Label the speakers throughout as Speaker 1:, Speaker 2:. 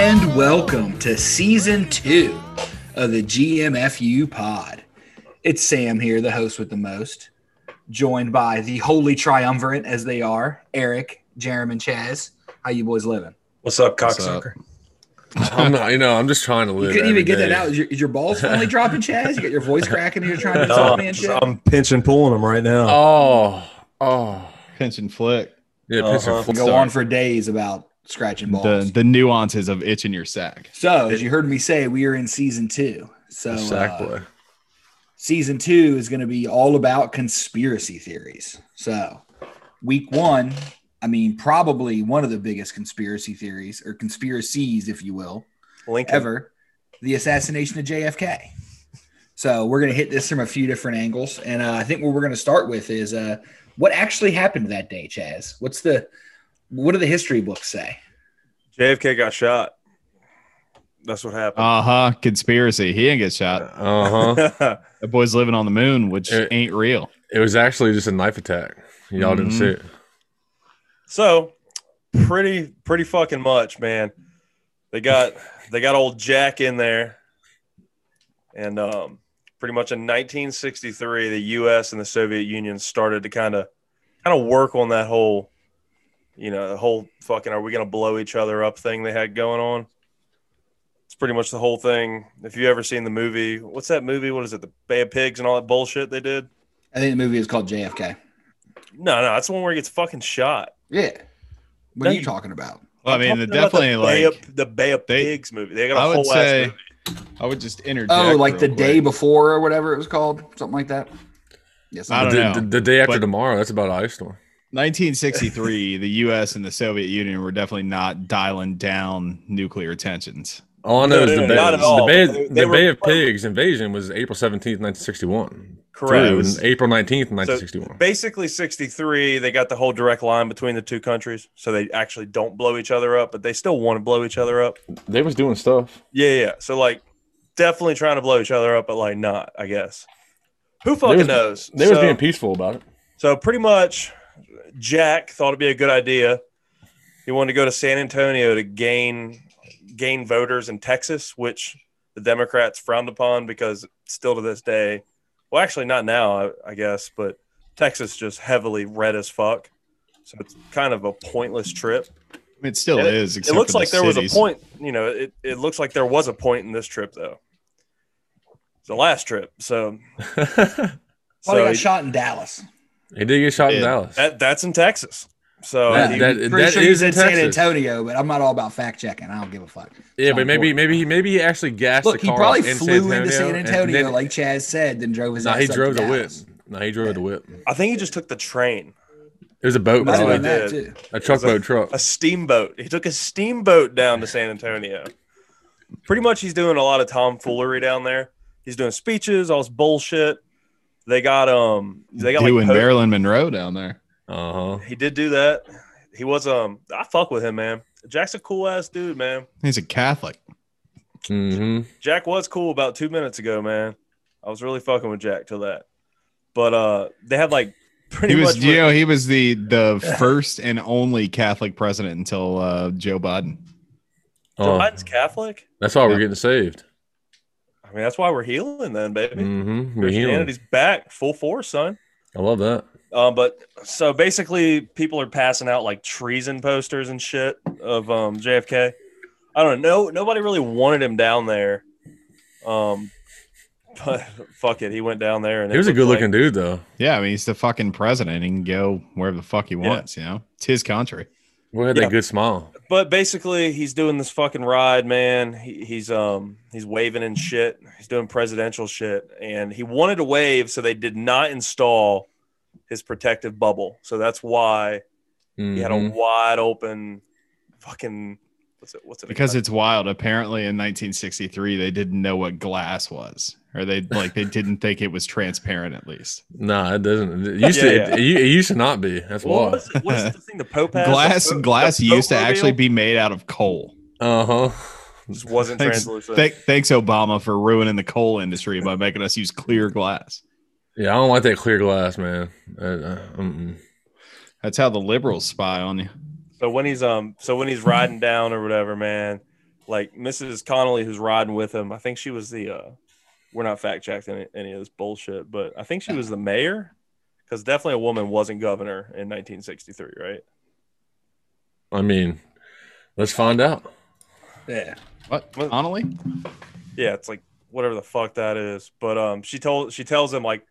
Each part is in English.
Speaker 1: welcome to season two of the GMFU pod. It's Sam here, the host with the most, joined by the holy triumvirate as they are, Eric, Jeremy, and Chaz. How you boys living?
Speaker 2: What's up,
Speaker 3: What's
Speaker 2: cocksucker?
Speaker 3: I'm not, you know, I'm just trying to
Speaker 1: You
Speaker 3: live.
Speaker 1: couldn't
Speaker 3: every
Speaker 1: even get that
Speaker 3: day.
Speaker 1: out. Is your, is your balls finally dropping, Chaz? You got your voice cracking and you're trying to
Speaker 2: No,
Speaker 1: insult me
Speaker 2: I'm,
Speaker 1: and shit?
Speaker 2: I'm pinching, pulling them right now.
Speaker 3: Oh, oh,
Speaker 4: Pinch and flick.
Speaker 3: yeah, pinch
Speaker 2: Uh-huh.
Speaker 3: and flick.
Speaker 1: go
Speaker 4: sorry.
Speaker 1: on for days about scratching balls.
Speaker 4: The the nuances of itching your sack.
Speaker 1: so, as you heard me say, we are in season two. So,
Speaker 3: The
Speaker 1: uh,
Speaker 3: sack boy.
Speaker 1: season two is going to be all about conspiracy theories. So, week one, I mean, probably one of the biggest conspiracy theories or conspiracies, if you will,
Speaker 2: Lincoln.
Speaker 1: ever the assassination of JFK. So, we're going to hit this from a few different angles. And uh, I think what we're going to start with is uh, what actually happened that day, Chaz? What's the, what do the history books say?
Speaker 2: JFK got shot. That's what happened.
Speaker 4: Uh huh. Conspiracy. He didn't get shot.
Speaker 3: Uh huh.
Speaker 4: The boy's living on the moon, which
Speaker 3: It-
Speaker 4: ain't real.
Speaker 3: It was actually just a knife attack. Y'all didn't see it.
Speaker 2: so pretty, pretty fucking much, man. They got they got old Jack in there, and um, pretty much in 1963, the U.S. and the Soviet Union started to kind of kind of work on that whole, you know, the whole fucking are we gonna blow each other up thing they had going on. It's pretty much the whole thing. If you ever seen the movie, what's that movie? What is it? The Bay of Pigs and all that bullshit they did.
Speaker 1: I think the movie is called JFK.
Speaker 2: No, no, that's the one where he gets fucking shot.
Speaker 1: Yeah. What
Speaker 2: No,
Speaker 1: are you
Speaker 2: you-
Speaker 1: talking about?
Speaker 4: Well, I mean,
Speaker 2: I'm
Speaker 4: the
Speaker 2: talking about
Speaker 4: definitely
Speaker 2: the Bay
Speaker 4: like
Speaker 2: of, the Bay of
Speaker 4: they-
Speaker 2: Pigs movie. They got a
Speaker 4: I
Speaker 2: whole
Speaker 4: would
Speaker 2: ass
Speaker 4: say
Speaker 2: movie.
Speaker 4: I would just interject.
Speaker 1: Oh, like
Speaker 4: real
Speaker 1: the
Speaker 4: quick.
Speaker 1: day before or whatever it was called, something like that. Yes,
Speaker 4: I don't
Speaker 3: the,
Speaker 4: know,
Speaker 3: The, the day after
Speaker 4: but-
Speaker 3: tomorrow. That's about an ice storm.
Speaker 4: 1963, the U.S. and the Soviet Union were definitely not dialing down nuclear tensions.
Speaker 3: All I
Speaker 2: No,
Speaker 3: know is
Speaker 2: no,
Speaker 3: the,
Speaker 2: no,
Speaker 3: bay,
Speaker 2: not at all.
Speaker 3: the, bay,
Speaker 2: They-
Speaker 3: the
Speaker 2: they were-
Speaker 3: bay of Pigs invasion was April 17th, 1961.
Speaker 2: Correct.
Speaker 3: Through April 19th,
Speaker 2: So
Speaker 3: 1961.
Speaker 2: basically, 63, they got the whole direct line between the two countries. So they actually don't blow each other up, but they still want to blow each other up.
Speaker 3: they was doing stuff.
Speaker 2: Yeah, yeah. So, like, definitely trying to blow each other up, but like, not, I guess. Who
Speaker 3: They
Speaker 2: fucking
Speaker 3: was-
Speaker 2: knows?
Speaker 3: They
Speaker 2: so,
Speaker 3: was being peaceful about it.
Speaker 2: so, pretty much, Jack thought it'd be a good idea. He wanted to go to San Antonio to gain gain voters in Texas, which the Democrats frowned upon because still to this day, well, actually not now, I, I guess, but Texas just heavily red as fuck. So it's kind of a pointless trip.
Speaker 4: I mean, it still
Speaker 2: And
Speaker 4: is.
Speaker 2: it
Speaker 4: except
Speaker 2: looks
Speaker 4: for the
Speaker 2: like there was
Speaker 4: cities.
Speaker 2: a point, you know, it, it looks like there was a point in this trip though. It's the last trip. So,
Speaker 1: Probably
Speaker 2: so
Speaker 1: got shot in Dallas.
Speaker 3: he did get shot in
Speaker 4: Yeah.
Speaker 3: Dallas.
Speaker 2: that, that's in Texas. So
Speaker 3: That-
Speaker 2: he-
Speaker 3: that-
Speaker 1: Pretty sure he's
Speaker 3: is in
Speaker 1: in San
Speaker 3: Texas.
Speaker 1: Antonio, but I'm not all about fact checking. I don't give a fuck.
Speaker 3: yeah,
Speaker 1: Not
Speaker 3: but maybe
Speaker 1: important.
Speaker 3: maybe he maybe he actually gassed
Speaker 1: Look,
Speaker 3: the
Speaker 1: he
Speaker 3: car
Speaker 1: probably
Speaker 3: in
Speaker 1: flew
Speaker 3: San
Speaker 1: into San
Speaker 3: and
Speaker 1: Antonio,
Speaker 3: then-
Speaker 1: like Chaz said, then drove his.
Speaker 3: No,
Speaker 1: ass
Speaker 3: he
Speaker 1: up to
Speaker 3: drove the whip.
Speaker 1: Dallas.
Speaker 3: No, he drove the whip.
Speaker 2: I think he just took the train,
Speaker 3: It was a boat,
Speaker 1: Might have
Speaker 2: Oh,
Speaker 3: probably.
Speaker 1: been
Speaker 2: he
Speaker 1: that
Speaker 2: did.
Speaker 1: too.
Speaker 3: a truckload truck.
Speaker 2: a steamboat. He took a steamboat down to San Antonio. Pretty much, he's doing a lot of tomfoolery down there. He's doing speeches, all this bullshit. They got um, they got
Speaker 4: doing
Speaker 2: like po-
Speaker 4: Marilyn Monroe down there.
Speaker 3: Uh huh.
Speaker 2: he did do that. He was um, I fuck with him, man. Jack's a cool ass dude, man.
Speaker 4: He's a Catholic.
Speaker 3: hmm
Speaker 2: Jack was cool about two minutes ago, man. I was really fucking with Jack till that. But uh, they had like pretty
Speaker 4: He was,
Speaker 2: much
Speaker 4: you know, he was the the first and only Catholic president until uh, Joe Biden.
Speaker 2: Joe Biden's Catholic.
Speaker 3: Oh, that's why we're
Speaker 4: Yeah.
Speaker 3: getting saved.
Speaker 2: I mean, that's why we're healing, then, baby.
Speaker 3: Mm-hmm.
Speaker 2: Christianity's back full force, son.
Speaker 3: I love that.
Speaker 2: Um, but so basically, people are passing out like treason posters and shit of um, JFK. I don't know. Nobody really wanted him down there. Um, but fuck it, he went down there and
Speaker 3: He was a good looking dude, though.
Speaker 4: Yeah, I mean, he's the fucking president. He can go wherever the fuck he
Speaker 2: Yeah.
Speaker 4: wants. You know, it's his country.
Speaker 3: We had
Speaker 2: Yeah.
Speaker 3: that good smile.
Speaker 2: But basically, he's doing this fucking ride, man. He, he's um he's waving and shit. He's doing presidential shit, and he wanted to wave, so they did not install his protective bubble. So that's why he had a
Speaker 3: Mhm.
Speaker 2: wide open fucking. What's it? What's it?
Speaker 4: Because it's wild. Apparently, in 1963, they didn't know what glass was, or they like they didn't think it was transparent. At least
Speaker 3: Mm-hmm. Nah, it doesn't. It used to.
Speaker 2: Yeah, yeah.
Speaker 3: It, it used to not be. That's
Speaker 2: What
Speaker 3: why.
Speaker 2: was, it- what's the thing the Pope has?
Speaker 4: glass
Speaker 2: The Pope-
Speaker 4: glass
Speaker 2: the
Speaker 4: used to
Speaker 2: Pope
Speaker 4: actually
Speaker 2: reveal
Speaker 4: be made out of coal.
Speaker 3: Uh huh.
Speaker 2: just wasn't
Speaker 4: Thanks.
Speaker 2: translucent.
Speaker 4: Th- thanks, Obama, for ruining the coal industry by making us use clear glass.
Speaker 3: Yeah, I don't like that clear glass, man. Uh, uh, mm-mm.
Speaker 4: That's how the liberals spy on you.
Speaker 2: so when he's um, so when he's riding down or whatever, man, like Mrs. Connolly, who's riding with him. I think she was the. uh We're not fact checking any, any of this bullshit, but I think she was the mayor, because definitely a woman wasn't governor in 1963, right?
Speaker 3: I mean, let's find out.
Speaker 1: Yeah.
Speaker 4: What?
Speaker 2: What-
Speaker 4: Connolly?
Speaker 2: yeah, it's like whatever the fuck that is. But um, she told she tells him like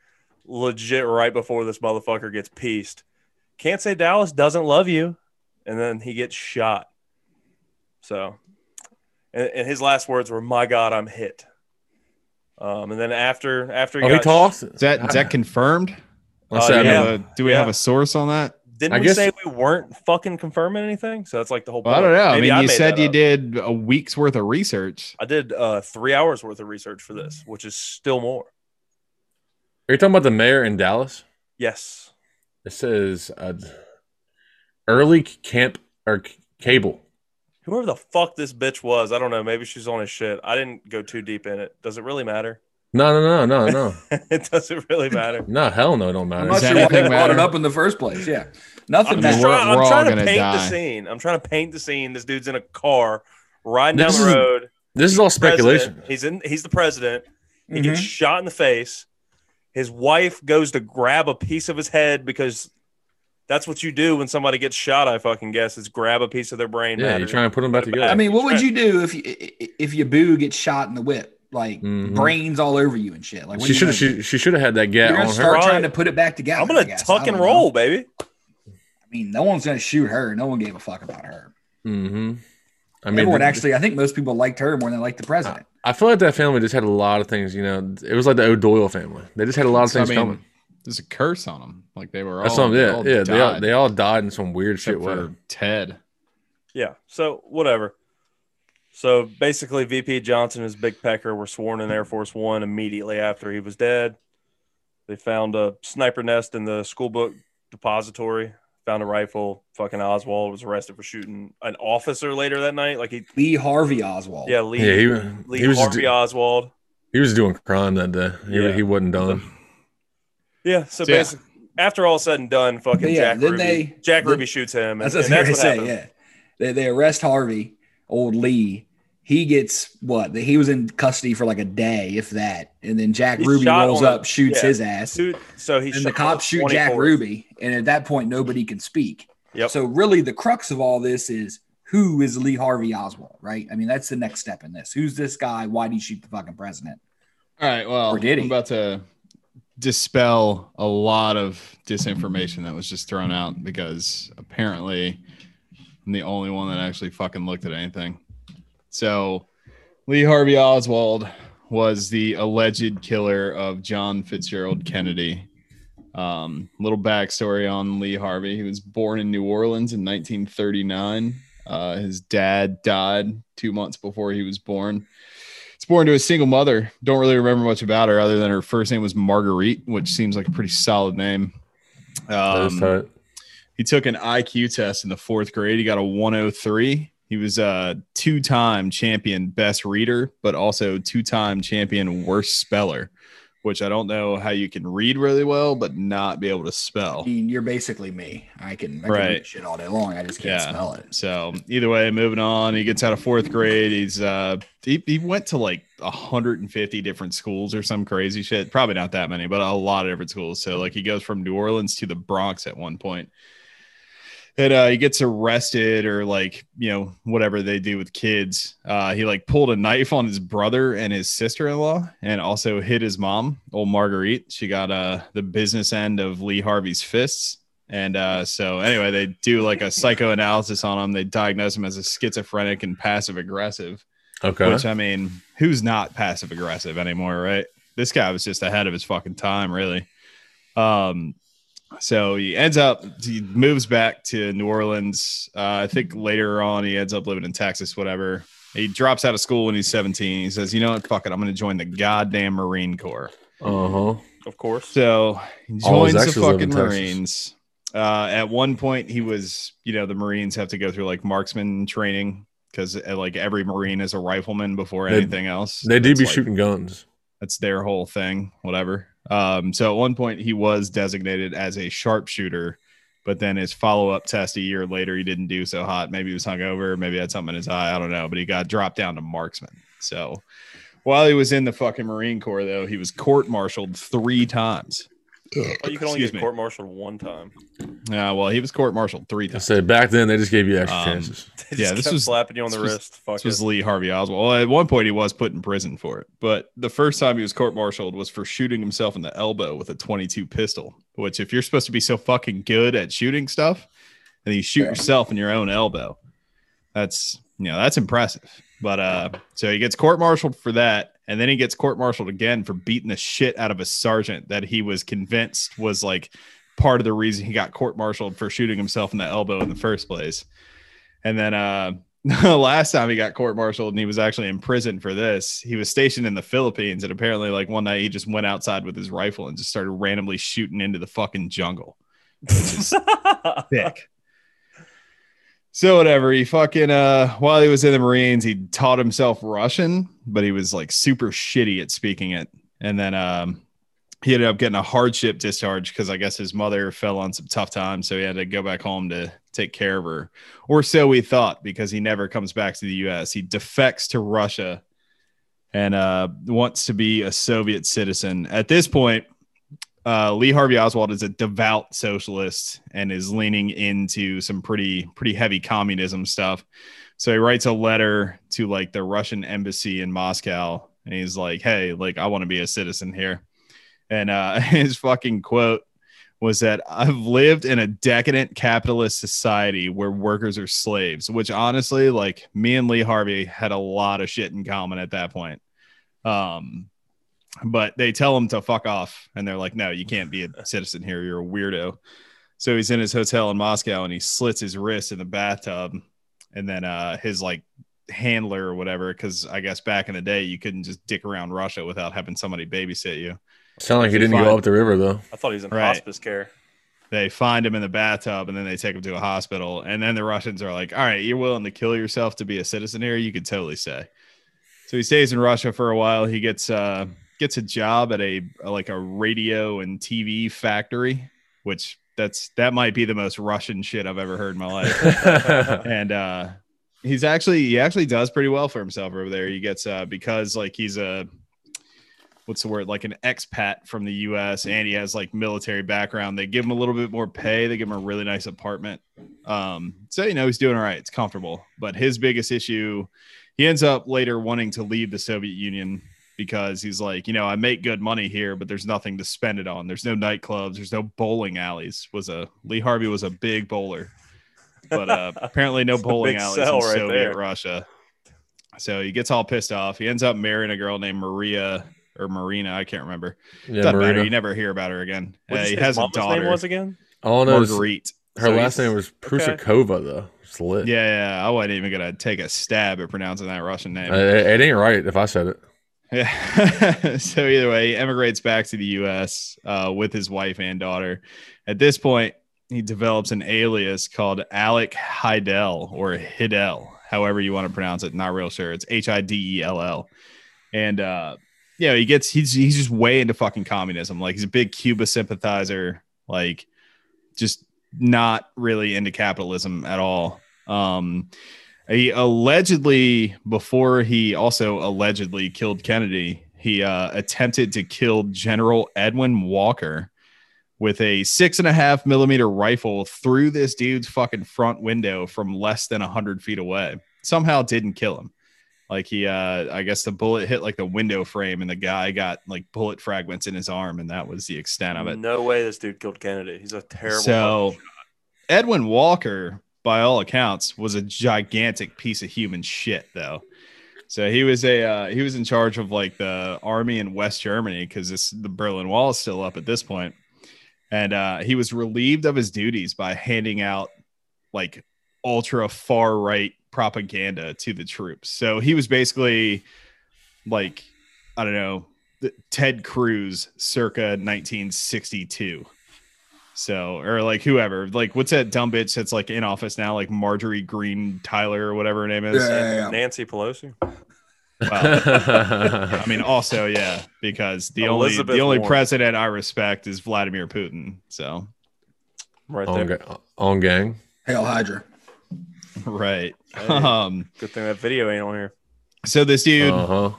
Speaker 2: legit right before this motherfucker gets pieced. Can't say Dallas doesn't love you, and then he gets shot. So, and, and his last words were, "My God, I'm hit." Um, and then after after
Speaker 4: Oh,
Speaker 3: Are we
Speaker 2: got-
Speaker 3: Oh, tossed?
Speaker 4: Is that is
Speaker 2: Ah.
Speaker 4: that confirmed?
Speaker 3: Let's
Speaker 2: Uh,
Speaker 3: say I
Speaker 4: Do we
Speaker 2: yeah.
Speaker 3: mean-
Speaker 4: have a- do we
Speaker 2: Yeah.
Speaker 4: have a source on that?
Speaker 2: didn't
Speaker 3: I
Speaker 2: we
Speaker 3: guess-
Speaker 2: say we weren't fucking confirming anything? So that's like the whole.
Speaker 4: Well, I don't know.
Speaker 2: Maybe
Speaker 4: I mean, you
Speaker 2: made
Speaker 4: said
Speaker 2: that
Speaker 4: you
Speaker 2: up.
Speaker 4: did a week's worth of research.
Speaker 2: I did uh, three hours worth of research for this, which is still more.
Speaker 3: Are you talking about the mayor in Dallas?
Speaker 2: Yes.
Speaker 3: It says uh, early camp or c- cable.
Speaker 2: Whoever the fuck this bitch was, I don't know. Maybe she's on his shit. I didn't go too deep in it. Does it really matter?
Speaker 3: No, no, no, no, no,
Speaker 2: it doesn't really matter.
Speaker 3: no. Hell no, it don't matter.
Speaker 1: I'm
Speaker 4: Does
Speaker 1: not sure why
Speaker 4: anything
Speaker 1: they brought it
Speaker 4: matter?
Speaker 1: up in the first place. Yeah. Nothing
Speaker 2: I'm
Speaker 4: mean,
Speaker 1: matters.
Speaker 2: just
Speaker 4: we're-
Speaker 2: trying, I'm
Speaker 4: we're all
Speaker 2: trying to
Speaker 4: gonna
Speaker 2: paint the
Speaker 4: die.
Speaker 2: scene. I'm trying to paint the scene. This dude's in a car riding down
Speaker 3: This
Speaker 2: the
Speaker 3: is
Speaker 2: road.
Speaker 3: This is all
Speaker 2: President.
Speaker 3: speculation.
Speaker 2: He's in. He's the president. He gets
Speaker 1: Mhm.
Speaker 4: Mm-hmm.
Speaker 2: shot in the face. His wife goes to grab a piece of his head because that's what you do when somebody gets shot. I fucking guess is grab a piece of their brain.
Speaker 3: Yeah,
Speaker 2: matter.
Speaker 3: you're trying to put them back together.
Speaker 1: I mean, what would
Speaker 2: Right.
Speaker 1: you do if you, if your boo gets shot in the whip, like
Speaker 3: Mhm.
Speaker 1: brains all over you and shit? Like what
Speaker 3: she
Speaker 1: are you
Speaker 3: should
Speaker 1: gonna
Speaker 3: she she should have had that
Speaker 1: do?
Speaker 3: gat
Speaker 1: You're gonna
Speaker 3: on her.
Speaker 1: start
Speaker 2: Probably-
Speaker 1: trying to put it back together.
Speaker 2: I'm
Speaker 1: I
Speaker 2: gonna
Speaker 1: guess. I
Speaker 2: tuck and
Speaker 1: don't know.
Speaker 2: roll, baby.
Speaker 1: I mean, no one's gonna shoot her. No one gave a fuck about her.
Speaker 3: Mm-hmm. I
Speaker 1: I
Speaker 3: mean, Ah.
Speaker 1: mean, Everyone
Speaker 3: th-
Speaker 1: actually, I think most people liked her more than they liked the president.
Speaker 3: I feel like that family just had a lot of things. You know, it was like the O'Doyle family. They just had a lot of
Speaker 4: So, I
Speaker 3: things
Speaker 4: mean,
Speaker 3: coming.
Speaker 4: There's a curse on them. Like they were all.
Speaker 3: That's something.
Speaker 4: they
Speaker 3: Yeah,
Speaker 4: all
Speaker 3: yeah. They all,
Speaker 4: died,
Speaker 3: they all died in some weird
Speaker 4: except
Speaker 3: shit way.
Speaker 4: for Ted.
Speaker 2: Yeah. So whatever. So basically, VP Johnson and his Big Pecker were sworn in Air Force One immediately after he was dead. They found a sniper nest in the school book depository. Found a rifle. Fucking Oswald was arrested for shooting an officer later that night. Like he,
Speaker 1: Lee Harvey Oswald.
Speaker 2: yeah, Lee,
Speaker 3: yeah, he,
Speaker 2: Lee
Speaker 3: he was just
Speaker 2: Harvey
Speaker 3: do-
Speaker 2: Oswald.
Speaker 3: he was doing crime that day. He,
Speaker 2: Yeah.
Speaker 3: he wasn't done.
Speaker 2: Yeah. So,
Speaker 4: So, yeah.
Speaker 2: basically, after all said and done, fucking
Speaker 1: But yeah,
Speaker 2: Jack
Speaker 1: then
Speaker 2: Ruby.
Speaker 1: they-
Speaker 2: Jack
Speaker 1: then-
Speaker 2: Ruby shoots him. And
Speaker 1: That's
Speaker 2: that's,
Speaker 1: what I was
Speaker 2: and that's
Speaker 1: gonna
Speaker 2: what
Speaker 1: say.
Speaker 2: happened.
Speaker 1: Yeah, they, they arrest Harvey, old Lee. He gets what he was in custody for like a day, if that. And then Jack
Speaker 2: He's
Speaker 1: Ruby
Speaker 2: shot
Speaker 1: rolls
Speaker 2: on-
Speaker 1: up, shoots
Speaker 2: yeah.
Speaker 1: his ass,
Speaker 2: Two- So he
Speaker 1: and
Speaker 2: shot
Speaker 1: the cops
Speaker 2: on
Speaker 1: shoot Jack
Speaker 2: 24th.
Speaker 1: Ruby. And at that point, nobody can speak.
Speaker 2: Yep.
Speaker 1: So really, the crux of all this is who is Lee Harvey Oswald, right? I mean, that's the next step in this. Who's this guy? Why did he shoot the fucking president?
Speaker 4: All right. Well,
Speaker 1: Or did he?
Speaker 4: I'm about to dispel a lot of disinformation that was just thrown out because apparently I'm the only one that actually fucking looked at anything. So, Lee Harvey Oswald was the alleged killer of John Fitzgerald Kennedy. Um, little backstory on Lee Harvey. He was born in New Orleans in 1939. Uh, his dad died two months before he was born. He's born to a single mother. Don't really remember much about her other than her first name was Marguerite, which seems like a pretty solid name.
Speaker 3: That was
Speaker 4: Um,
Speaker 3: tight.
Speaker 4: he took an IQ test in the fourth grade. He got a 103. He was a two time champion best reader, but also two time champion worst speller, which I don't know how you can read really well, but not be able
Speaker 1: I
Speaker 4: to spell.
Speaker 1: mean, you're basically me. I can, I can
Speaker 4: Oh. Right.
Speaker 1: read shit all day long. I just can't
Speaker 4: Yeah.
Speaker 1: spell it.
Speaker 4: So either way, moving on, he gets out of fourth grade. He's uh he, he went to like 150 different schools or some crazy shit. Probably not that many, but a lot of different schools. So like he goes from New Orleans to the Bronx at one point. And uh, he gets arrested or like you know whatever they do with kids. Uh, he like pulled a knife on his brother and his sister-in-law, and also hit his mom, old Marguerite. She got uh the business end of Lee Harvey's fists. And uh, so, anyway, they do like a psychoanalysis on him. They diagnose him as a schizophrenic and passive aggressive,
Speaker 3: Okay.
Speaker 4: which I mean, who's not passive aggressive anymore, right? This guy was just ahead of his fucking time, really. Um, so he ends up, he moves back to New Orleans. Uh, I think later on, he ends up living in Texas, whatever. He drops out of school when he's 17. He says, You know what? Fuck it. I'm going to join the goddamn Marine Corps.
Speaker 3: Uh huh.
Speaker 2: Of course.
Speaker 3: Oh,
Speaker 4: So he
Speaker 3: All
Speaker 4: joins
Speaker 3: his
Speaker 4: the
Speaker 3: exes live in
Speaker 4: fucking
Speaker 3: Texas.
Speaker 4: Marines. Uh, at one point, he was, you know, the Marines have to go through like marksman training because like every Marine is a rifleman before
Speaker 3: They-
Speaker 4: anything else.
Speaker 3: They do
Speaker 4: That's,
Speaker 3: be
Speaker 4: like,
Speaker 3: shooting guns.
Speaker 4: That's their whole thing, whatever. Um, so at one point, he was designated as a sharpshooter But then his follow up test a year later, he didn't do so hot. Maybe he was hungover. Maybe he had something in his eye. I don't know. But he got dropped down to marksman. So while he was in the fucking Marine Corps, though, he was court marshaled three times.
Speaker 2: Well, you can only
Speaker 4: Excuse
Speaker 2: get
Speaker 4: me.
Speaker 2: court martialed one time.
Speaker 4: Yeah, Uh, well, he was court marshaled three
Speaker 3: I
Speaker 4: times.
Speaker 3: said back then they just gave you extra
Speaker 4: Um,
Speaker 3: chances.
Speaker 2: They
Speaker 4: Yeah,
Speaker 2: just
Speaker 4: this
Speaker 2: kept
Speaker 4: was-
Speaker 2: slapping you on the
Speaker 4: this was-
Speaker 2: wrist. Fuck
Speaker 4: This was
Speaker 2: it.
Speaker 4: Lee Harvey Oswald. Well, at one point, he was put in prison for it. But the first time he was court martialed was for shooting himself in the elbow with a 22 pistol, which, if you're supposed to be so fucking good at shooting stuff, and you shoot yourself in your own elbow, that's, you know, that's impressive. But uh, so he gets court martialed for that. And then he gets court martialed again for beating the shit out of a sergeant that he was convinced was like part of the reason he got court martialed for shooting himself in the elbow in the first place. And then, uh, the last time he got court martialed and he was actually in prison for this, he was stationed in the Philippines. And apparently, like one night, he just went outside with his rifle and just started randomly shooting into the fucking jungle. Thick. so, whatever. He fucking, uh, while he was in the Marines, he taught himself Russian, but he was like super shitty at speaking it. And then, um, he ended up getting a hardship discharge because I guess his mother fell on some tough times. So he had to go back home to take care of her or so we thought, because he never comes back to the U.S. He defects to Russia and uh, wants to be a Soviet citizen. At this point, uh, Lee Harvey Oswald is a devout socialist and is leaning into some pretty pretty heavy communism stuff. So he writes a letter to like the Russian embassy in Moscow, and he's like, "Hey, like I want to be a citizen here." And uh, his fucking quote was that I've lived in a decadent capitalist society where workers are slaves, which honestly, like me and Lee Harvey had a lot of shit in common at that point. Um, but they tell him to fuck off, and they're like, no, you can't be a citizen here. You're a weirdo. So he's in his hotel in Moscow and he slits his wrist in the bathtub. And then uh, his like handler or whatever, because I guess back in the day, you couldn't just dick around Russia without having somebody babysit you.
Speaker 3: Sound like he didn't
Speaker 4: fine.
Speaker 3: go up the river though.
Speaker 2: I thought he was in
Speaker 4: Right.
Speaker 2: hospice care.
Speaker 4: they find him in the bathtub and then they take him to a hospital and then the russians are like all right you're willing to kill yourself to be a citizen here you could totally say so he stays in russia for a while he gets uh gets a job at a like a radio and tv factory which that's that might be the most russian shit i've ever heard in my life and uh he's actually he actually does pretty well for himself over there he gets uh because like he's a what's the word like an expat from the us and he has like military background they give him a little bit more pay they give him a really nice apartment um so you know he's doing all right it's comfortable but his biggest issue he ends up later wanting to leave the soviet union because he's like you know i make good money here but there's nothing to spend it on there's no nightclubs there's no bowling alleys was a lee harvey was a big bowler but uh, apparently no
Speaker 2: It's a
Speaker 4: bowling
Speaker 2: big
Speaker 4: alleys
Speaker 2: sell
Speaker 4: in
Speaker 2: right
Speaker 4: Soviet
Speaker 2: there.
Speaker 4: Russia. So he gets all pissed off. He ends up marrying a girl named Maria or Marina. I can't remember.
Speaker 3: yeah,
Speaker 4: Doesn't matter.
Speaker 3: Marina.
Speaker 4: You never hear about her again.
Speaker 2: What'd
Speaker 4: Uh,
Speaker 2: you
Speaker 4: he
Speaker 2: say
Speaker 4: has a
Speaker 2: Mama's
Speaker 4: daughter,
Speaker 2: Name was again.
Speaker 3: All I know is
Speaker 4: Marguerite.
Speaker 3: her
Speaker 4: So
Speaker 3: last
Speaker 4: he's-
Speaker 3: name was
Speaker 2: okay.
Speaker 3: Prusakova though. It's lit.
Speaker 4: Yeah, yeah, yeah. I wasn't even gonna take a stab at pronouncing that Russian name.
Speaker 3: Uh, it, it ain't right if I said it.
Speaker 4: Yeah. so either way, he emigrates back to the U.S. Uh, with his wife and daughter. At this point, he develops an alias called Alec Hidell or Hidell, however you want to pronounce it. Not real sure. It's H I D E L L. And uh, yeah, he gets he's he's just way into fucking communism. Like he's a big Cuba sympathizer. Like just not really into capitalism at all. Um, he allegedly, before he also allegedly killed Kennedy, he uh, attempted to kill General Edwin Walker with a six and a half millimeter rifle through this dude's fucking front window from less than 100 feet away. Somehow didn't kill him. Like he, uh, I guess the bullet hit like the window frame and the guy got like bullet fragments in his arm, and that was the extent of it.
Speaker 2: No way this dude killed Kennedy. He's a terrible.
Speaker 4: So
Speaker 2: fucking shot.
Speaker 4: Edwin Walker, by all accounts, was a gigantic piece of human shit, though. So he was a uh, he was in charge of like the army in West Germany because this the Berlin Wall is still up at this point, and uh, he was relieved of his duties by handing out like ultra far right propaganda to the troops. So he was basically like I don't know the- Ted Cruz circa 1962. So, or like whoever, like what's that dumb bitch that's like in office now, like Marjorie Green Tyler or whatever her name is.
Speaker 1: Damn.
Speaker 2: Nancy Pelosi.
Speaker 4: Wow. I mean, also, yeah, because the only
Speaker 2: Elizabeth
Speaker 4: the only
Speaker 2: Warren.
Speaker 4: president I respect is Vladimir Putin. So
Speaker 2: right
Speaker 1: Oh,
Speaker 3: on,
Speaker 2: there.
Speaker 3: ga- on gang.
Speaker 1: Hail Hydra.
Speaker 4: right.
Speaker 2: Hey,
Speaker 4: Um,
Speaker 2: good thing that video ain't on here.
Speaker 4: so this dude,
Speaker 3: Uh huh.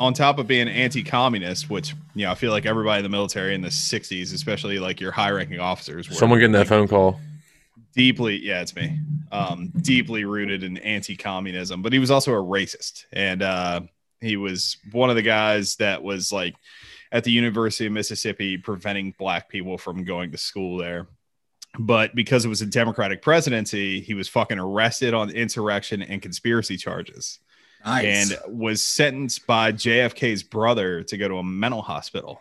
Speaker 4: on top of being anti-communist, which you know, I feel like everybody in the military in the '60s, especially like your high-ranking officers, were
Speaker 3: Someone getting that
Speaker 4: like,
Speaker 3: phone call.
Speaker 4: deeply. Yeah, it's me. Um, deeply rooted in anti-communism, but he was also a racist, and uh, he was one of the guys that was like at the University of Mississippi preventing black people from going to school there. But because it was a Democratic presidency, he was fucking arrested on insurrection and conspiracy charges
Speaker 1: Nice.
Speaker 4: and was sentenced by JFK's brother to go to a mental hospital.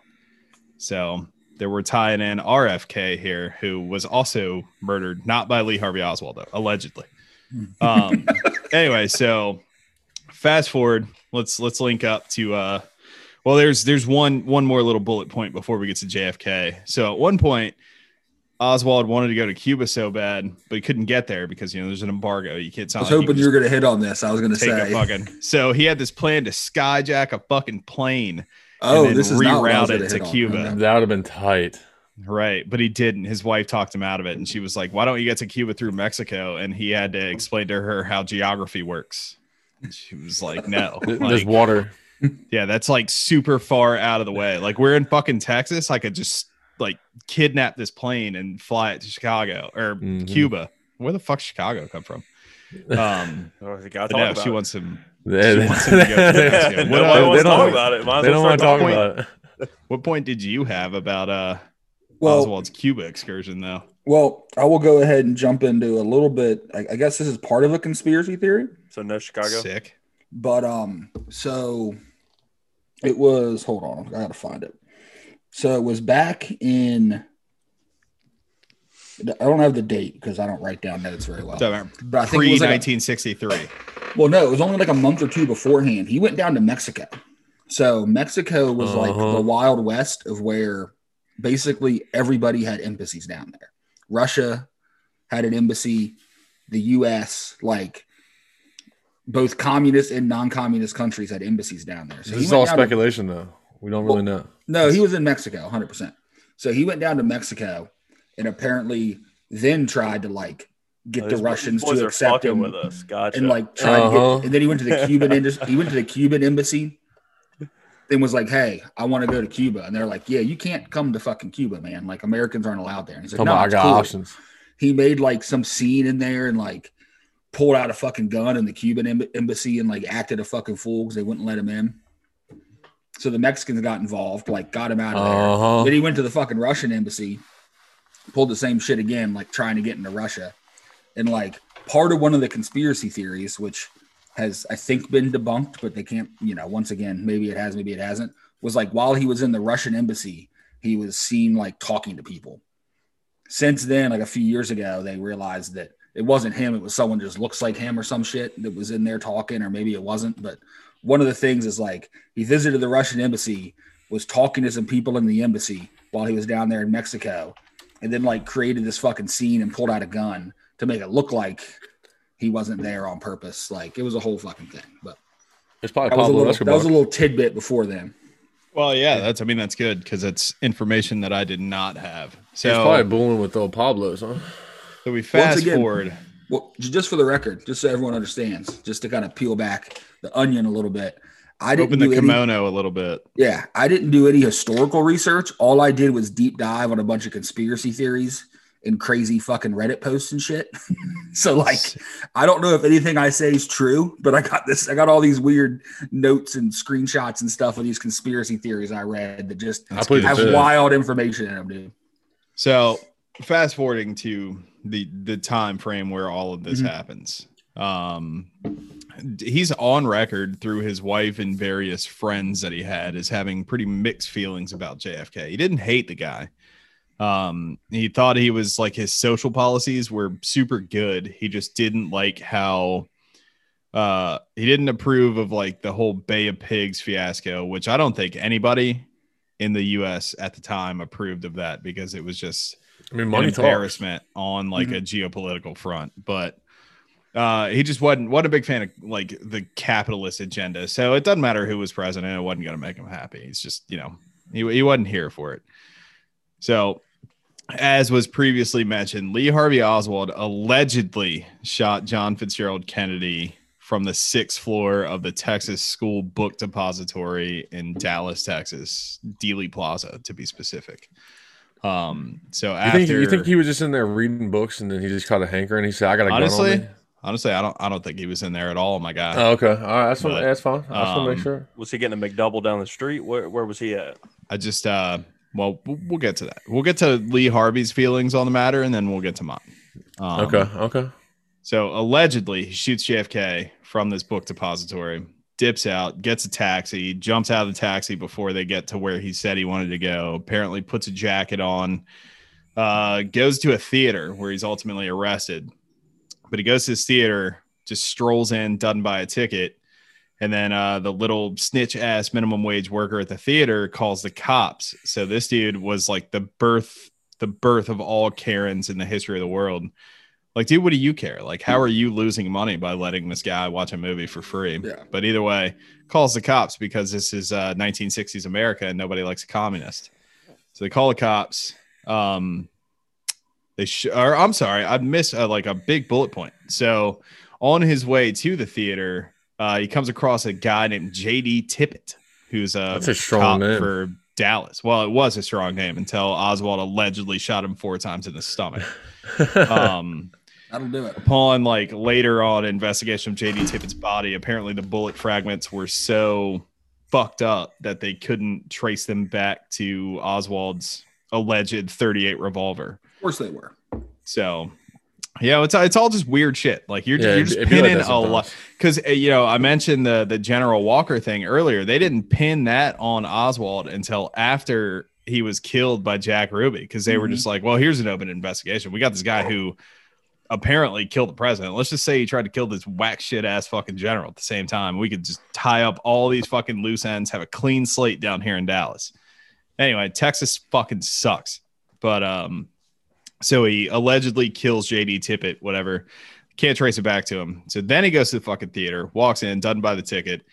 Speaker 4: So they were tying in RFK here, who was also murdered, not by Lee Harvey Oswald, though, allegedly. Um, anyway, so fast forward, let's let's link up to uh well, there's there's one one more little bullet point before we get to JFK. So at one point, Oswald wanted to go to Cuba so bad, but he couldn't get there because you know there's an embargo. You can't. it's
Speaker 1: I was
Speaker 4: not like uh, you
Speaker 1: hoping
Speaker 4: can
Speaker 1: you were going to hit on this. I was going to
Speaker 4: take a
Speaker 1: say,
Speaker 4: fucking. So he had this plan to skyjack a fucking plane,
Speaker 1: oh,
Speaker 4: then
Speaker 1: this is not what I was
Speaker 4: rerouted
Speaker 1: gonna
Speaker 4: to
Speaker 1: hit on.
Speaker 4: Cuba.
Speaker 1: Okay.
Speaker 3: That would have been tight.
Speaker 4: right? But he didn't. His wife talked him out of it, and she was like, "Why don't you get to Cuba through Mexico?" And he had to explain to her how geography works. And She was like, "No,
Speaker 3: Th- There's
Speaker 4: like,
Speaker 3: water.
Speaker 4: yeah, that's like super far out of the way. Like we're in fucking Texas. I could just like kidnap this plane and fly it to Chicago or
Speaker 1: Mm-hmm.
Speaker 3: Mhm.
Speaker 4: Cuba. Where the fuck Chicago come from?" Um,
Speaker 2: Oh, you gotta
Speaker 4: but
Speaker 2: talk
Speaker 4: no,
Speaker 2: about
Speaker 4: she
Speaker 2: it.
Speaker 4: wants him.
Speaker 3: They,
Speaker 4: She wants him to go to Mexico.
Speaker 2: Nobody
Speaker 4: What-
Speaker 2: wants
Speaker 3: they
Speaker 2: to
Speaker 3: don't-
Speaker 2: talk about it. Might as
Speaker 3: they
Speaker 2: well
Speaker 3: don't
Speaker 2: start
Speaker 3: want to talk
Speaker 2: talking
Speaker 3: about it.
Speaker 4: What point did you have about uh
Speaker 1: Well,
Speaker 4: Oswald's Cuba excursion, though?
Speaker 1: Well, I will go ahead and jump into a little bit. I, I guess this is part of a conspiracy theory,
Speaker 2: So no Chicago.
Speaker 4: Sick.
Speaker 1: but um, so it was. Hold on, I gotta find it. So it was back in. I don't have the date because I don't write down notes very
Speaker 4: Oh.
Speaker 1: well.
Speaker 4: uh,
Speaker 1: But I think it
Speaker 4: Pre
Speaker 1: was like,
Speaker 4: nineteen sixty three.
Speaker 1: well, no, it was only like a month or two beforehand. He went down to Mexico. So Mexico was like
Speaker 3: Uh-huh.
Speaker 1: the wild west of where basically everybody had embassies down there. Russia had an embassy, the US, like both communist and non-communist countries had embassies down there. So
Speaker 3: This is
Speaker 1: went
Speaker 3: all
Speaker 1: down to-
Speaker 3: speculation, though. We don't really know.
Speaker 1: no, he was in Mexico, 100%. So he went down to Mexico and apparently then tried to like get
Speaker 2: Oh,
Speaker 1: the
Speaker 2: these
Speaker 1: Russians
Speaker 2: boys
Speaker 1: to
Speaker 2: are
Speaker 1: accept
Speaker 2: fucking
Speaker 1: him
Speaker 2: with us. Gotcha.
Speaker 1: and like tried to
Speaker 3: Uh-huh.
Speaker 1: get, and then he went to the Cuban indus- he went to the Cuban embassy and was like, "Hey, I want to go to Cuba," and they're like, "Yeah, you can't come to fucking Cuba, man. Like Americans aren't allowed there." And he's like,
Speaker 3: Come
Speaker 1: "No,
Speaker 3: on, I
Speaker 1: it's
Speaker 3: got
Speaker 1: cool."
Speaker 3: options.
Speaker 1: He made like some scene in there and like pulled out a fucking gun in the Cuban em- embassy and like acted a fucking fool because they wouldn't let him in. So the Mexicans got involved, like got him out of there.
Speaker 3: Uh huh.
Speaker 1: Then he went to the fucking Russian embassy, pulled the same shit again, like trying to get into Russia. And like part of one of the conspiracy theories, which has I think been debunked, but they can't, you know, once again, maybe it has, maybe it hasn't, was like while he was in the Russian embassy, he was seen like talking to people. Since then, like a few years ago, they realized that it wasn't him, it was someone just looks like him or some shit that was in there talking, or maybe it wasn't. But one of the things is like he visited the Russian embassy was talking to some people in the embassy while he was down there in Mexico, and then like created this fucking scene and pulled out a gun to make it look like he wasn't there on purpose. Like it was a whole fucking thing. But
Speaker 3: It's probably
Speaker 1: that was a
Speaker 3: Pablo
Speaker 1: little that
Speaker 3: Escobar.
Speaker 1: was a little tidbit before then.
Speaker 4: Well, yeah, that's I mean that's good because it's information that I did not have.
Speaker 3: He's
Speaker 4: So,
Speaker 3: probably bullying with old Pablo's, huh?
Speaker 4: so we fast
Speaker 1: again-
Speaker 4: forward.
Speaker 1: Well, j- just for the record, just so everyone understands, just to kind of peel back the onion a little bit. I didn't
Speaker 4: Open
Speaker 1: do
Speaker 4: the
Speaker 1: any,
Speaker 4: kimono a little bit.
Speaker 1: yeah, I didn't do any historical research. All I did was deep dive on a bunch of conspiracy theories and crazy fucking Reddit posts and shit. so like I don't know if anything I say is true, but I got this. I got all these weird notes and screenshots and stuff of these conspiracy theories I read that just
Speaker 3: I played
Speaker 1: have
Speaker 3: the fifth.
Speaker 1: wild information in them, dude.
Speaker 4: So fast forwarding to the the time frame where all of this
Speaker 1: Mhm.
Speaker 4: happens. Um d- he's on record through his wife and various friends that he had as having pretty mixed feelings about JFK. He didn't hate the guy. Um he thought he was like his social policies were super good. He just didn't like how uh he didn't approve of like the whole Bay of Pigs fiasco, which I don't think anybody in the US at the time approved of that because it was just
Speaker 3: I mean,
Speaker 4: an
Speaker 3: money talks. Mm-hmm.
Speaker 4: embarrassment on like a geopolitical front. But uh, he just wasn't wasn't a big fan of like the capitalist agenda. So it doesn't matter who was president; it wasn't going to make him happy. He's just you know he he wasn't here for it. So as was previously mentioned, Lee Harvey Oswald allegedly shot John Fitzgerald Kennedy from the sixth floor of the Texas School Book Depository in Dallas, Texas, Dealey Plaza, to be specific. Um, so
Speaker 3: You
Speaker 4: after
Speaker 3: think, you think he was just in there reading books and then he just caught a hanker and he said, I got a gun on
Speaker 4: honestly,
Speaker 3: me?
Speaker 4: honestly, I don't, I don't think he was in there at all, my guy.
Speaker 3: Oh, okay. All right. That's, fine.
Speaker 4: But,
Speaker 3: that's fine. I just want to
Speaker 4: um,
Speaker 3: make sure.
Speaker 2: Was he getting a McDouble down the street? Where, where was he at?
Speaker 4: I just, uh, well, we'll we'll get to that. We'll get to Lee Harvey's feelings on the matter, and then we'll get to mine. Um,
Speaker 3: Okay. Okay.
Speaker 4: So allegedly, he shoots JFK from this book depository, dips out, gets a taxi, jumps out of the taxi before they get to where he said he wanted to go. Apparently, puts a jacket on, uh, goes to a theater where he's ultimately arrested. But he goes to this theater, just strolls in, doesn't buy a ticket. And then uh, the little snitch ass minimum wage worker at the theater calls the cops. So this dude was like the birth, the birth of all Karens in the history of the world. Like, dude, what do you care? Like, how are you losing money by letting this guy watch a movie for free?
Speaker 1: Yeah.
Speaker 4: But either way, calls the cops because this is uh, 1960s America and nobody likes a communist. So they call the cops. Um, they sh- or I'm sorry, I missed uh, like a big bullet point. So on his way to the theater, uh, he comes across a guy named JD Tippett, who's a,
Speaker 3: That's a
Speaker 4: cop
Speaker 3: strong name.
Speaker 4: for um, Dallas. Well, it was a strong name until Oswald allegedly shot him four times in the stomach. Um,
Speaker 1: That'll do it.
Speaker 4: upon like later on investigation of JD Tippett's body, apparently the bullet fragments were so fucked up that they couldn't trace them back to Oswald's alleged 38 revolver.
Speaker 1: Of course they were.
Speaker 4: So yeah, it's it's all just weird shit. Like you're,
Speaker 3: Yeah,
Speaker 4: you're
Speaker 3: it'd-
Speaker 4: just
Speaker 3: it'd be like
Speaker 4: pinning
Speaker 3: that
Speaker 4: a lot
Speaker 3: sometimes.
Speaker 4: because eh, you know I mentioned the the General Walker thing earlier. They didn't pin that on Oswald until after he was killed by Jack Ruby because they were
Speaker 1: Mhm.
Speaker 4: just like, well, here's an open investigation. We got this guy who apparently killed the president. Let's just say he tried to kill this whack shit ass fucking general at the same time. We could just tie up all these fucking loose ends, have a clean slate down here in Dallas. Anyway, Texas fucking sucks. But um, so he allegedly kills JD Tippett, whatever. Can't trace it back to him. So then he goes to the fucking theater, walks in, doesn't buy the ticket,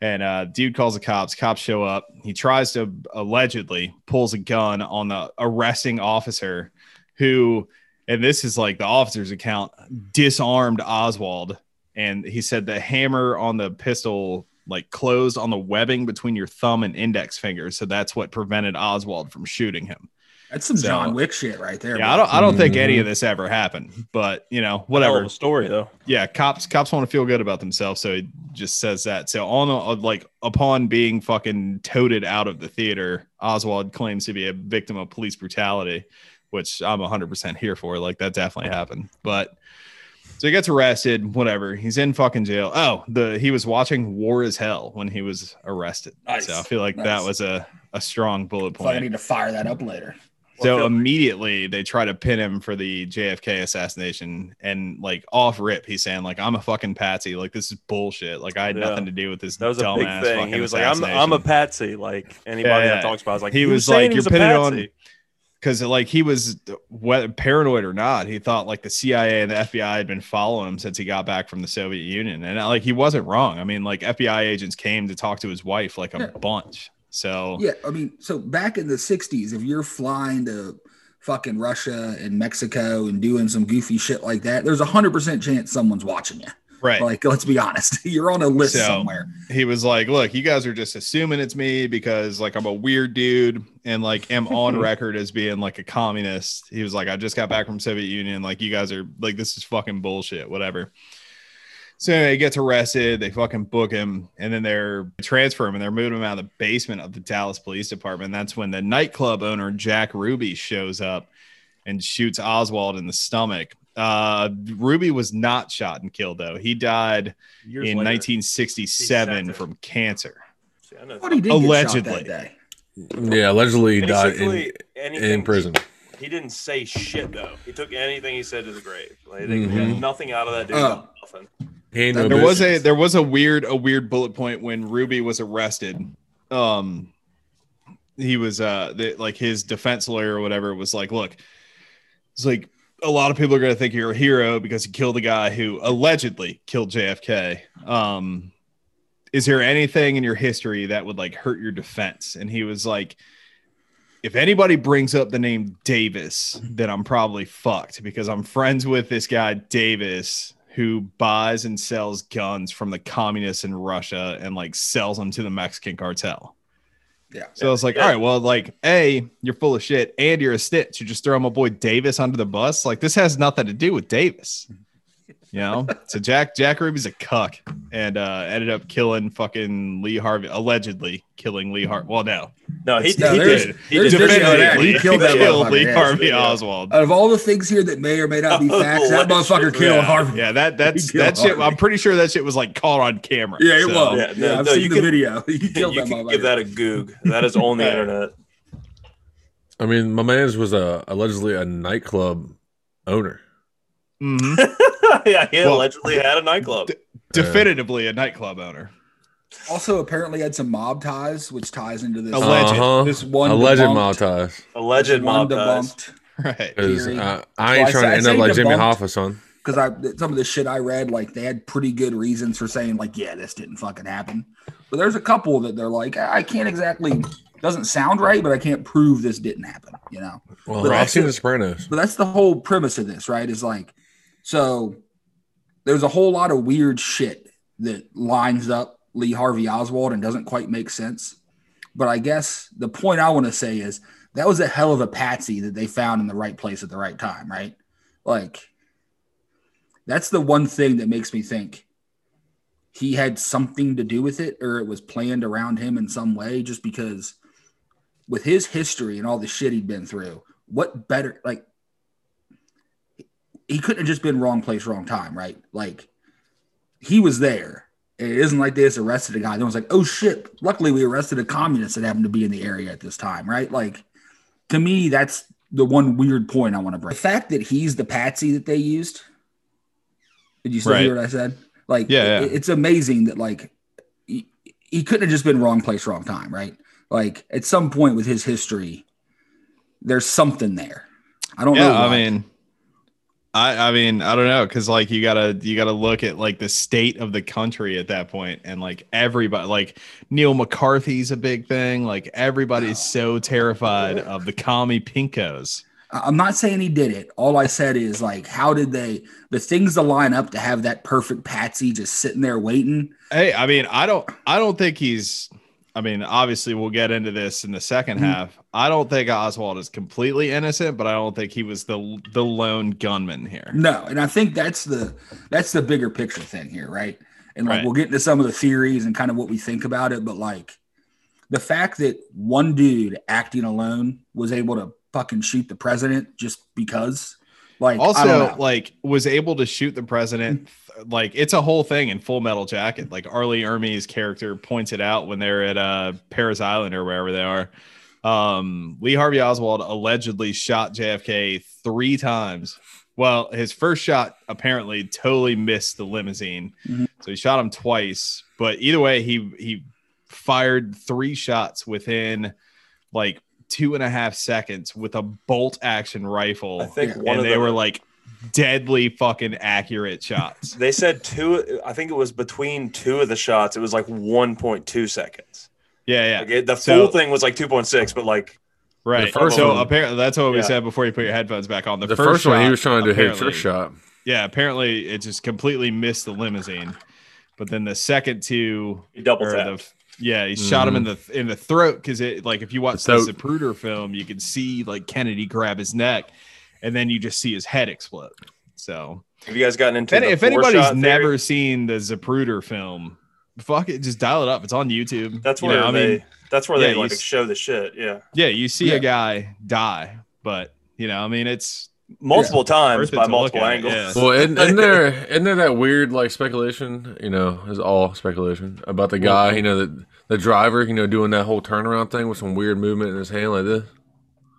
Speaker 4: and uh, dude calls the cops. Cops show up. He tries to allegedly pulls a gun on the arresting officer, who, and this is like the officer's account, disarmed Oswald, and he said the hammer on the pistol like closed on the webbing between your thumb and index finger, so that's what prevented Oswald from shooting him.
Speaker 1: That's some
Speaker 4: So-
Speaker 1: John Wick shit right there.
Speaker 4: Yeah,
Speaker 1: bro.
Speaker 4: I don't. I don't think
Speaker 3: Mhm.
Speaker 4: any of this ever happened. But you know,
Speaker 2: Hell of
Speaker 4: whatever.
Speaker 2: a story though.
Speaker 4: Yeah, cops. Cops want to feel good about themselves, so he just says that. So on the- like upon being fucking toted out of the theater, Oswald claims to be a victim of police brutality, which I'm 100 percent here for. Like that definitely happened. But so he gets arrested. Whatever. He's in fucking jail. Oh, the he was watching War is Hell when he was arrested.
Speaker 1: Nice.
Speaker 4: So I feel like that
Speaker 1: Nice.
Speaker 4: was a a strong bullet
Speaker 1: Fuck, I
Speaker 4: point.
Speaker 1: need to fire that up later.
Speaker 4: So
Speaker 2: Well,
Speaker 4: immediately they try to pin him for the JFK assassination, and like off rip, he's saying like I'm a fucking patsy, like this is bullshit, like I had
Speaker 2: Yeah.
Speaker 4: nothing to do with this.
Speaker 2: That was a big
Speaker 4: dumbass
Speaker 2: thing.
Speaker 4: fucking
Speaker 2: He was like, "I'm I'm a patsy." Like anybody
Speaker 4: Yeah, yeah.
Speaker 2: that talks about, it is like
Speaker 4: He
Speaker 2: "Who's
Speaker 4: was
Speaker 2: saying
Speaker 4: like,
Speaker 2: he
Speaker 4: "You're
Speaker 2: was a
Speaker 4: pinning on-
Speaker 2: patsy?"
Speaker 4: because like he was whether paranoid or not, he thought like the CIA and the FBI had been following him since he got back from the Soviet Union, and uh, like he wasn't wrong. I mean, like FBI agents came to talk to his wife like a
Speaker 1: Yeah.
Speaker 4: bunch. So
Speaker 1: Yeah, I mean, so back in the '60s, if you're flying to fucking Russia and Mexico and doing some goofy shit like that, there's a hundred percent chance someone's watching you.
Speaker 4: right,
Speaker 1: Like, let's be honest, you're on a list
Speaker 4: So-
Speaker 1: somewhere.
Speaker 4: he was like, "Look, you guys are just assuming it's me because like I'm a weird dude and like am on record as being like a communist." He was like, "I just got back from Soviet Union. Like you guys are like this is fucking bullshit. Whatever." So anyway, he gets arrested. They fucking book him, and then they're transfer him, and they're moving him out of the basement of the Dallas Police Department. That's when the nightclub owner Jack Ruby shows up and shoots Oswald in the stomach. Uh, Ruby was not shot and killed though. He died
Speaker 2: Years
Speaker 4: in
Speaker 2: later.
Speaker 4: 1967
Speaker 2: Exactly.
Speaker 4: from cancer.
Speaker 2: See, I know
Speaker 1: What he did allegedly
Speaker 4: Allegedly.
Speaker 1: that day.
Speaker 3: Yeah, allegedly he died
Speaker 2: Basically,
Speaker 3: in, in
Speaker 2: anything-
Speaker 3: prison.
Speaker 2: He didn't say shit though. He took anything he said to the grave. Like, they
Speaker 3: Mhm.
Speaker 4: Mm-hmm.
Speaker 2: got nothing out of that dude.
Speaker 1: Oh.
Speaker 2: Nothing.
Speaker 3: He ain't no
Speaker 4: There was a
Speaker 3: bitch.
Speaker 4: there was a weird a weird bullet point when Ruby was arrested. Um, he was uh the, like his defense lawyer or whatever was like, look, it's like a lot of people are gonna think you're a hero because you killed a guy who allegedly killed JFK. Um, is there anything in your history that would like hurt your defense? And he was like, if anybody brings up the name Davis, then I'm probably fucked because I'm friends with this guy Davis who buys and sells guns from the communists in Russia and like sells them to the Mexican cartel.
Speaker 1: Yeah.
Speaker 4: So it's like,
Speaker 2: Yeah.
Speaker 4: all right, well, like, A, you're full of shit and you're a stitch. You just throw my boy Davis under the bus. Like, this has nothing to do with Davis. You know? so Jack Jack Ruby's a cuck and uh ended up killing fucking Lee Harvey, allegedly killing Lee Harvey. Well, no.
Speaker 2: No, he,
Speaker 4: He,
Speaker 1: No,
Speaker 4: he
Speaker 1: there's-
Speaker 4: did.
Speaker 2: he
Speaker 1: there's
Speaker 2: did
Speaker 1: video of that.
Speaker 4: Definitively
Speaker 1: He killed that motherfucker.
Speaker 4: Lee
Speaker 1: Yeah,
Speaker 4: Harvey
Speaker 1: yeah. Uh,
Speaker 4: Oswald.
Speaker 1: Out of all the things here that may or may not be facts, that motherfucker killed
Speaker 4: yeah,
Speaker 1: Harvey.
Speaker 4: Yeah, that that's
Speaker 1: killed
Speaker 4: that shit.
Speaker 1: Harvey.
Speaker 4: I'm pretty sure that shit was like caught on camera.
Speaker 1: Yeah, it
Speaker 4: So,
Speaker 1: was.
Speaker 2: Yeah,
Speaker 1: Yeah,
Speaker 2: no,
Speaker 1: I've
Speaker 2: no, you
Speaker 1: seen the
Speaker 2: can-
Speaker 1: video. He
Speaker 2: You
Speaker 1: killed that
Speaker 2: can give
Speaker 1: motherfucker.
Speaker 2: that a goog. That is on the
Speaker 4: Yeah.
Speaker 2: internet.
Speaker 3: I mean, my man's was a allegedly a nightclub owner.
Speaker 4: Mhm.
Speaker 2: yeah, he
Speaker 4: Well-
Speaker 2: allegedly had a nightclub.
Speaker 4: Definitively a nightclub owner.
Speaker 1: Also, apparently had some mob ties, which ties into this.
Speaker 4: Alleged.
Speaker 3: Uh-huh.
Speaker 1: This one
Speaker 3: alleged
Speaker 1: debunked.
Speaker 3: mob ties.
Speaker 2: Alleged mob ties.
Speaker 1: debunked
Speaker 4: Right.
Speaker 3: 'Cause
Speaker 1: Theory.
Speaker 3: I, I ain't
Speaker 1: Well, I
Speaker 3: trying
Speaker 1: say- I
Speaker 3: to end
Speaker 1: say
Speaker 3: up like Jimmy
Speaker 1: debunked.
Speaker 3: Hoffa, son.
Speaker 1: because I some of the shit I read, like they had pretty good reasons for saying like, yeah, this didn't fucking happen. But there's a couple that they're like, I can't exactly doesn't sound right, but I can't prove this didn't happen. You know.
Speaker 3: Well,
Speaker 1: But
Speaker 3: I've
Speaker 1: that's
Speaker 3: seen
Speaker 1: it.
Speaker 3: The Sopranos.
Speaker 1: But that's the whole premise of this, right? Is like, so there's a whole lot of weird shit that lines up Lee Harvey Oswald and doesn't quite make sense. But I guess the point I want to say is that was a hell of a patsy that they found in the right place at the right time, right? Like, that's the one thing that makes me think he had something to do with it or it was planned around him in some way, just because with his history and all the shit he'd been through, what better like he couldn't have just been wrong place, wrong time, right? Like he was there. And It isn't like they just arrested a guy. Then was like, oh shit. Luckily we arrested a communist that happened to be in the area at this time, right? Like to me, that's the one weird point I want to bring. The fact that he's the patsy that they used. Did you still hear
Speaker 4: Right.
Speaker 1: what I said? Like,
Speaker 4: Yeah, yeah.
Speaker 1: it- it's amazing that like he, he couldn't have just been wrong place, wrong time, right? Like at some point with his history, there's something there. I don't know.
Speaker 4: Yeah, I
Speaker 1: why.
Speaker 4: mean, I I mean, I don't know, because like you gotta you gotta look at like the state of the country at that point, and like everybody, like Neil McCarthy's a big thing. Like everybody's so terrified of the commie pinkos.
Speaker 1: I- I'm not saying he did it. All I said is like, how did they the things to line up to have that perfect patsy just sitting there waiting?
Speaker 4: Hey, I mean, I don't I don't think he's. I mean, obviously, we'll get into this in the 2nd
Speaker 1: Mhm.
Speaker 4: half. I don't think Oswald is completely innocent, but I don't think he was the the lone gunman here.
Speaker 1: No, and I think that's the that's the bigger picture thing here, right? And like
Speaker 4: Right.
Speaker 1: we'll get into some of the theories and kind of what we think about it, but like the fact that one dude acting alone was able to fucking shoot the president just because, like, I don't
Speaker 4: also
Speaker 1: know.
Speaker 4: like was able to shoot the president like it's a whole thing in full metal jacket like arlie ermey's character points it out when they're at uh paris island or wherever they are um lee harvey oswald allegedly shot jfk three times well his first shot apparently totally missed the limousine
Speaker 1: Mhm.
Speaker 4: so he shot him twice but either way he he fired three shots within like two and a half seconds with a bolt action rifle
Speaker 2: I think
Speaker 1: Yeah.
Speaker 2: one
Speaker 4: and
Speaker 2: of
Speaker 4: they
Speaker 2: the,
Speaker 4: were like deadly fucking accurate shots.
Speaker 2: they said two. I think it was between two of the shots. It was like one point two seconds.
Speaker 4: Yeah,
Speaker 2: Like
Speaker 4: yeah,
Speaker 2: it, the
Speaker 4: So-
Speaker 2: full thing was like two point six, but like
Speaker 4: right.
Speaker 3: The first
Speaker 4: so
Speaker 3: one-
Speaker 4: apparently that's what we
Speaker 2: Yeah.
Speaker 4: said before you put your headphones back on. The,
Speaker 3: The, first, one, he
Speaker 4: shot,
Speaker 3: was trying to hit a
Speaker 4: apparently-
Speaker 3: trick shot.
Speaker 4: Yeah, apparently it just completely missed the limousine. But then the second two,
Speaker 2: you double
Speaker 4: or the,
Speaker 2: tap.
Speaker 4: f- yeah, he shot him in the in the throat because it like if you watch the
Speaker 3: Mm-hmm. throat.
Speaker 4: Zapruder film, you can see like Kennedy grab his neck, and then you just see his head explode. So
Speaker 2: Have you guys gotten into?
Speaker 4: If,
Speaker 2: the
Speaker 4: if
Speaker 2: four
Speaker 4: anybody's
Speaker 2: shot
Speaker 4: never
Speaker 2: theory?
Speaker 4: seen the Zapruder film, fuck it, just dial it up. It's on YouTube.
Speaker 2: that's
Speaker 4: You
Speaker 2: where
Speaker 4: know, I
Speaker 2: they.
Speaker 4: mean,
Speaker 2: that's where
Speaker 4: yeah,
Speaker 2: they
Speaker 4: you
Speaker 2: like
Speaker 4: s-
Speaker 2: show the shit. Yeah,
Speaker 4: yeah, you see a
Speaker 1: Yeah.
Speaker 4: guy die, but you know, I mean, it's
Speaker 2: multiple times
Speaker 4: Worth it
Speaker 2: by
Speaker 4: to look
Speaker 2: multiple
Speaker 4: at,
Speaker 2: angles.
Speaker 4: yeah.
Speaker 3: Well, isn't, isn't there isn't there that weird like speculation? You know, it's all speculation about the guy. You know, the the driver. You know, doing that whole turnaround thing with some weird movement in his hand like this.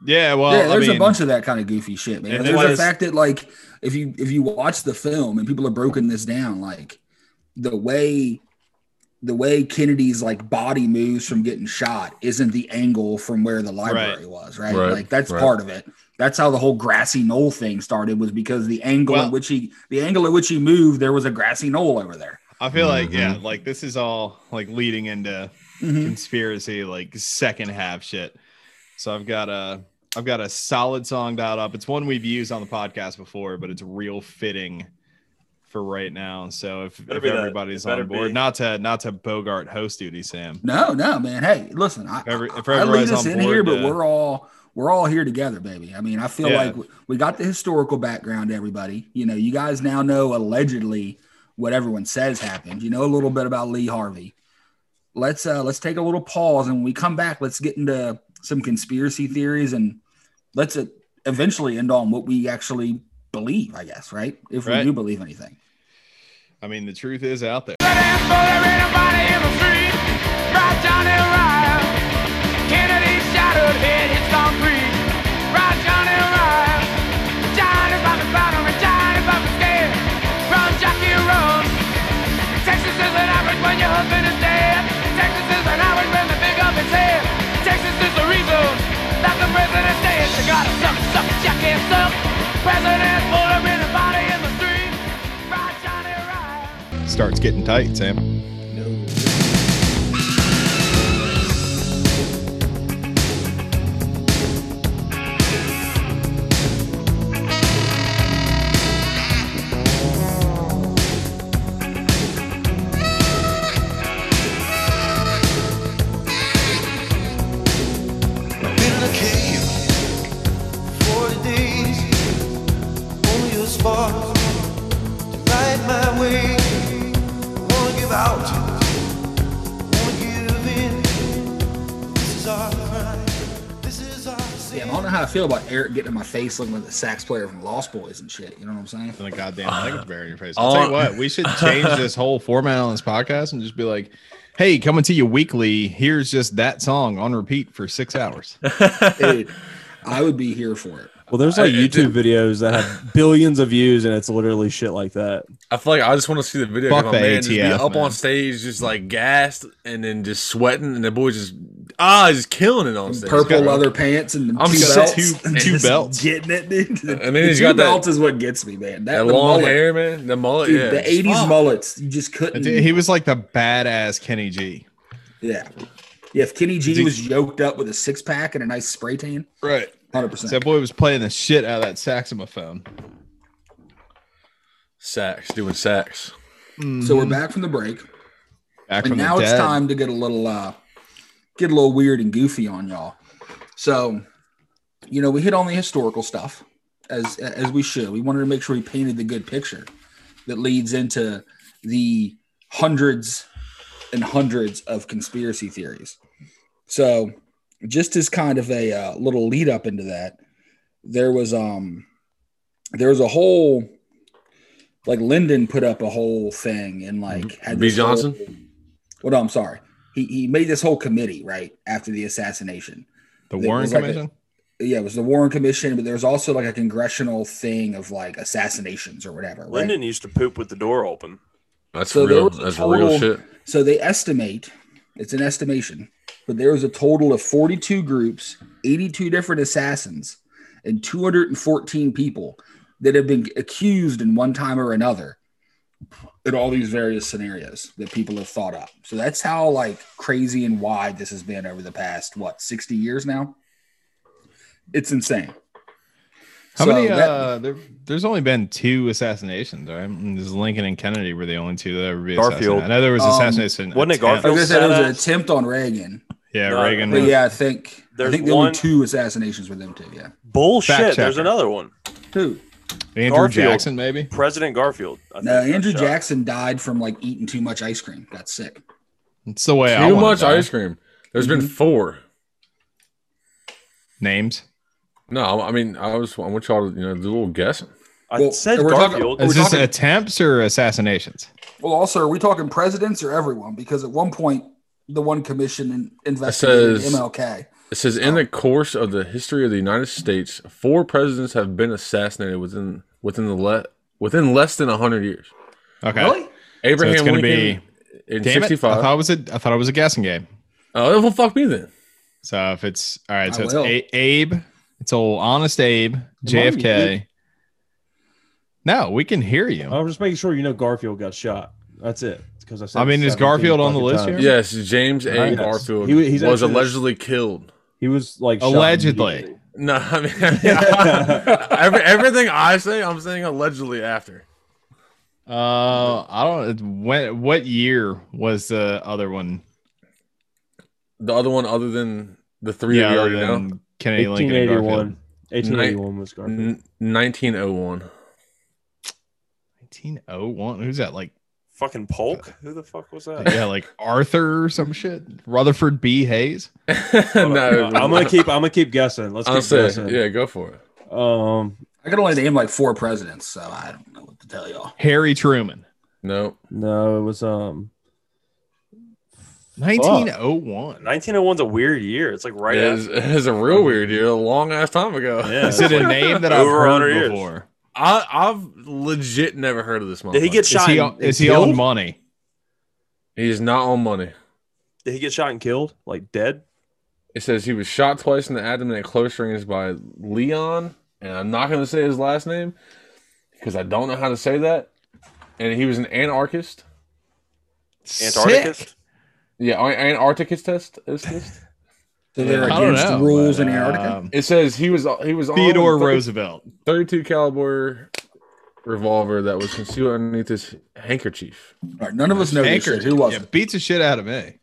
Speaker 4: yeah, well,
Speaker 1: yeah, there's
Speaker 4: I mean,
Speaker 1: a bunch of that kind of goofy shit, man.
Speaker 4: And
Speaker 1: There's
Speaker 2: then-
Speaker 1: the fact that like if you if you watch the film and people are broken this down, like the way the way Kennedy's like body moves from getting shot isn't the angle from where the library was, right?
Speaker 3: Right,
Speaker 1: Like that's
Speaker 3: right.
Speaker 1: part of it. That's how the whole grassy knoll thing started was because the angle
Speaker 4: Well-
Speaker 1: at which he the angle at which he moved, there was a grassy knoll over there.
Speaker 4: I feel like yeah,
Speaker 2: Mm-hmm.
Speaker 4: like this is all like leading into conspiracy, like second half shit. So I've got a I've got a solid song dialed up. It's one we've used on the podcast before, but it's real fitting for right now. So if,
Speaker 2: Better
Speaker 4: if
Speaker 2: be that.
Speaker 4: everybody's
Speaker 2: It better
Speaker 4: on board,
Speaker 2: be.
Speaker 4: not to not to Bogart host duty, Sam.
Speaker 1: No, no, man. Hey, listen, I,
Speaker 4: If every- if
Speaker 1: I- I lead
Speaker 4: everybody's
Speaker 1: us
Speaker 4: on
Speaker 1: in
Speaker 4: board,
Speaker 1: here, but
Speaker 4: uh,
Speaker 1: we're all we're all here together, baby. I mean, I feel
Speaker 4: Yeah.
Speaker 1: like we- we got the historical background. Everybody, you know, you guys now know allegedly what everyone says happened. You know a little bit about Lee Harvey. Let's uh let's take a little pause, and when we come back, let's get into some conspiracy theories, and let's uh, eventually end on what we actually believe. I guess, right? If we
Speaker 4: Right.
Speaker 1: do believe anything.
Speaker 4: I mean, the truth is out there.
Speaker 5: Texas is an average when your husband is dead. Texas is an average when the big up is here. Texas is the reason that the president's dead. You gotta suck, suck, jackass up. President's full of anybody in the street. Ride, Johnny, ride.
Speaker 4: Starts getting tight, Sam.
Speaker 6: Been in a cave for days, only a spark to light my way. Wanna give out, wanna give in. This is our crime. This is our
Speaker 1: Yeah, I
Speaker 6: sin.
Speaker 1: don't know how I feel about Eric getting in my face looking like the sax player from Lost Boys and shit. You know what I'm saying?
Speaker 4: And a goddamn
Speaker 2: Uh,
Speaker 4: leg bear in your face. I'll tell you
Speaker 3: Uh,
Speaker 4: what, we should change this whole format on this podcast and just be like, hey, coming to you weekly. Here's just that song on repeat for six hours.
Speaker 1: Dude, I would be here for it.
Speaker 7: Well, there's like YouTube videos that have billions of views, and it's literally shit like that.
Speaker 3: I feel like I just want to see the video.
Speaker 4: Fuck
Speaker 3: of a
Speaker 4: the
Speaker 3: man just be
Speaker 4: ATF,
Speaker 3: up
Speaker 4: man.
Speaker 3: on stage, just like gassed, and then just sweating, and the boy just ah, just killing it on stage.
Speaker 1: Purple
Speaker 3: bro.
Speaker 1: leather pants and
Speaker 3: I'm
Speaker 1: two
Speaker 3: so-
Speaker 1: belts.
Speaker 4: two-
Speaker 1: Just
Speaker 4: two belts.
Speaker 1: Getting it, dude. The,
Speaker 3: And then he's
Speaker 1: two
Speaker 3: got that-
Speaker 1: belts is what gets me, man. That
Speaker 3: That
Speaker 1: the
Speaker 3: long
Speaker 1: mullet.
Speaker 3: hair, man. The mullet.
Speaker 1: Dude, the
Speaker 3: yeah.
Speaker 1: 80s
Speaker 3: Fuck.
Speaker 1: mullets, you just couldn't.
Speaker 4: Dude, He was like the badass Kenny G.
Speaker 1: yeah. Yeah, if Kenny G
Speaker 4: Dude.
Speaker 1: was yoked up with a six pack and a nice spray tan,
Speaker 4: Right.
Speaker 1: 100%.
Speaker 4: That boy was playing the shit out of that saxophone.
Speaker 3: Sax doing sax.
Speaker 1: So we're back from the break.
Speaker 4: Back
Speaker 1: and
Speaker 4: from
Speaker 1: now
Speaker 4: the
Speaker 1: it's
Speaker 4: dead.
Speaker 1: time to get a little uh get a little weird and goofy on y'all so you know we hit on the historical stuff as as we should we wanted to make sure we painted the good picture that leads into the hundreds and hundreds of conspiracy theories so just as kind of a uh, little lead up into that there was um there was a whole like Lyndon put up a whole thing and like had
Speaker 3: B.
Speaker 1: this whole-
Speaker 3: Johnson?
Speaker 1: well, no, I'm sorry. He he made this whole committee right after the assassination.
Speaker 4: the
Speaker 1: it
Speaker 4: Warren
Speaker 1: was like a-
Speaker 4: Commission.
Speaker 1: Yeah, it was the Warren Commission, but there was also like a congressional thing of like assassinations or whatever. Right?
Speaker 2: Lyndon used to poop with the door open.
Speaker 3: That's
Speaker 1: So there
Speaker 3: real.
Speaker 1: was a
Speaker 3: That's
Speaker 1: total-
Speaker 3: real shit.
Speaker 1: So they estimate it's an estimation, but there was a total of 42 groups, 82 different assassins, and 214 people that have been accused in one time or another in all these various scenarios that people have thought up. So that's how like crazy and wide this has been over the past what 60 years now. It's insane.
Speaker 4: How
Speaker 1: So
Speaker 4: many?
Speaker 1: that-
Speaker 4: uh, there, there's only been two assassinations, right? And This is Lincoln and Kennedy were the only two that ever be assassinated.
Speaker 2: Garfield.
Speaker 4: I know there was
Speaker 1: Um,
Speaker 4: assassination.
Speaker 2: wasn't it
Speaker 4: attempt.
Speaker 1: I was gonna say there was an
Speaker 2: Sad ass.
Speaker 1: attempt on Reagan,
Speaker 4: Yeah,
Speaker 2: No,
Speaker 4: Reagan.
Speaker 1: but
Speaker 4: Was,
Speaker 1: yeah, I think I
Speaker 2: There's
Speaker 1: think there were
Speaker 2: one-
Speaker 1: two assassinations with them too. Yeah,
Speaker 2: Bullshit.
Speaker 4: Fact
Speaker 2: There's
Speaker 4: checker.
Speaker 2: another one.
Speaker 1: two.
Speaker 4: Andrew
Speaker 2: Garfield.
Speaker 4: Jackson, maybe.
Speaker 2: President Garfield. I
Speaker 1: No,
Speaker 2: got
Speaker 1: Andrew
Speaker 2: shot.
Speaker 1: Jackson died from like eating too much ice cream. Got sick.
Speaker 4: It's the way I
Speaker 3: Too
Speaker 4: want
Speaker 3: much
Speaker 4: it, though.
Speaker 3: ice cream. There's
Speaker 1: Mm-hmm.
Speaker 3: been four.
Speaker 4: names.
Speaker 3: No, I mean, I was. I want y'all to you know do a little guessing.
Speaker 2: I
Speaker 1: Well,
Speaker 2: said
Speaker 1: we're talking-
Speaker 2: Garfield.
Speaker 1: We're
Speaker 4: Is this
Speaker 1: talking-
Speaker 4: attempts or assassinations?
Speaker 1: Well, also, are we talking presidents or everyone? Because at one point, the one commission in- investigated
Speaker 3: says-
Speaker 1: MLK.
Speaker 3: It says in
Speaker 7: Oh.
Speaker 3: the course of the history of the United States, four presidents have been assassinated within within the le- within less than hundred years.
Speaker 4: Okay.
Speaker 1: Really?
Speaker 3: Abraham
Speaker 4: gonna
Speaker 3: Lincoln in
Speaker 4: Damn it! I
Speaker 3: sixty-five.
Speaker 4: thought it was a. I thought it was a guessing game.
Speaker 3: oh, well, fuck me then.
Speaker 4: So if it's all right, so
Speaker 1: I
Speaker 4: it's
Speaker 1: will.
Speaker 4: a- Abe. It's old honest Abe. JFK. No, we can hear you.
Speaker 2: Oh.
Speaker 7: I'm just making sure you know Garfield got shot. That's it. Because I said.
Speaker 4: I mean, is
Speaker 7: 17
Speaker 4: Garfield on the
Speaker 7: fucking
Speaker 4: list
Speaker 7: times.
Speaker 4: here?
Speaker 3: Yes, James A.
Speaker 7: Yes.
Speaker 3: Garfield
Speaker 7: He wa- he's
Speaker 3: was
Speaker 7: actually-
Speaker 3: allegedly killed
Speaker 7: He was like shot in
Speaker 4: Allegedly.
Speaker 7: Jersey.
Speaker 3: No, I mean, every, everything I say, I'm saying allegedly after.
Speaker 4: Uh, I don't. When, what year was the other one?
Speaker 3: The other one, other than the three
Speaker 4: yeah,
Speaker 3: yeah, you
Speaker 4: other
Speaker 3: already know,
Speaker 4: than Kennedy Lincoln. and Garfield.
Speaker 7: 1881. 1881 was Garfield.
Speaker 3: N- 1901.
Speaker 4: 1901. Who's that? Like
Speaker 2: Fucking Polk? Who the fuck was that?
Speaker 4: yeah, like Arthur or some shit. Rutherford B. Hayes.
Speaker 3: no,
Speaker 7: I'm gonna keep. I'm gonna keep guessing. Let's keep guessing.
Speaker 3: Honestly, yeah, go for it.
Speaker 7: Um.
Speaker 1: I could only name like four presidents, so I don't know what to tell y'all.
Speaker 4: Harry Truman.
Speaker 3: No,
Speaker 7: No, it was um.
Speaker 4: 1901.
Speaker 2: 1901's a weird year. It's like right
Speaker 3: it
Speaker 2: after.
Speaker 3: is, it is a real weird year. A long ass time ago.
Speaker 2: Yeah.
Speaker 4: Is it a name that I've
Speaker 2: Over 100
Speaker 4: heard
Speaker 2: years.
Speaker 4: before?
Speaker 3: I, I've legit never heard of this.
Speaker 2: Did he
Speaker 3: motherfucker.
Speaker 2: get
Speaker 4: Is
Speaker 2: shot?
Speaker 4: he,
Speaker 2: and-
Speaker 4: is
Speaker 2: and
Speaker 4: he on
Speaker 2: killed?
Speaker 4: money?
Speaker 3: He's not on money.
Speaker 2: Did he get shot and killed? Like dead?
Speaker 3: It says he was shot twice in the abdomen at close range by Leon, and I'm not going to say his last name because I don't know how to say that. And he was an anarchist.
Speaker 2: Antarcticist?
Speaker 3: Yeah, an- antarcticist test. is this?
Speaker 1: So they're
Speaker 4: I don't
Speaker 1: against
Speaker 4: know,
Speaker 1: rules
Speaker 4: but,
Speaker 1: in Antarctica.
Speaker 4: um,
Speaker 3: It says he was he was
Speaker 4: Theodore
Speaker 3: on a
Speaker 4: Roosevelt.
Speaker 3: 32 caliber revolver that was concealed underneath his handkerchief.
Speaker 1: All right, none of us know this
Speaker 4: Anchor.
Speaker 1: shit. Who was
Speaker 4: Yeah,
Speaker 1: it?
Speaker 4: beats the shit out of me.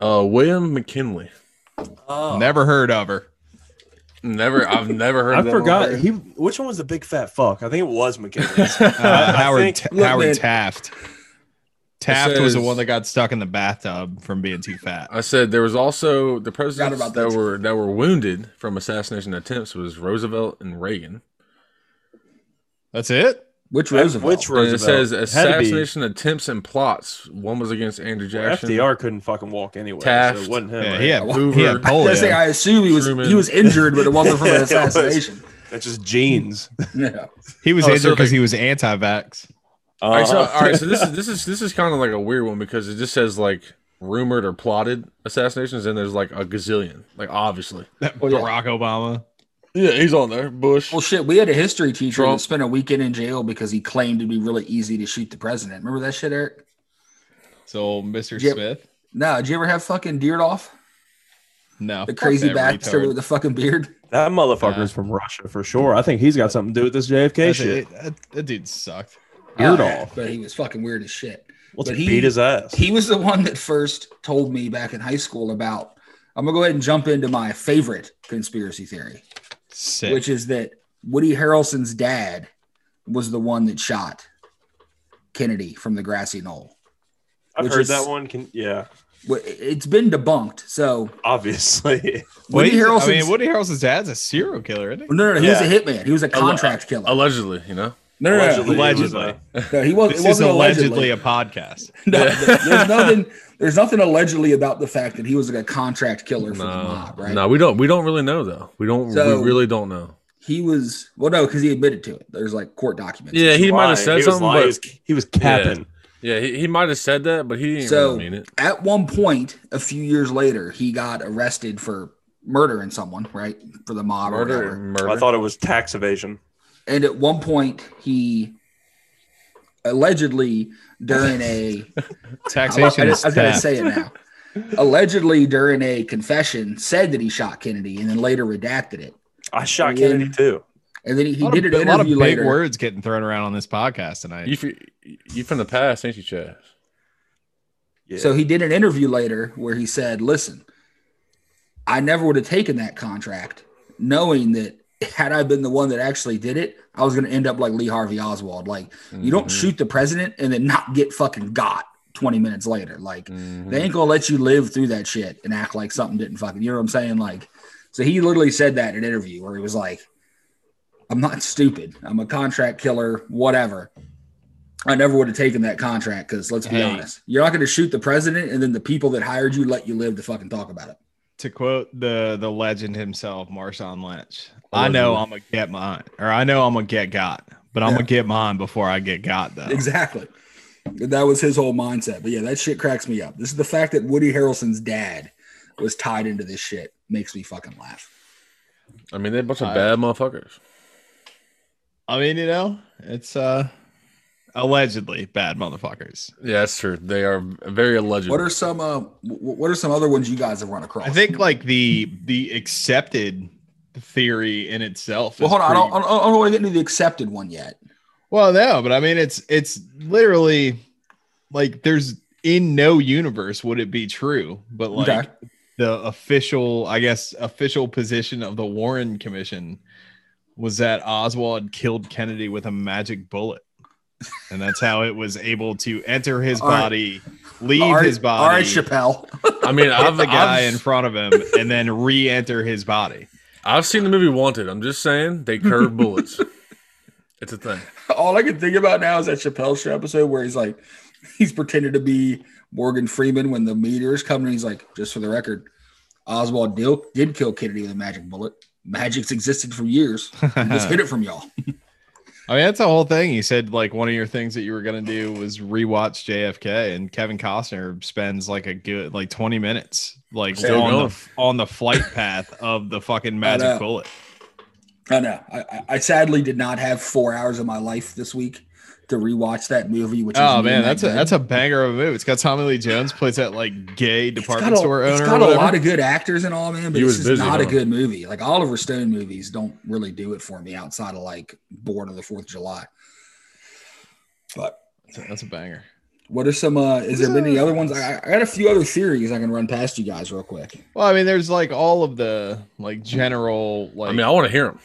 Speaker 3: Uh, William McKinley.
Speaker 4: Never heard of her.
Speaker 3: Never, I've never heard.
Speaker 7: I
Speaker 3: of that
Speaker 7: forgot
Speaker 3: motherfucker.
Speaker 7: he. Which one was the big fat fuck?
Speaker 2: I think it was McKinley.
Speaker 4: Uh,
Speaker 2: I
Speaker 4: Howard
Speaker 2: think-
Speaker 4: Ta-
Speaker 1: look,
Speaker 4: Howard
Speaker 1: man.
Speaker 4: Taft. Taft was the
Speaker 3: says-
Speaker 4: one that got stuck in the bathtub from being too fat.
Speaker 3: I said there was also the presidents
Speaker 1: about
Speaker 3: that
Speaker 1: that.
Speaker 3: were that were wounded from assassination attempts was Roosevelt and Reagan.
Speaker 4: That's it.
Speaker 1: Which Roosevelt?
Speaker 2: Which
Speaker 3: And it
Speaker 2: Roosevelt?
Speaker 3: says
Speaker 7: Had to be.
Speaker 3: assassination attempts and plots. One was against Andrew Jackson.
Speaker 2: FDR couldn't fucking walk anywhere.
Speaker 3: Taft.
Speaker 2: So it wasn't him.
Speaker 4: Yeah,
Speaker 2: right?
Speaker 4: he had, he
Speaker 3: Hoover.
Speaker 4: had
Speaker 1: I say
Speaker 4: polio.
Speaker 1: I assume he was
Speaker 3: Truman.
Speaker 1: he was injured, but it wasn't from
Speaker 2: Yeah, it
Speaker 1: an
Speaker 2: was.
Speaker 1: assassination.
Speaker 2: That's just genes.
Speaker 1: Yeah.
Speaker 4: He was
Speaker 3: Oh, so
Speaker 4: injured because
Speaker 3: like-
Speaker 4: he was anti-vax.
Speaker 2: Uh,
Speaker 3: All right, so, all right, so this is this is this is kind of like a weird one because it just says like rumored or plotted assassinations, and there's like a gazillion. Like obviously,
Speaker 1: Oh, yeah.
Speaker 4: Barack Obama.
Speaker 3: yeah, he's on there. Bush.
Speaker 1: Well, shit. We had a history teacher
Speaker 3: Trump.
Speaker 1: that spent a weekend in jail because he claimed it'd be really easy to shoot the president. Remember that shit, Eric?
Speaker 4: So Mr.
Speaker 1: Yep.
Speaker 4: Smith.
Speaker 1: No, did you ever have fucking Deardoff,
Speaker 4: No.
Speaker 1: the
Speaker 4: fuck
Speaker 1: crazy
Speaker 4: that
Speaker 1: bastard
Speaker 4: retard.
Speaker 1: with the fucking beard?
Speaker 2: that motherfucker.
Speaker 7: Fucker's from Russia for sure. I think he's got something to do with this JFK
Speaker 4: That's
Speaker 7: shit.
Speaker 4: it. That, that dude sucked.
Speaker 1: Beard
Speaker 7: Deardoff.
Speaker 1: but he was fucking weird as shit.
Speaker 7: Let's
Speaker 1: But he-
Speaker 7: beat his ass.
Speaker 1: He was the one that first told me back in high school about. I'm gonna go ahead and jump into my favorite conspiracy theory.
Speaker 4: Sick.
Speaker 1: which is that Woody Harrelson's dad was the one that shot Kennedy from the grassy knoll.
Speaker 2: I've
Speaker 1: which
Speaker 2: heard
Speaker 1: is-
Speaker 2: that one. Can, yeah,
Speaker 1: Wh- It's been debunked. So
Speaker 2: obviously.
Speaker 1: Woody
Speaker 4: Wait,
Speaker 1: Harrelson's
Speaker 4: I mean, Woody Harrelson's dad's a serial killer, isn't he?
Speaker 1: no, no, no, he was a
Speaker 2: Yeah.
Speaker 1: hitman. He was a contract killer.
Speaker 3: Allegedly, you know.
Speaker 1: no, no, no,
Speaker 2: Allegedly. uh,
Speaker 4: Allegedly.
Speaker 1: no, he was.
Speaker 4: This
Speaker 1: it
Speaker 4: is
Speaker 1: wasn't
Speaker 4: allegedly a podcast.
Speaker 1: No, th- there's nothing. There's nothing allegedly about the fact that he was like a contract killer for the
Speaker 3: No,
Speaker 1: mob, right?
Speaker 3: Uh, no, we don't. We don't really know though. We don't.
Speaker 1: So-
Speaker 3: we really don't know.
Speaker 1: He was. Well, no, because he admitted to it. There's like court documents.
Speaker 3: Yeah, he might
Speaker 2: lying.
Speaker 3: have said
Speaker 2: was
Speaker 3: something,
Speaker 2: lying. He was,
Speaker 3: but
Speaker 2: he was capping.
Speaker 3: yeah, he, he might have said that, but he didn't
Speaker 1: So-
Speaker 3: really mean it.
Speaker 1: At one point, a few years later, he got arrested for murdering someone, right? For the mob or
Speaker 3: Murder,
Speaker 1: whatever.
Speaker 3: murder.
Speaker 2: I thought it was tax evasion.
Speaker 1: And at one point, he allegedly during a I, I,
Speaker 4: Taxation
Speaker 1: I
Speaker 4: is
Speaker 1: was going to
Speaker 4: theft.
Speaker 1: say it now. Allegedly during a confession, said that he shot Kennedy, and then later redacted it.
Speaker 2: I shot
Speaker 1: Yeah.
Speaker 2: Kennedy too.
Speaker 1: And then he,
Speaker 4: a
Speaker 1: he
Speaker 4: lot,
Speaker 1: did
Speaker 4: of,
Speaker 1: an
Speaker 4: a lot of
Speaker 1: interview
Speaker 4: big
Speaker 1: later.
Speaker 4: words getting thrown around on this podcast tonight.
Speaker 3: you f- you from the past, ain't you, Chaz?
Speaker 2: Yeah.
Speaker 1: So he did an interview later where he said, "Listen, I never would have taken that contract, knowing that had I been the one that actually did it, I was going to end up like Lee Harvey Oswald. Like, you
Speaker 3: Mm-hmm.
Speaker 1: don't shoot the president and then not get fucking got." 20 minutes later like
Speaker 3: Mhm.
Speaker 1: They ain't gonna let you live through that shit and act like something didn't fucking. You know what I'm saying? Like, so he literally said that in an interview where he was like, "I'm not stupid. I'm a contract killer. Whatever. I never would have taken that contract because let's be
Speaker 4: Hey.
Speaker 1: honest, you're not gonna shoot the president and then the people that hired you let you live to fucking talk about it.
Speaker 4: to quote the the legend himself, Marshawn Lynch, I know I'm gonna get mine, or I know I'm gonna get got, but I'm
Speaker 1: Yeah.
Speaker 4: gonna get mine before I get got though.
Speaker 1: Exactly. That was his whole mindset. But yeah, that shit cracks me up. This is the fact that Woody Harrelson's dad was tied into this shit makes me fucking laugh.
Speaker 3: I mean, they're a bunch of
Speaker 4: I-
Speaker 3: bad motherfuckers.
Speaker 4: I mean, you know, it's uh, allegedly bad motherfuckers.
Speaker 3: Yeah, that's true. They are very alleged.
Speaker 1: What are some uh, wh- what are some other ones you guys have run across?
Speaker 4: I think like the the accepted theory in itself.
Speaker 1: Well,
Speaker 4: is
Speaker 1: hold on. I
Speaker 4: pretty-
Speaker 1: don't, I don't, I don't want to get into the accepted one yet.
Speaker 4: Well, no, but I mean, it's it's literally like there's in no universe would it be true, but like
Speaker 1: Okay.
Speaker 4: the official, I guess, official position of the Warren Commission was that Oswald killed Kennedy with a magic bullet, and that's how it was able to enter his
Speaker 1: All right.
Speaker 4: body, leave
Speaker 1: all right,
Speaker 4: his body,
Speaker 1: All right, Chappelle.
Speaker 3: I mean,
Speaker 4: hit
Speaker 3: I've,
Speaker 4: the guy in
Speaker 3: I've,
Speaker 4: front of him, and then re-enter his body.
Speaker 3: I've seen the movie Wanted. I'm just saying they curve bullets. It's a thing.
Speaker 1: All I can think about now is that Chappelle show episode where he's like, he's pretending to be Morgan Freeman when the meteors come, and he's like, just for the record, Oswald Dill did kill Kennedy with a magic bullet. Magic's existed for years. Let's hit it from y'all.
Speaker 4: I mean, that's the whole thing. You said like one of your things that you were gonna do was rewatch JFK, and Kevin Costner spends like a good like twenty minutes like
Speaker 3: Still
Speaker 4: on
Speaker 3: going.
Speaker 4: the, on the flight path of the fucking magic
Speaker 1: know.
Speaker 4: bullet.
Speaker 1: I know. I, I, I sadly did not have four hours of my life this week to rewatch that movie. Which
Speaker 4: Oh
Speaker 1: is
Speaker 4: man, that's a
Speaker 1: a
Speaker 4: that's a banger of a movie. It's got Tommy Lee Jones plays that like gay department
Speaker 1: it's got a,
Speaker 4: store owner.
Speaker 1: It's
Speaker 4: or
Speaker 1: got a
Speaker 4: whatever.
Speaker 1: lot of good actors and all, man, but
Speaker 3: He
Speaker 1: it's
Speaker 3: was
Speaker 1: just
Speaker 3: busy,
Speaker 1: not a
Speaker 3: huh?
Speaker 1: good movie. Like Oliver Stone movies don't really do it for me outside of like Born of the Fourth of July. But
Speaker 4: that's a banger.
Speaker 1: what are some? uh Is there any other ones? I, I got a few other theories I can run past you guys real quick.
Speaker 4: Well, I mean, there's like all of the like general like
Speaker 3: I mean, I want to hear them.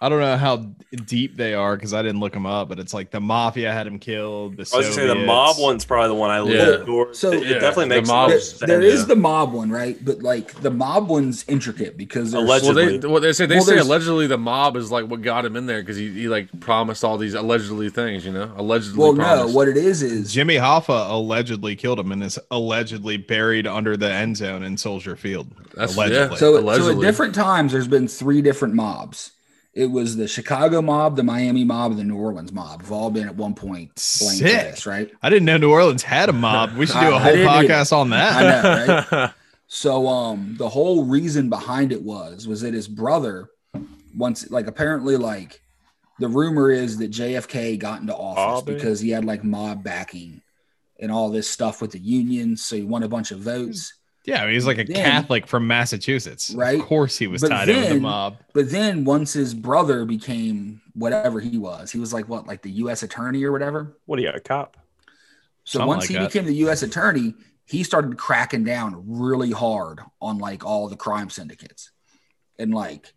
Speaker 4: I don't know how deep they are because I didn't look them up, but it's like the mafia had him killed. The
Speaker 2: I was gonna say the mob
Speaker 4: Soviets.
Speaker 2: one's probably the one I
Speaker 3: Yeah.
Speaker 2: looked for.
Speaker 1: So-
Speaker 2: it
Speaker 1: Yeah,
Speaker 2: definitely
Speaker 3: the
Speaker 2: makes
Speaker 3: mob-
Speaker 2: more
Speaker 1: There-
Speaker 2: sense.
Speaker 1: there is
Speaker 3: yeah.
Speaker 1: the mob one, right? But like the mob one's intricate because there's
Speaker 2: Alleged-
Speaker 3: Well, they
Speaker 2: Allegedly.
Speaker 3: what they say they
Speaker 1: Well,
Speaker 3: say
Speaker 1: there's-
Speaker 3: allegedly the mob is like what got him in there because he, he like promised all these allegedly things, you know, allegedly.
Speaker 1: Well, no,
Speaker 3: promised.
Speaker 1: what it is is
Speaker 4: Jimmy Hoffa allegedly killed him and is allegedly buried under the end zone in Soldier Field.
Speaker 3: That's-
Speaker 4: allegedly.
Speaker 3: yeah.
Speaker 1: So, so at
Speaker 3: Allegedly.
Speaker 1: different times, there's been three different mobs. It was the Chicago mob, the Miami mob, and the New Orleans mob. Have all been at one point blamed for
Speaker 4: Sick.
Speaker 1: this, right?
Speaker 4: I didn't know New Orleans had a mob. We should do
Speaker 1: I-
Speaker 4: a
Speaker 1: I
Speaker 4: whole
Speaker 1: didn't either.
Speaker 4: podcast on
Speaker 1: I
Speaker 4: that.
Speaker 1: know, right? So um the whole reason behind it was was that his brother once like apparently like the rumor is that JFK got into office
Speaker 2: Bobby.
Speaker 1: because he had like mob backing and all this stuff with the unions, so he won a bunch of votes.
Speaker 4: Yeah, I mean, he's like a
Speaker 1: Then-
Speaker 4: Catholic from Massachusetts.
Speaker 1: Right.
Speaker 4: Of course he was
Speaker 1: But
Speaker 4: tied in with the
Speaker 1: then-
Speaker 4: mob.
Speaker 1: But then once his brother became whatever he was, he was like what, like the U.S. attorney or whatever.
Speaker 2: What are you, a cop?
Speaker 1: So
Speaker 4: Something
Speaker 1: once
Speaker 4: like
Speaker 1: he
Speaker 4: that.
Speaker 1: became the U.S. attorney, he started cracking down really hard on like all the crime syndicates, and like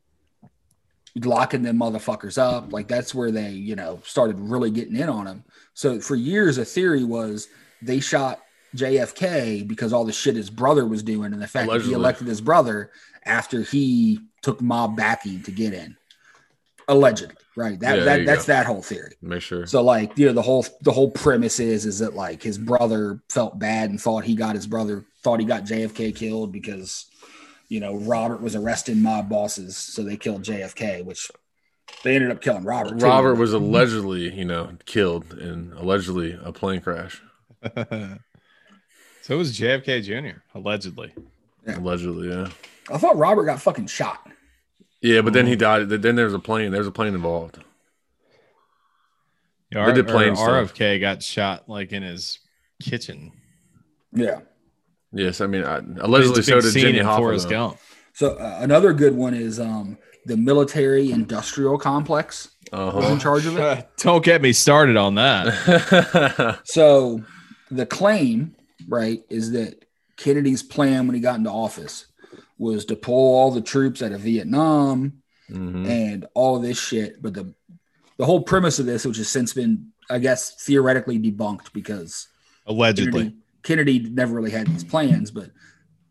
Speaker 1: locking them motherfuckers up. Like that's where they, you know, started really getting in on him. So for years, a theory was they shot JFK because all the shit his brother was doing, and the fact that he
Speaker 3: Allegedly.
Speaker 1: elected his brother after he took mob backing to get in. Allegedly, right? That,
Speaker 3: Yeah, there
Speaker 1: that
Speaker 3: you
Speaker 1: that's
Speaker 3: go.
Speaker 1: that whole theory.
Speaker 3: Make sure.
Speaker 1: So like you know the whole the whole premise is is that like his brother felt bad and thought he got his brother thought he got JFK killed because you know Robert was arresting mob bosses so they killed JFK which they ended up killing Robert. too.
Speaker 3: Robert was allegedly, you know, killed in allegedly a plane crash.
Speaker 4: so it was JFK Jr., allegedly.
Speaker 3: Allegedly, yeah.
Speaker 1: I thought Robert got fucking shot.
Speaker 3: Yeah, but then he died. Th- Then there was a plane. There was a plane involved.
Speaker 4: Yeah, R-
Speaker 3: did plain
Speaker 4: or
Speaker 3: stuff.
Speaker 4: RFK got shot like in his kitchen.
Speaker 1: Yeah.
Speaker 3: Yes, I mean, I,
Speaker 4: It's
Speaker 3: allegedly
Speaker 4: a
Speaker 3: so
Speaker 4: big
Speaker 3: did
Speaker 4: scene
Speaker 3: Jimmy
Speaker 4: in
Speaker 3: Hoffa.
Speaker 4: Forrest
Speaker 3: though.
Speaker 4: Gump.
Speaker 1: So uh, another good one is um the military industrial complex was in
Speaker 3: Uh-huh.
Speaker 1: charge of it.
Speaker 4: Don't get me started on that.
Speaker 1: So the claim, right, is that Kennedy's plan when he got into office was to pull all the troops out of Vietnam
Speaker 3: Mhm.
Speaker 1: and all this shit. But the the whole premise of this, which has since been, I guess, theoretically debunked because
Speaker 4: Allegedly.
Speaker 1: Kennedy, Kennedy never really had these plans, but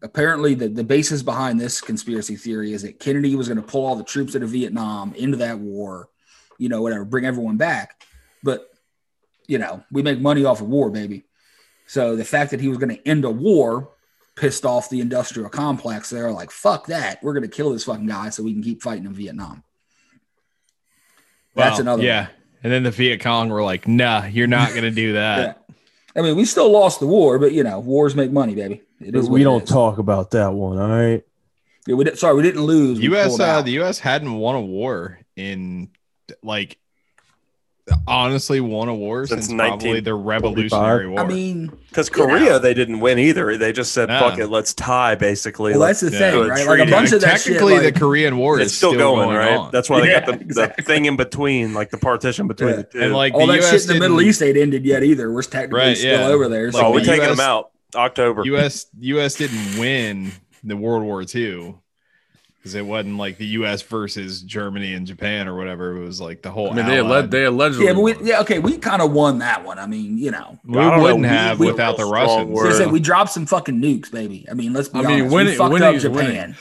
Speaker 1: apparently the, the basis behind this conspiracy theory is that Kennedy was going to pull all the troops out of Vietnam into that war, you know, whatever, bring everyone back. But, you know, we make money off of war, baby. So the fact that he was going to end a war pissed off the industrial complex. They're like, fuck that. We're going to kill this fucking guy so we can keep fighting in Vietnam. That's
Speaker 4: Wow,
Speaker 1: another
Speaker 4: Yeah. And then the Viet Cong were like, nah, you're not going to do that.
Speaker 1: Yeah. I mean, we still lost the war, but, you know, wars make money, baby. It is what
Speaker 7: we
Speaker 1: it
Speaker 7: don't
Speaker 1: is.
Speaker 7: talk about that one, all right?
Speaker 1: Yeah, we did, sorry, we
Speaker 4: uh,
Speaker 1: didn't lose. We
Speaker 4: U.S.
Speaker 1: pulled
Speaker 4: Uh,
Speaker 1: out.
Speaker 4: the U.S. hadn't won a war in like honestly won a war
Speaker 2: Since
Speaker 4: since, probably
Speaker 2: 1945.
Speaker 4: the Revolutionary War.
Speaker 1: I mean,
Speaker 2: Because Korea, they didn't win either. They just said,
Speaker 4: Yeah.
Speaker 2: "Fuck it, let's tie." Basically,
Speaker 1: well, that's the
Speaker 4: Yeah.
Speaker 1: thing,
Speaker 2: Good
Speaker 1: right? Like a
Speaker 2: treaty.
Speaker 1: bunch of that shit,
Speaker 4: technically,
Speaker 1: like-
Speaker 4: the Korean War
Speaker 2: it's
Speaker 4: is
Speaker 2: still, going, right.
Speaker 4: on.
Speaker 2: That's why they
Speaker 1: Yeah,
Speaker 2: got the, the thing in between, like the partition between
Speaker 1: Yeah.
Speaker 2: the two.
Speaker 4: and like
Speaker 1: all
Speaker 4: the
Speaker 1: that
Speaker 4: US
Speaker 1: shit in the Middle
Speaker 4: didn't-
Speaker 1: East ain't ended yet either. We're technically
Speaker 4: Right,
Speaker 1: still
Speaker 4: yeah.
Speaker 1: over there.
Speaker 2: oh,
Speaker 1: So
Speaker 4: like
Speaker 2: we're
Speaker 4: the
Speaker 2: taking
Speaker 4: US
Speaker 2: them out October.
Speaker 4: U.S. U.S. didn't win the World War II because it wasn't like the U.S. versus Germany and Japan or whatever. It was like the whole.
Speaker 3: I mean, they, alleged,
Speaker 4: allied-
Speaker 3: they allegedly.
Speaker 1: yeah, but we,
Speaker 3: won.
Speaker 1: yeah, okay, we kind of won that one. I mean, you know,
Speaker 4: we
Speaker 2: I don't know,
Speaker 4: wouldn't
Speaker 2: we-
Speaker 4: have
Speaker 2: we-
Speaker 4: without the
Speaker 2: strong
Speaker 4: Russians.
Speaker 1: so I
Speaker 2: word.
Speaker 1: said, we dropped some fucking nukes, baby. I mean, let's be
Speaker 3: I mean,
Speaker 1: honest, we
Speaker 3: winning-
Speaker 1: fucked
Speaker 3: winning
Speaker 1: up
Speaker 3: is
Speaker 1: Japan.
Speaker 3: winning.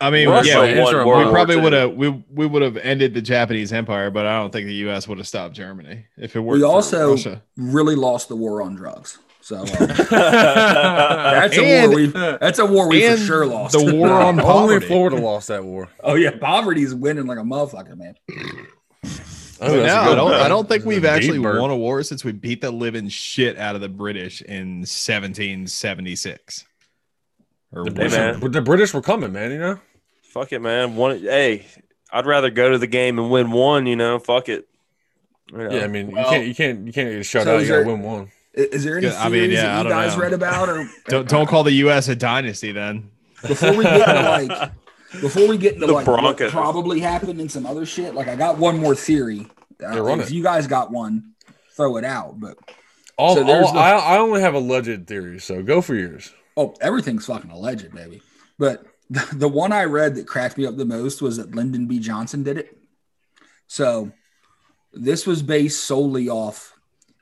Speaker 4: I mean,
Speaker 3: Russia
Speaker 4: yeah,
Speaker 3: won
Speaker 4: we,
Speaker 3: World
Speaker 4: we
Speaker 3: War
Speaker 4: probably
Speaker 2: II.
Speaker 4: would have we we would have ended the Japanese Empire, but I don't think the U.S. would have stopped Germany if it were.
Speaker 1: We also
Speaker 4: Russia.
Speaker 1: really lost the war on drugs. So uh,
Speaker 3: That's
Speaker 1: that's a
Speaker 4: And-
Speaker 1: war we that's a war we for
Speaker 4: and
Speaker 1: sure lost.
Speaker 4: the war on
Speaker 3: only
Speaker 4: poverty.
Speaker 3: Florida lost that war.
Speaker 1: oh yeah, poverty's winning like a motherfucker, man.
Speaker 4: But
Speaker 3: Oh, that's a
Speaker 4: no,
Speaker 3: good
Speaker 4: I don't.
Speaker 3: one.
Speaker 4: I don't think
Speaker 3: That's a
Speaker 4: we've
Speaker 3: deep
Speaker 4: actually
Speaker 3: burp.
Speaker 4: won a war since we beat the living shit out of the British in 1776. Or
Speaker 3: The
Speaker 4: was
Speaker 2: Hey,
Speaker 4: it-
Speaker 2: man.
Speaker 3: British, the British were coming, man. You know,
Speaker 2: Fuck it, man. One, hey, I'd rather go to the game and win one. You know, fuck it. You know.
Speaker 3: yeah. I mean,
Speaker 1: Well-
Speaker 3: you can't, you can't, you can't get shut
Speaker 1: So
Speaker 3: out. You
Speaker 1: is
Speaker 3: gotta
Speaker 1: there-
Speaker 3: win one.
Speaker 1: I- Is there any
Speaker 4: Yeah,
Speaker 1: theories
Speaker 4: I mean, yeah, I
Speaker 1: that you
Speaker 4: don't
Speaker 1: guys
Speaker 4: know.
Speaker 1: read about or
Speaker 4: Don't don't call the U.S. a dynasty then.
Speaker 1: before we get to like before we get into
Speaker 2: The
Speaker 1: like what
Speaker 2: Broncos.
Speaker 1: probably happened and some other shit. Like I got one more theory. Uh,
Speaker 3: Yeah, run
Speaker 1: if
Speaker 3: it.
Speaker 1: you guys got one, throw it out. But
Speaker 3: All,
Speaker 1: So there's
Speaker 3: all-
Speaker 1: the-
Speaker 3: I, I only have alleged theories, so go for yours.
Speaker 1: oh, everything's fucking alleged, baby. But the, the one I read that cracked me up the most was that Lyndon B. Johnson did it. So this was based solely off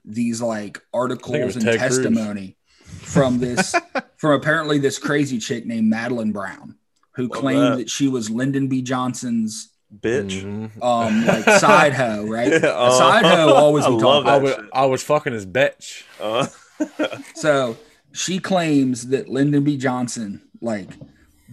Speaker 1: these like
Speaker 3: was
Speaker 1: articles and
Speaker 3: Ted Cruz.
Speaker 1: testimony from this from apparently this crazy chick named Madeline Brown who
Speaker 2: Love
Speaker 1: claimed
Speaker 2: that.
Speaker 1: that she was Lyndon B. Johnson's
Speaker 4: mm.
Speaker 2: bitch.
Speaker 1: um like side hoe, right?
Speaker 2: Oh,
Speaker 1: A side hoe always
Speaker 2: I
Speaker 1: we
Speaker 2: love
Speaker 1: talk
Speaker 2: that.
Speaker 1: about.
Speaker 3: I was,
Speaker 2: shit.
Speaker 3: I was fucking his bitch.
Speaker 2: Uh,
Speaker 1: So she claims that Lyndon B. Johnson like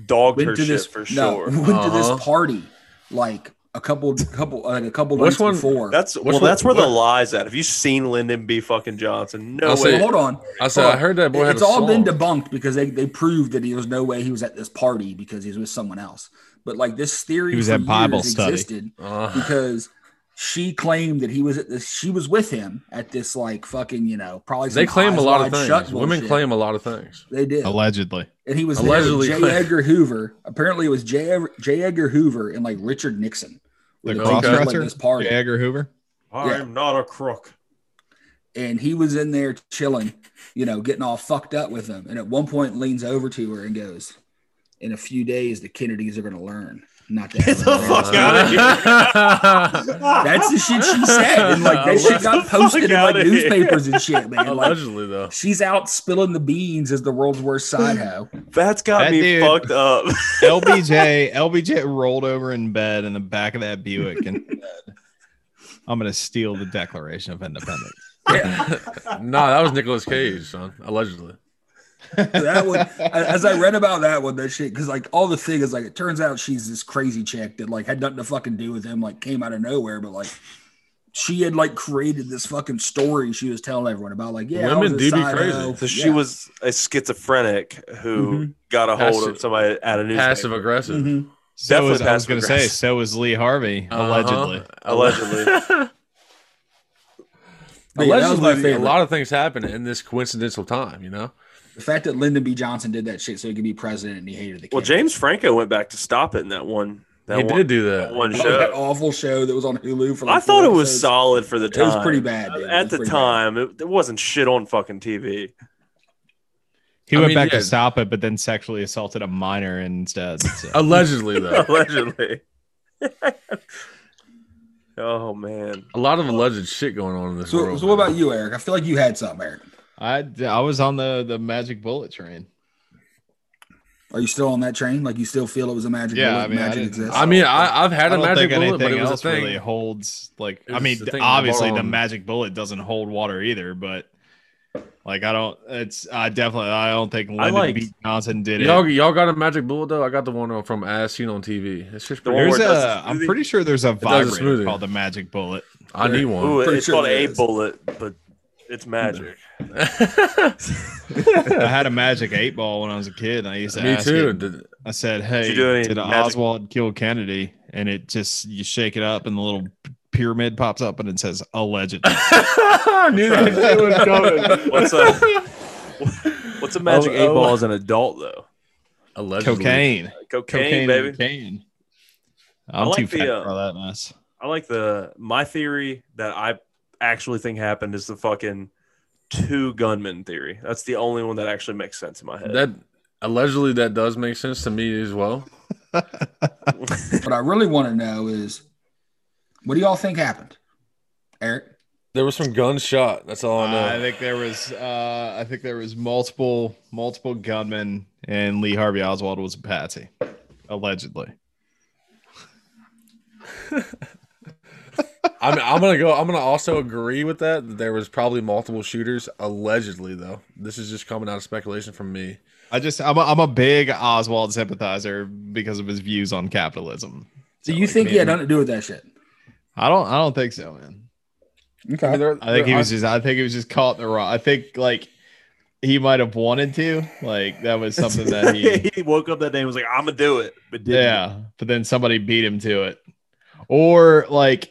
Speaker 2: dogged
Speaker 1: went
Speaker 2: her
Speaker 1: to
Speaker 2: shit
Speaker 1: this
Speaker 2: for
Speaker 1: no,
Speaker 2: sure.
Speaker 1: went to
Speaker 3: Uh-huh.
Speaker 1: this party like a couple couple like a couple
Speaker 3: Which
Speaker 1: nights
Speaker 3: one-
Speaker 1: before.
Speaker 2: That's well.
Speaker 3: one-
Speaker 2: That's where
Speaker 3: what-
Speaker 2: the lies at. Have you seen Lyndon B. Fucking Johnson? No
Speaker 3: I'll
Speaker 2: way.
Speaker 3: say-
Speaker 1: Well, hold on.
Speaker 3: I said,
Speaker 1: Hold
Speaker 3: I
Speaker 1: on.
Speaker 3: heard that boy had
Speaker 1: It's
Speaker 3: a
Speaker 1: all been
Speaker 3: song.
Speaker 1: debunked because they, they proved that he was no way he was at this party because he was with someone else. But like this theory
Speaker 4: He was
Speaker 1: for
Speaker 4: at Bible
Speaker 1: years
Speaker 4: study.
Speaker 1: existed
Speaker 3: Uh,
Speaker 1: because she claimed that he was at this she was with him at this like fucking, you know, probably some
Speaker 3: they claim a
Speaker 1: Eyes
Speaker 3: lot of
Speaker 1: Wide Shut
Speaker 3: things. Women
Speaker 1: bullshit.
Speaker 3: claim a lot of things.
Speaker 1: They did.
Speaker 4: Allegedly,
Speaker 1: And he was
Speaker 3: Allegedly.
Speaker 1: allegedly J. Edgar Hoover. Apparently, it was J. Ed- J. Edgar Hoover and like Richard Nixon.
Speaker 4: the
Speaker 1: They
Speaker 3: cross
Speaker 1: both were at
Speaker 4: crossdresser,
Speaker 1: this party,
Speaker 4: Jagger Hoover.
Speaker 2: I am not a crook.
Speaker 1: and he was in there chilling, you know, getting all fucked up with them. And at one point, leans over to her and goes, "In a few days, the Kennedys are going to learn." Not that.
Speaker 2: Get the
Speaker 3: Uh,
Speaker 2: fuck outta
Speaker 1: That's the shit she said, and like that shit
Speaker 2: Get the
Speaker 1: got
Speaker 2: fuck
Speaker 1: posted in like
Speaker 2: outta here.
Speaker 1: newspapers and shit, man. Like,
Speaker 3: Allegedly, though.
Speaker 1: she's out spilling the beans as the world's worst side hoe.
Speaker 2: That's got
Speaker 4: That
Speaker 2: me
Speaker 4: dude-
Speaker 2: fucked up.
Speaker 4: LBJ LBJ rolled over in bed in the back of that Buick and said, "I'm gonna steal the Declaration of Independence."
Speaker 3: nah, that was Nicolas Cage, son. Allegedly.
Speaker 1: that one as i read about that one that shit because like all the thing is like it turns out she's this crazy chick that like had nothing to fucking do with him like came out of nowhere but like she had like created this fucking story she was telling everyone about like yeah I
Speaker 3: Women
Speaker 1: was
Speaker 3: do be
Speaker 1: inside
Speaker 3: crazy.
Speaker 1: of-
Speaker 2: So she
Speaker 1: yeah.
Speaker 2: was a schizophrenic who got a hold
Speaker 3: Passive-
Speaker 2: of somebody at a newspaper.
Speaker 3: Passive aggressive.
Speaker 1: Mhm.
Speaker 4: So was,
Speaker 2: Definitely
Speaker 4: I was gonna say,
Speaker 2: passive-aggressive.
Speaker 4: so was Lee Harvey
Speaker 3: Uh-huh.
Speaker 4: allegedly.
Speaker 2: Allegedly.
Speaker 1: But yeah, that was my
Speaker 3: Allegedly, a
Speaker 1: favorite.
Speaker 3: lot of things happen in this coincidental time, you know?
Speaker 1: the fact that lyndon b johnson did that shit so he could be president and he hated the
Speaker 2: Well,
Speaker 1: kid.
Speaker 2: James Franco went back to stop it in that one. That
Speaker 3: He
Speaker 2: one,
Speaker 3: did do that.
Speaker 2: that one
Speaker 1: That Oh, was that
Speaker 2: show.
Speaker 1: awful show that was on hulu for like
Speaker 2: I thought
Speaker 1: four
Speaker 2: it was
Speaker 1: episodes.
Speaker 2: solid for the
Speaker 1: It
Speaker 2: time.
Speaker 1: was pretty bad, dude. It
Speaker 2: At
Speaker 1: was
Speaker 2: the
Speaker 1: pretty bad.
Speaker 2: time, it, it wasn't shit on fucking TV.
Speaker 4: He
Speaker 3: I
Speaker 4: went
Speaker 3: mean,
Speaker 4: back
Speaker 3: yeah.
Speaker 4: to stop it, but then sexually assaulted a minor instead. so.
Speaker 3: Oh. Allegedly, though.
Speaker 2: Allegedly. oh man.
Speaker 3: a lot of alleged shit going on in this
Speaker 1: so,
Speaker 3: world.
Speaker 1: so what
Speaker 3: man.
Speaker 1: about you eric i feel like you had something eric
Speaker 4: I I was on the the magic bullet train.
Speaker 1: are you still on that train like you still feel it was a magic
Speaker 4: Yeah,
Speaker 1: bullet?
Speaker 4: I mean, I
Speaker 1: magic
Speaker 4: didn't-
Speaker 1: exists?
Speaker 3: I mean, I, I've
Speaker 4: I
Speaker 3: had a
Speaker 4: don't
Speaker 3: magic
Speaker 4: think
Speaker 3: bullet, but
Speaker 4: anything
Speaker 3: it was a
Speaker 4: else
Speaker 3: thing.
Speaker 4: really holds. Like,
Speaker 3: It
Speaker 4: I
Speaker 3: was
Speaker 4: mean,
Speaker 3: the thing I
Speaker 4: obviously
Speaker 3: bought
Speaker 4: the
Speaker 3: on-
Speaker 4: magic bullet doesn't hold water either, but like, I don't. It's I definitely I don't think Lyndon
Speaker 2: liked-
Speaker 4: B. Johnson did
Speaker 3: Y'all,
Speaker 4: it.
Speaker 3: y'all got a magic bullet though. I got the one on- from As Seen on TV. It's just
Speaker 2: The
Speaker 3: pretty-
Speaker 2: one
Speaker 4: There's
Speaker 2: where it does
Speaker 4: a.
Speaker 2: the
Speaker 4: I'm
Speaker 2: smoothie.
Speaker 4: pretty sure there's a
Speaker 3: does the
Speaker 4: vibrator
Speaker 3: smoothie.
Speaker 4: called the magic bullet.
Speaker 3: I need one.
Speaker 2: Ooh,
Speaker 1: pretty
Speaker 2: it's
Speaker 1: sure
Speaker 2: called
Speaker 1: there
Speaker 2: a
Speaker 1: is.
Speaker 2: bullet, but it's magic.
Speaker 4: I had a magic eight ball when I was a kid. And I used to
Speaker 3: Me
Speaker 4: ask
Speaker 3: too.
Speaker 4: it.
Speaker 3: Did-
Speaker 4: I said, "Hey,
Speaker 2: do any
Speaker 4: did
Speaker 2: magic-
Speaker 4: Oswald kill Kennedy?" And it just you shake it up, and the little pyramid pops up and it says alleged.
Speaker 3: I knew that day was coming.
Speaker 2: What's a what's a magic
Speaker 7: Oh,
Speaker 2: eight
Speaker 7: oh.
Speaker 2: ball as an adult though?
Speaker 3: Allegedly.
Speaker 4: Cocaine.
Speaker 2: Cocaine,
Speaker 4: Cocaine,
Speaker 2: baby.
Speaker 4: Cocaine.
Speaker 2: I
Speaker 4: I'm
Speaker 2: like the,
Speaker 4: too fat
Speaker 2: uh,
Speaker 4: for all that mess.
Speaker 2: I like the my theory that I actually think happened is the fucking two gunmen theory. That's the only one that actually makes sense in my head.
Speaker 3: That allegedly that does make sense to me as well.
Speaker 1: What I really want to know is what do y'all think happened? Eric?
Speaker 3: There was some gunshot. That's all I know.
Speaker 4: I think there was uh, I think there was multiple multiple gunmen and Lee Harvey Oswald was a patsy, allegedly.
Speaker 3: I'm, I'm gonna go. I'm gonna also agree with that. that There was probably multiple shooters, allegedly though. This is just coming out of speculation from me.
Speaker 4: I just I'm a, I'm a big Oswald sympathizer because of his views on capitalism.
Speaker 1: So you think he had nothing to do with that shit?
Speaker 4: I don't I don't think so, man.
Speaker 3: I, mean, there-
Speaker 4: I think he
Speaker 3: there-
Speaker 4: was just I think he was just caught in the wrong. I think like he might have wanted to. Like that was something that he
Speaker 2: he woke up that day and was like, "I'm gonna do it," but didn't.
Speaker 4: Yeah, but then somebody beat him to it. Or like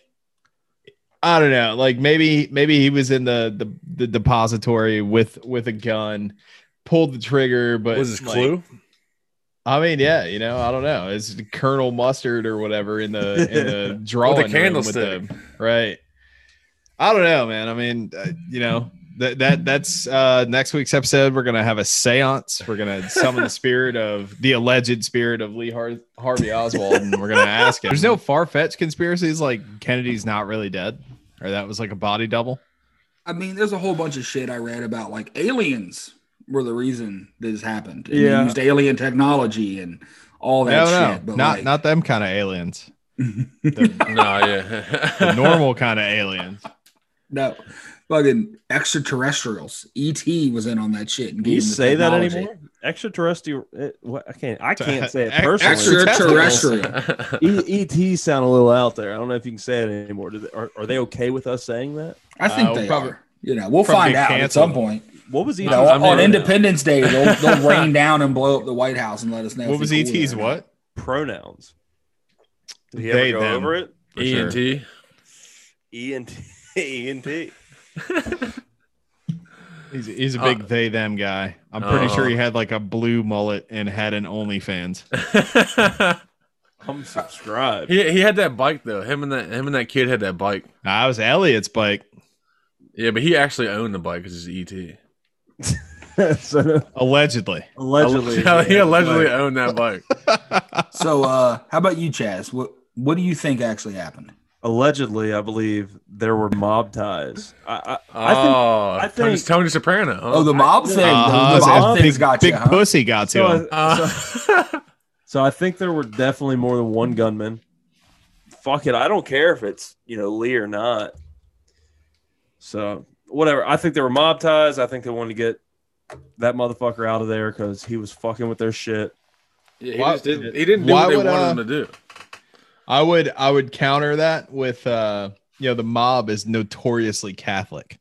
Speaker 4: I don't know, like maybe maybe he was in the the, the depository with with a gun, pulled the trigger, but
Speaker 3: was his
Speaker 4: like,
Speaker 3: clue.
Speaker 4: I mean, yeah, you know, I don't know. It's Colonel Mustard or whatever in the in the drawing room
Speaker 3: candlestick.
Speaker 4: with the, right? I don't know, man. I mean, uh, you know that that that's uh, next week's episode. We're gonna have a séance. We're gonna summon the spirit of the alleged spirit of Lee Har- Harvey Oswald, and we're gonna ask him. There's no far fetched conspiracies like Kennedy's not really dead, or that was like a body double.
Speaker 1: I mean, there's a whole bunch of shit I read about like aliens were the reason this happened. And
Speaker 7: Yeah.
Speaker 1: They used alien technology and all that
Speaker 4: No, no,
Speaker 1: shit. But
Speaker 4: not
Speaker 1: like,
Speaker 4: not them kind of aliens.
Speaker 3: no, yeah.
Speaker 4: The normal kind of aliens.
Speaker 1: no. Fucking extraterrestrials. ET was in on that shit. And
Speaker 7: Do you
Speaker 1: gave them the
Speaker 7: say that
Speaker 1: technology.
Speaker 7: anymore? Extraterrestrial. It, what, I can't. I can't say it personally.
Speaker 1: Extraterrestrial.
Speaker 7: E- ET sound a little out there. I don't know if you can say it anymore. Do they, are, are they okay with us saying that?
Speaker 1: I think
Speaker 4: Uh,
Speaker 1: they
Speaker 4: probably-
Speaker 1: are. You know, we'll
Speaker 4: probably
Speaker 1: find out at
Speaker 4: canceled.
Speaker 1: some point.
Speaker 7: What was E ET?
Speaker 1: You know,
Speaker 3: I'm
Speaker 1: on
Speaker 3: in.
Speaker 1: Independence Day, they'll, they'll rain down and blow up the White House and let us know.
Speaker 4: What
Speaker 1: if
Speaker 4: was E
Speaker 1: he's cool
Speaker 4: ET's
Speaker 1: or not.
Speaker 4: what?
Speaker 7: pronouns? Did he
Speaker 4: They,
Speaker 2: ever go
Speaker 4: them.
Speaker 2: over it?
Speaker 4: for
Speaker 3: E
Speaker 4: sure.
Speaker 3: and T.
Speaker 2: E and T. E and T.
Speaker 4: He's, he's a
Speaker 3: Uh,
Speaker 4: big they them guy. I'm pretty sure
Speaker 3: uh,
Speaker 1: Oh.
Speaker 4: he had like a blue mullet and had an OnlyFans.
Speaker 2: I'm subscribed.
Speaker 3: he he had that bike though. Him and that him and that kid had that bike.
Speaker 4: I was Elliot's bike.
Speaker 3: Yeah, but he actually owned the bike because it's E ET.
Speaker 7: so,
Speaker 4: Allegedly,
Speaker 7: allegedly,
Speaker 3: he allegedly owned that bike.
Speaker 1: So, uh, how about you, Chaz? What What do you think actually happened?
Speaker 7: allegedly, I believe there were mob ties. I, I, I think
Speaker 3: Oh,
Speaker 7: I
Speaker 3: Tony-
Speaker 7: think-
Speaker 3: Tony Soprano. huh?
Speaker 1: Oh, the mob thing.
Speaker 4: Uh-huh,
Speaker 1: the
Speaker 4: so
Speaker 1: mob thing's
Speaker 4: big,
Speaker 1: got
Speaker 4: big
Speaker 1: you. huh?
Speaker 4: pussy got to him.
Speaker 7: so. I,
Speaker 3: Uh,
Speaker 7: so I think there were definitely more than one gunman.
Speaker 2: Fuck it. I don't care if it's you know Lee or not.
Speaker 7: So whatever. I think they were mob ties. I think they wanted to get that motherfucker out of there because he was fucking with their shit.
Speaker 3: yeah, he,
Speaker 4: Why-
Speaker 3: just didn't, he didn't do
Speaker 4: why
Speaker 3: what they
Speaker 4: would,
Speaker 3: wanted
Speaker 4: uh,
Speaker 3: him to do.
Speaker 4: I would I would counter that with uh you know the mob is notoriously Catholic.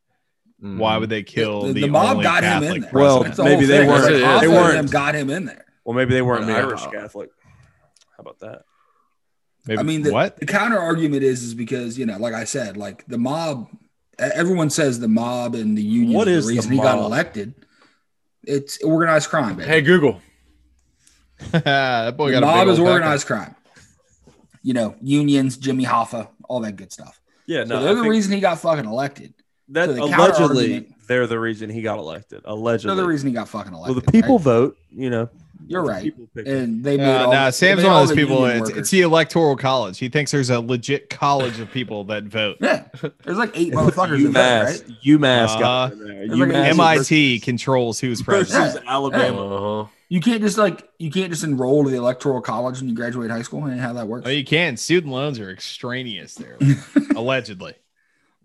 Speaker 3: Mm.
Speaker 4: Why would they kill
Speaker 1: Hmm. The-
Speaker 4: the,
Speaker 1: the mob
Speaker 4: only
Speaker 1: got him in
Speaker 4: Catholic
Speaker 1: there.
Speaker 7: Well,
Speaker 1: That's
Speaker 4: president?
Speaker 1: the
Speaker 7: maybe
Speaker 1: whole
Speaker 7: they
Speaker 1: thing.
Speaker 7: weren't-
Speaker 1: It's
Speaker 3: they
Speaker 1: Oslo
Speaker 7: weren't.
Speaker 1: and them got him in there.
Speaker 7: Well, maybe they weren't
Speaker 3: An
Speaker 1: uh,
Speaker 7: made up.
Speaker 2: Irish Catholic. How about that?
Speaker 4: Maybe-
Speaker 1: I mean, the,
Speaker 4: what?
Speaker 1: the counter argument is is because you know, like I said, like the mob. e- Everyone says the mob and the union
Speaker 7: What is
Speaker 1: the
Speaker 7: the
Speaker 1: reason he got
Speaker 7: mob?
Speaker 1: elected. It's organized crime, baby.
Speaker 3: Hey Google.
Speaker 4: that boy
Speaker 1: the
Speaker 4: got a
Speaker 1: mob
Speaker 4: big
Speaker 1: is
Speaker 4: old
Speaker 1: organized crime. You know, unions, Jimmy Hoffa, all that good stuff.
Speaker 7: Yeah,
Speaker 1: So
Speaker 7: no. I
Speaker 1: they're the
Speaker 7: think
Speaker 1: reason he got fucking elected.
Speaker 7: that
Speaker 1: so the
Speaker 7: allegedly
Speaker 1: counter-argument-
Speaker 7: they're the reason he got elected. Allegedly,
Speaker 1: They're the reason he got fucking
Speaker 7: well,
Speaker 1: elected.
Speaker 7: the people
Speaker 1: right?
Speaker 7: vote. You know,
Speaker 1: You're
Speaker 7: the
Speaker 1: right.
Speaker 7: people pick him.
Speaker 1: and they made
Speaker 4: pack. Uh,
Speaker 1: all.
Speaker 4: nah, Sam's
Speaker 1: they made
Speaker 4: one
Speaker 1: all
Speaker 4: of those
Speaker 1: the
Speaker 4: people.
Speaker 1: union
Speaker 4: It's, it's
Speaker 1: workers.
Speaker 4: the electoral college. He thinks there's a legit college of people that vote.
Speaker 1: yeah. There's like eight motherfuckers in there, right?
Speaker 7: UMass, UMass got
Speaker 4: Uh,
Speaker 7: in there.
Speaker 1: there's like an
Speaker 7: UMass
Speaker 4: MIT controls who's
Speaker 7: versus
Speaker 4: president.
Speaker 7: Alabama.
Speaker 3: Uh-huh.
Speaker 1: You can't just like you can't just enroll to the electoral college when you graduate high school. And how that works.
Speaker 4: Oh, you can. Student loans are extraneous there, allegedly.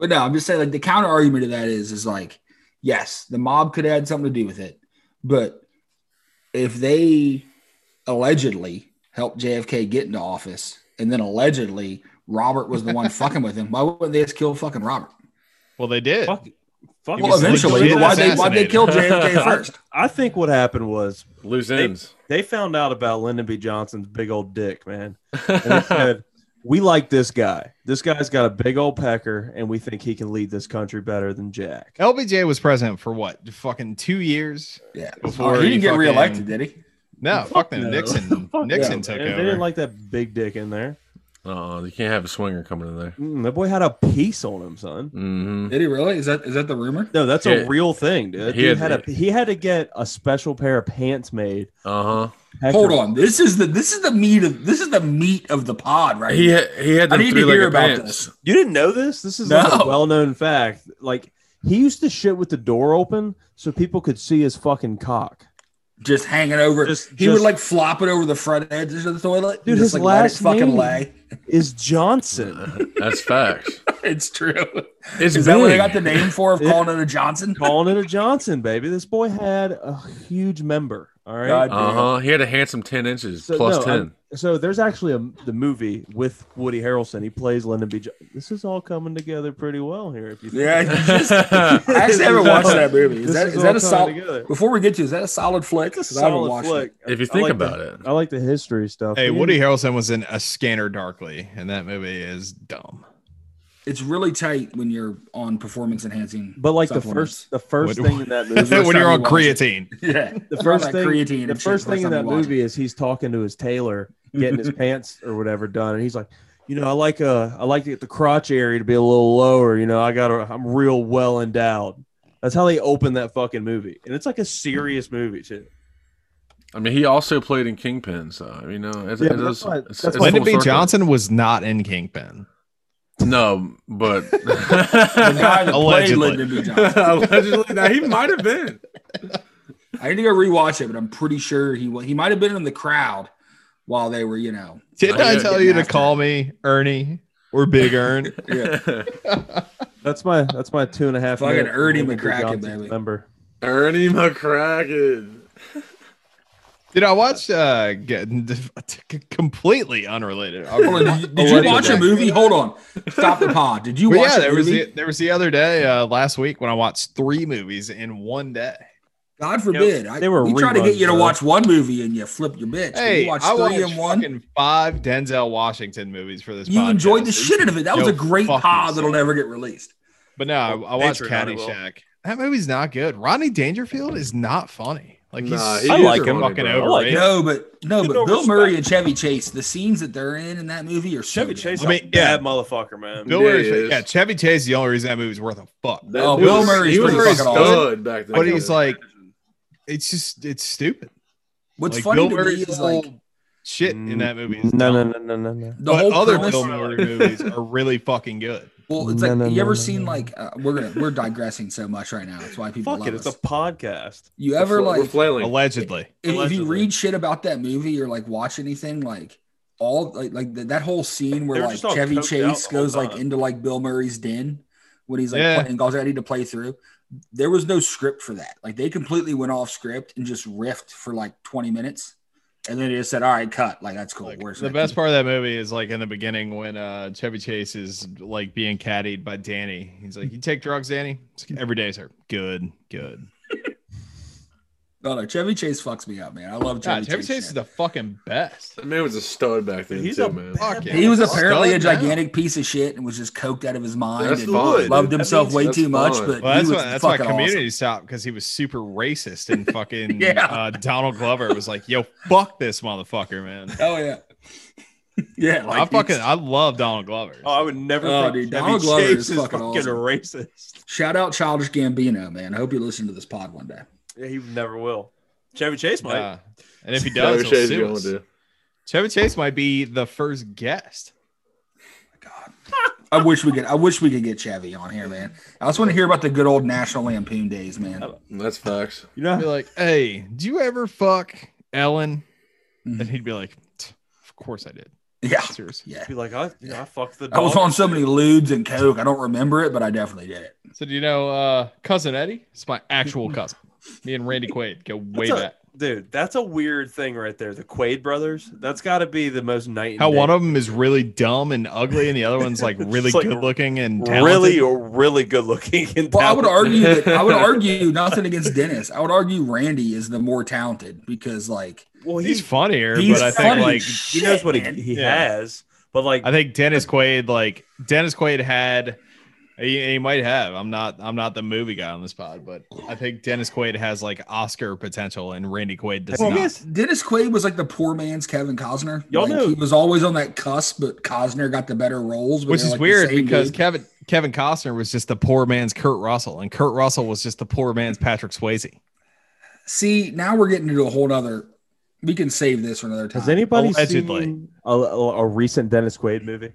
Speaker 1: But no, I'm just saying like the counter argument to that is is like, yes, the mob could have had something to do with it, but if they allegedly helped JFK get into office and then allegedly Robert was the one fucking with him, why wouldn't they just kill fucking Robert?
Speaker 4: Well, they did.
Speaker 7: Fuck, fuck
Speaker 4: He
Speaker 1: Well,
Speaker 4: was
Speaker 1: eventually,
Speaker 4: legit
Speaker 1: but why'd they, why'd they
Speaker 4: assassinated.
Speaker 1: kill JFK first?
Speaker 7: I think what happened was
Speaker 3: Loose
Speaker 7: They-
Speaker 3: ends.
Speaker 7: they found out about Lyndon B. Johnson's big old dick, man. And they said,
Speaker 2: we like this guy. This guy's got a big old pecker, and we think he can lead this country better than Jack.
Speaker 4: LBJ was president for what? Fucking two years?
Speaker 1: Yeah.
Speaker 4: Before
Speaker 1: he
Speaker 4: he
Speaker 1: didn't get
Speaker 4: fucking-
Speaker 1: reelected, did he?
Speaker 4: No, fuck them.
Speaker 2: no.
Speaker 4: Nixon.
Speaker 2: Fuck
Speaker 4: Nixon
Speaker 2: no,
Speaker 4: took
Speaker 2: man. They
Speaker 4: over.
Speaker 2: didn't like that big dick in there.
Speaker 3: Uh, you can't have a swinger coming in there.
Speaker 2: Mm, that boy had a piece on him, son.
Speaker 3: Mm-hmm.
Speaker 1: Did he really? Is that is that the rumor?
Speaker 2: No, that's
Speaker 3: Yeah.
Speaker 2: a real thing, dude.
Speaker 3: He
Speaker 2: He
Speaker 3: had-
Speaker 2: had, a he had to get a special pair of pants made.
Speaker 3: Uh
Speaker 1: Hold
Speaker 2: Heck,
Speaker 1: on. This is the this is the meat of this is the meat of the pod
Speaker 3: huh.
Speaker 1: right
Speaker 3: He
Speaker 1: here.
Speaker 3: had, he had
Speaker 1: I
Speaker 3: them
Speaker 1: need to
Speaker 3: three
Speaker 1: hear
Speaker 3: legged
Speaker 1: about
Speaker 3: pants.
Speaker 2: You didn't know this? This is like
Speaker 1: No.
Speaker 2: a well known fact. Like he used to shit with the door open so people could see his fucking cock.
Speaker 1: Just hanging over.
Speaker 2: Just-
Speaker 1: he would
Speaker 2: just-
Speaker 1: like flop it over the front edges of the toilet.
Speaker 2: Dude,
Speaker 1: just,
Speaker 2: his
Speaker 1: like,
Speaker 2: last
Speaker 1: let it fucking
Speaker 2: name-
Speaker 1: lay.
Speaker 2: Is Johnson
Speaker 3: That's facts.
Speaker 1: It's true.
Speaker 3: It's
Speaker 1: Is that what they
Speaker 3: big.
Speaker 1: got the name for of
Speaker 2: Yeah.
Speaker 1: calling it a Johnson?
Speaker 2: calling it a Johnson, baby? This boy had a huge member. All right.
Speaker 1: God
Speaker 3: Uh huh. He had a handsome ten inches
Speaker 2: So,
Speaker 3: plus
Speaker 2: no,
Speaker 3: ten.
Speaker 2: I'm- so there's actually a the movie with Woody Harrelson. He plays Lyndon B. Jo- this is all coming together pretty well here. If you think
Speaker 1: Yeah,
Speaker 2: about it.
Speaker 1: just- I actually haven't watched that movie. Is
Speaker 2: This
Speaker 1: that
Speaker 2: is
Speaker 1: is that
Speaker 2: all
Speaker 1: a
Speaker 2: tied
Speaker 1: solid?
Speaker 2: together.
Speaker 1: Before we get to, is that a solid flick?
Speaker 2: It's a
Speaker 1: 'Cause I haven't
Speaker 2: solid
Speaker 1: watched
Speaker 2: flick.
Speaker 3: if you
Speaker 2: I
Speaker 3: think
Speaker 2: like
Speaker 3: about it,
Speaker 2: the, I like the history stuff.
Speaker 4: Hey,
Speaker 2: Dude,
Speaker 4: Woody Harrelson was in A Scanner Darkly, and that movie is dumb.
Speaker 1: it. It's really tight when you're on performance enhancing.
Speaker 2: But like the
Speaker 1: supplements.
Speaker 2: first, the first
Speaker 4: Woody-
Speaker 2: thing in that movie,
Speaker 4: when
Speaker 1: time
Speaker 4: you're
Speaker 1: you
Speaker 4: on
Speaker 1: watch it.
Speaker 4: creatine.
Speaker 1: yeah,
Speaker 2: the
Speaker 1: All
Speaker 2: first
Speaker 1: that
Speaker 2: thing,
Speaker 1: creatine and
Speaker 2: the
Speaker 1: shit,
Speaker 2: first thing in
Speaker 1: time
Speaker 2: that
Speaker 1: you watch
Speaker 2: movie
Speaker 1: it.
Speaker 2: is he's talking to his tailor, getting his pants or whatever done, and he's like, you know, I like uh, I like to get the crotch area to be a little lower. You know, I got, I'm real well endowed. That's how they open that fucking movie, and it's like a serious movie too.
Speaker 3: I mean, he also played in Kingpin, so you know, it's,
Speaker 2: Yeah,
Speaker 3: it
Speaker 2: but that's
Speaker 3: is-
Speaker 2: why-
Speaker 3: it's-
Speaker 2: that's
Speaker 3: it's
Speaker 2: why-
Speaker 3: full
Speaker 4: Lyndon B.
Speaker 3: circle.
Speaker 4: Johnson was not in Kingpin.
Speaker 3: No, but
Speaker 1: the guy that played
Speaker 4: Allegedly.
Speaker 1: Lyndon B. Johnson.
Speaker 3: allegedly, now he might have been.
Speaker 1: I need to go rewatch it, but I'm pretty sure he wa- he might have been in the crowd while they were, you know.
Speaker 4: Didn't
Speaker 3: I
Speaker 4: I
Speaker 3: know,
Speaker 4: tell
Speaker 1: getting
Speaker 4: you to
Speaker 1: after
Speaker 4: call me Ernie or Big Ern?
Speaker 1: Yeah.
Speaker 2: That's my that's my two and a half.
Speaker 1: Fucking
Speaker 2: minute
Speaker 1: Ernie
Speaker 2: Lyndon B.
Speaker 1: McCracken,
Speaker 2: Johnson
Speaker 1: baby.
Speaker 2: Member.
Speaker 3: Ernie McCracken.
Speaker 4: Did I watch uh, get- c- completely unrelated? I-
Speaker 1: Hold on, did you,
Speaker 2: Oh,
Speaker 1: did you
Speaker 4: Allegedly.
Speaker 1: watch a movie? Hold on, stop the pod. Did you
Speaker 4: But
Speaker 1: watch?
Speaker 4: yeah,
Speaker 1: a
Speaker 4: there was
Speaker 1: movie?
Speaker 4: the, there was the other day uh, last week when I watched three movies in one day.
Speaker 1: God forbid. I,
Speaker 2: they were
Speaker 1: we try to get
Speaker 2: reruns,
Speaker 1: you to
Speaker 2: bro.
Speaker 1: watch one movie and you flip your bitch. but
Speaker 4: Hey,
Speaker 1: you watched
Speaker 4: I
Speaker 1: three
Speaker 4: watched
Speaker 1: and one.
Speaker 4: fucking five Denzel Washington movies for this.
Speaker 1: You
Speaker 4: podcast.
Speaker 1: enjoyed the
Speaker 4: So you
Speaker 1: shit out
Speaker 4: can
Speaker 1: of it. That was
Speaker 4: go
Speaker 1: a great
Speaker 4: fuck
Speaker 1: pod
Speaker 4: yourself.
Speaker 1: that'll never get released.
Speaker 4: But no, I, I
Speaker 8: Well,
Speaker 4: watched
Speaker 8: Patreon, it will.
Speaker 4: Caddyshack. That movie's not good. Rodney Dangerfield is not funny. Like he's
Speaker 3: Nah,
Speaker 4: super
Speaker 2: I like him.
Speaker 4: fucking
Speaker 3: I
Speaker 2: like
Speaker 4: overrated. I,
Speaker 1: No, but no,
Speaker 2: You
Speaker 1: but Bill
Speaker 2: don't
Speaker 1: Murray
Speaker 2: respect-
Speaker 1: and Chevy Chase, the scenes that they're in in that movie are so
Speaker 2: Chevy
Speaker 1: good.
Speaker 2: Chase,
Speaker 4: I
Speaker 2: I
Speaker 4: mean,
Speaker 2: mean,
Speaker 4: yeah.
Speaker 2: bad motherfucker, man.
Speaker 4: Bill
Speaker 3: Yeah,
Speaker 4: Murray's
Speaker 3: he is.
Speaker 4: yeah, Chevy Chase is the only reason that movie's worth a fuck.
Speaker 1: Oh, Bill Murray's
Speaker 3: he was
Speaker 1: pretty
Speaker 3: a
Speaker 1: fucking awesome.
Speaker 3: stud back then.
Speaker 4: But he's like, it's just it's stupid.
Speaker 1: What's
Speaker 4: like,
Speaker 1: funny
Speaker 4: Bill
Speaker 1: to me
Speaker 4: Murray's
Speaker 1: is
Speaker 4: whole
Speaker 1: like
Speaker 4: shit in that movie. Is
Speaker 2: No,
Speaker 4: dumb.
Speaker 2: no, no, no, no, no.
Speaker 1: the
Speaker 4: But
Speaker 1: whole
Speaker 4: other
Speaker 1: premise.
Speaker 4: Bill Murray movies are really fucking good.
Speaker 1: Well, it's
Speaker 2: No,
Speaker 1: like
Speaker 2: no,
Speaker 1: you
Speaker 2: no,
Speaker 1: ever
Speaker 2: no,
Speaker 1: seen
Speaker 2: no.
Speaker 1: like uh, we're gonna we're digressing so much right now. That's why people
Speaker 2: Fuck
Speaker 1: love
Speaker 2: it, it's a
Speaker 1: us.
Speaker 2: podcast.
Speaker 1: you ever
Speaker 3: We're
Speaker 1: like
Speaker 3: flailing.
Speaker 4: Allegedly,
Speaker 1: if, if you
Speaker 2: Allegedly.
Speaker 1: read shit about that movie or like watch anything like all like like th- that whole scene
Speaker 2: They
Speaker 1: where
Speaker 2: were
Speaker 1: like
Speaker 2: just all
Speaker 1: Chevy
Speaker 2: coked out
Speaker 1: Chase
Speaker 2: the whole
Speaker 1: goes like
Speaker 2: time.
Speaker 1: into like Bill Murray's den when he's like
Speaker 4: Yeah.
Speaker 1: playing golf. I need to play through. There was no script for that. Like they completely went off script and just riffed for like twenty minutes, and then they just said, "All right, cut." Like that's cool.
Speaker 4: Like,
Speaker 1: Where's
Speaker 4: the best part of that movie is like in the beginning when uh Chevy Chase is like being caddied by Danny. He's like, "You take drugs, Danny? It's like, Every day, sir. Good, good."
Speaker 1: No, no, Chevy Chase fucks me up, man. I love Chevy,
Speaker 4: God, Chevy Chase
Speaker 1: shit.
Speaker 4: is the fucking best.
Speaker 3: That man was a stud back then,
Speaker 2: He's
Speaker 3: too,
Speaker 2: a
Speaker 3: man.
Speaker 4: Fuck yeah.
Speaker 1: he was
Speaker 4: Stud
Speaker 1: apparently a
Speaker 4: now.
Speaker 1: gigantic piece of shit and was just coked out of his mind
Speaker 3: That's
Speaker 1: and
Speaker 3: fine.
Speaker 1: loved himself
Speaker 3: That
Speaker 1: way
Speaker 3: means-
Speaker 1: too much.
Speaker 3: that's fine.
Speaker 1: But
Speaker 4: Well,
Speaker 1: he
Speaker 4: that's
Speaker 1: was
Speaker 4: why that's why
Speaker 1: fucking
Speaker 4: Community
Speaker 1: awesome.
Speaker 4: stopped because he was super racist and fucking
Speaker 1: Yeah.
Speaker 4: uh, Donald Glover was like, "Yo, fuck this motherfucker, man."
Speaker 1: Oh yeah, yeah.
Speaker 4: I
Speaker 1: Like
Speaker 4: fucking
Speaker 1: it's-
Speaker 4: I love Donald Glover.
Speaker 2: Oh, I would never
Speaker 1: Oh,
Speaker 2: think
Speaker 1: dude,
Speaker 2: Chevy
Speaker 1: Donald Glover
Speaker 2: Chase
Speaker 1: is
Speaker 2: is
Speaker 1: fucking
Speaker 2: fucking,
Speaker 1: awesome.
Speaker 2: racist.
Speaker 1: Shout out Childish Gambino, man. I hope you listen to this pod one day.
Speaker 2: Yeah, he never will. Chevy Chase might.
Speaker 4: Uh, and if he
Speaker 3: Chevy
Speaker 4: does, he'll
Speaker 3: Chase
Speaker 4: sue
Speaker 3: gonna
Speaker 4: us.
Speaker 3: do.
Speaker 4: Chevy Chase might be the first guest.
Speaker 1: God, I wish we could. I wish we could get Chevy on here, man. I just want to hear about the good old National Lampoon days, man.
Speaker 3: That's facts.
Speaker 2: you
Speaker 4: I'd be
Speaker 2: know,
Speaker 4: like, "Hey, do you ever fuck Ellen?"
Speaker 1: Mhm.
Speaker 4: And he'd be like, "Tch, "Of course I did."
Speaker 1: Yeah,
Speaker 4: Seriously.
Speaker 1: yeah.
Speaker 2: be like, I, you know, I fucked the.
Speaker 1: I was
Speaker 2: dog.
Speaker 1: on so many lewds and coke. I don't remember it, but I definitely did it.
Speaker 4: So do you know uh, cousin Eddie? It's my actual cousin. Me and Randy Quaid go way
Speaker 2: That's a-
Speaker 4: back.
Speaker 2: dude. That's a weird thing right there. The Quaid brothers. That's got to be the most night. and
Speaker 4: How
Speaker 2: day.
Speaker 4: one of them is really dumb and ugly, and the other one's like really
Speaker 2: It's like
Speaker 4: good looking and
Speaker 2: really,
Speaker 4: talented.
Speaker 2: really good looking. And
Speaker 1: Well, I would
Speaker 2: talented.
Speaker 1: argue that I would argue nothing against Dennis. I would argue Randy is the more talented because, like,
Speaker 2: Well,
Speaker 4: He's
Speaker 2: he's
Speaker 4: funnier,
Speaker 1: he's
Speaker 4: but I
Speaker 1: funny
Speaker 4: think like
Speaker 1: as
Speaker 2: he knows
Speaker 1: shit,
Speaker 2: what he,
Speaker 1: man.
Speaker 2: he
Speaker 4: Yeah.
Speaker 2: has. But like,
Speaker 4: I think Dennis Quaid, like Dennis Quaid had, he, he might have. I'm not. I'm not the movie guy on this pod, but I think Dennis Quaid has like Oscar potential, and Randy Quaid does
Speaker 1: Well,
Speaker 4: not.
Speaker 1: yes, Dennis Quaid was like the poor man's Kevin Cosner.
Speaker 2: Y'all
Speaker 1: Like,
Speaker 2: know-
Speaker 1: he was always on that cusp, but Cosner got the better roles. but
Speaker 4: Which
Speaker 1: they're,
Speaker 4: is
Speaker 1: like, the
Speaker 4: weird
Speaker 1: same
Speaker 4: because
Speaker 1: dude.
Speaker 4: Kevin Kevin Costner was just the poor man's Kurt Russell, and Kurt Russell was just the poor man's Patrick Swayze.
Speaker 1: see, now we're getting into a whole other. We can save this for another time.
Speaker 7: Has anybody
Speaker 4: Allegedly.
Speaker 7: seen a, a, a recent Dennis Quaid movie?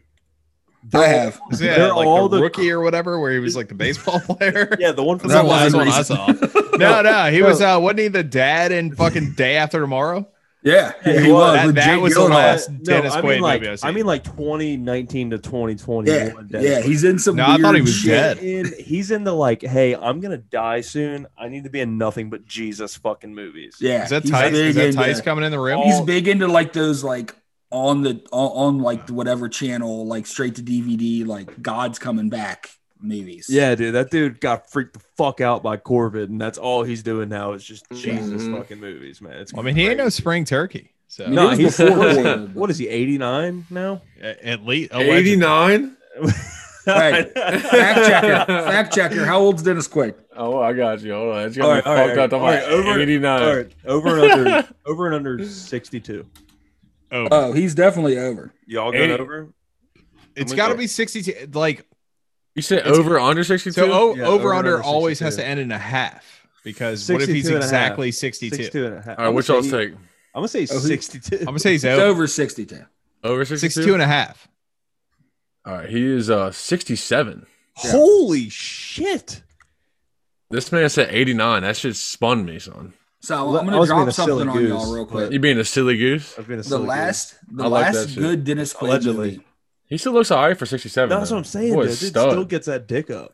Speaker 1: I have.
Speaker 4: Yeah,
Speaker 7: They're
Speaker 4: like
Speaker 7: all
Speaker 4: the,
Speaker 7: the-
Speaker 4: rookie or whatever, where he was like the baseball player.
Speaker 7: Yeah, the one from
Speaker 4: That's the
Speaker 1: That
Speaker 4: last
Speaker 1: wasn't
Speaker 4: one I
Speaker 1: recent.
Speaker 4: saw. No, no, he
Speaker 7: No.
Speaker 4: was. Uh, wasn't he the dad in fucking Day After Tomorrow?
Speaker 1: Yeah,
Speaker 7: Yeah,
Speaker 1: he
Speaker 7: he was.
Speaker 1: was.
Speaker 4: That-
Speaker 1: with
Speaker 4: that
Speaker 1: Jake
Speaker 4: was the
Speaker 1: Gyllenhaal.
Speaker 4: last- Dennis
Speaker 7: I
Speaker 4: Quaid
Speaker 7: mean, like,
Speaker 4: movie I've seen.
Speaker 7: I mean like 2019 to 2021.
Speaker 1: Yeah,
Speaker 7: Dennis
Speaker 1: yeah,
Speaker 7: Quaid.
Speaker 1: he's in some.
Speaker 4: No, I thought he
Speaker 1: weird
Speaker 4: was
Speaker 1: shit.
Speaker 4: dead.
Speaker 7: in he's in the like, hey, I'm gonna die soon. I need to be in nothing but Jesus fucking movies.
Speaker 1: Yeah,
Speaker 4: Is that
Speaker 1: he's
Speaker 4: Tice? Is
Speaker 1: big
Speaker 4: that
Speaker 1: into-
Speaker 4: Tice coming in the room?
Speaker 1: He's big into like those like on the on, on like whatever channel, like straight to DVD, like God's coming back movies.
Speaker 7: Yeah, dude, that dude got freaked the fuck out by Corbett, and that's all he's doing now is just
Speaker 1: Mm-hmm.
Speaker 7: Jesus
Speaker 3: Mhm.
Speaker 7: fucking movies, man. It's
Speaker 4: I mean, he ain't no
Speaker 7: crazy.
Speaker 4: spring turkey. So
Speaker 7: no,
Speaker 1: It was
Speaker 7: he's
Speaker 3: before
Speaker 7: what is he-
Speaker 1: Corbett.
Speaker 7: what is he 89 now?
Speaker 4: a- at least
Speaker 3: Eighty nine.
Speaker 1: Right. Fact checker, fact checker. How old's Dennis Quaid?
Speaker 3: Oh, I got you. Hold on, it's got
Speaker 7: All
Speaker 3: me
Speaker 7: right, all
Speaker 3: fucked
Speaker 7: right,
Speaker 3: up. I'm
Speaker 7: all right,
Speaker 3: like
Speaker 7: over-
Speaker 3: eighty
Speaker 7: All
Speaker 3: nine.
Speaker 7: right, over and under, over and under 62.
Speaker 4: Oh,
Speaker 1: Oh, he's definitely over.
Speaker 2: y'all going
Speaker 3: 80.
Speaker 2: over?
Speaker 4: it's
Speaker 2: I'm
Speaker 4: got to
Speaker 2: with
Speaker 4: be sixty-two. Like
Speaker 3: You said
Speaker 4: It's-
Speaker 3: over under sixty two.
Speaker 4: so, o-
Speaker 7: Yeah,
Speaker 4: over
Speaker 7: over
Speaker 4: under
Speaker 7: under
Speaker 4: always has
Speaker 7: 62.
Speaker 4: to end in a half because what if he's
Speaker 7: 62 and a half.
Speaker 4: exactly sixty-two?
Speaker 7: 62 and a half.
Speaker 3: all right,
Speaker 7: I'm
Speaker 3: which
Speaker 7: gonna
Speaker 3: y'all
Speaker 7: say-
Speaker 3: take?
Speaker 7: I'm gonna say
Speaker 1: Oh, he-
Speaker 7: 62.
Speaker 4: I'm gonna say he's
Speaker 1: He's
Speaker 4: over.
Speaker 1: over 62.
Speaker 3: Over sixty
Speaker 4: 62
Speaker 3: two.
Speaker 4: and a half.
Speaker 3: All right, he is uh sixty seven.
Speaker 7: Holy shit!
Speaker 3: This man said eighty nine. That shit spun me, son.
Speaker 1: So
Speaker 7: Well,
Speaker 1: I'm
Speaker 7: I
Speaker 1: gonna
Speaker 7: was being
Speaker 1: drop
Speaker 7: a silly
Speaker 1: something on y'all
Speaker 7: goose,
Speaker 1: real
Speaker 7: but-
Speaker 1: quick.
Speaker 3: You being a silly goose.
Speaker 7: I've been a
Speaker 1: The
Speaker 7: silly
Speaker 1: last, the
Speaker 3: I like that
Speaker 1: last
Speaker 3: shit.
Speaker 1: good Dennis Quaid
Speaker 7: Allegedly.
Speaker 1: movie.
Speaker 3: He still looks alright for sixty
Speaker 7: dude.
Speaker 3: seven.
Speaker 7: That's what I'm saying. Dude. It still gets that dick up.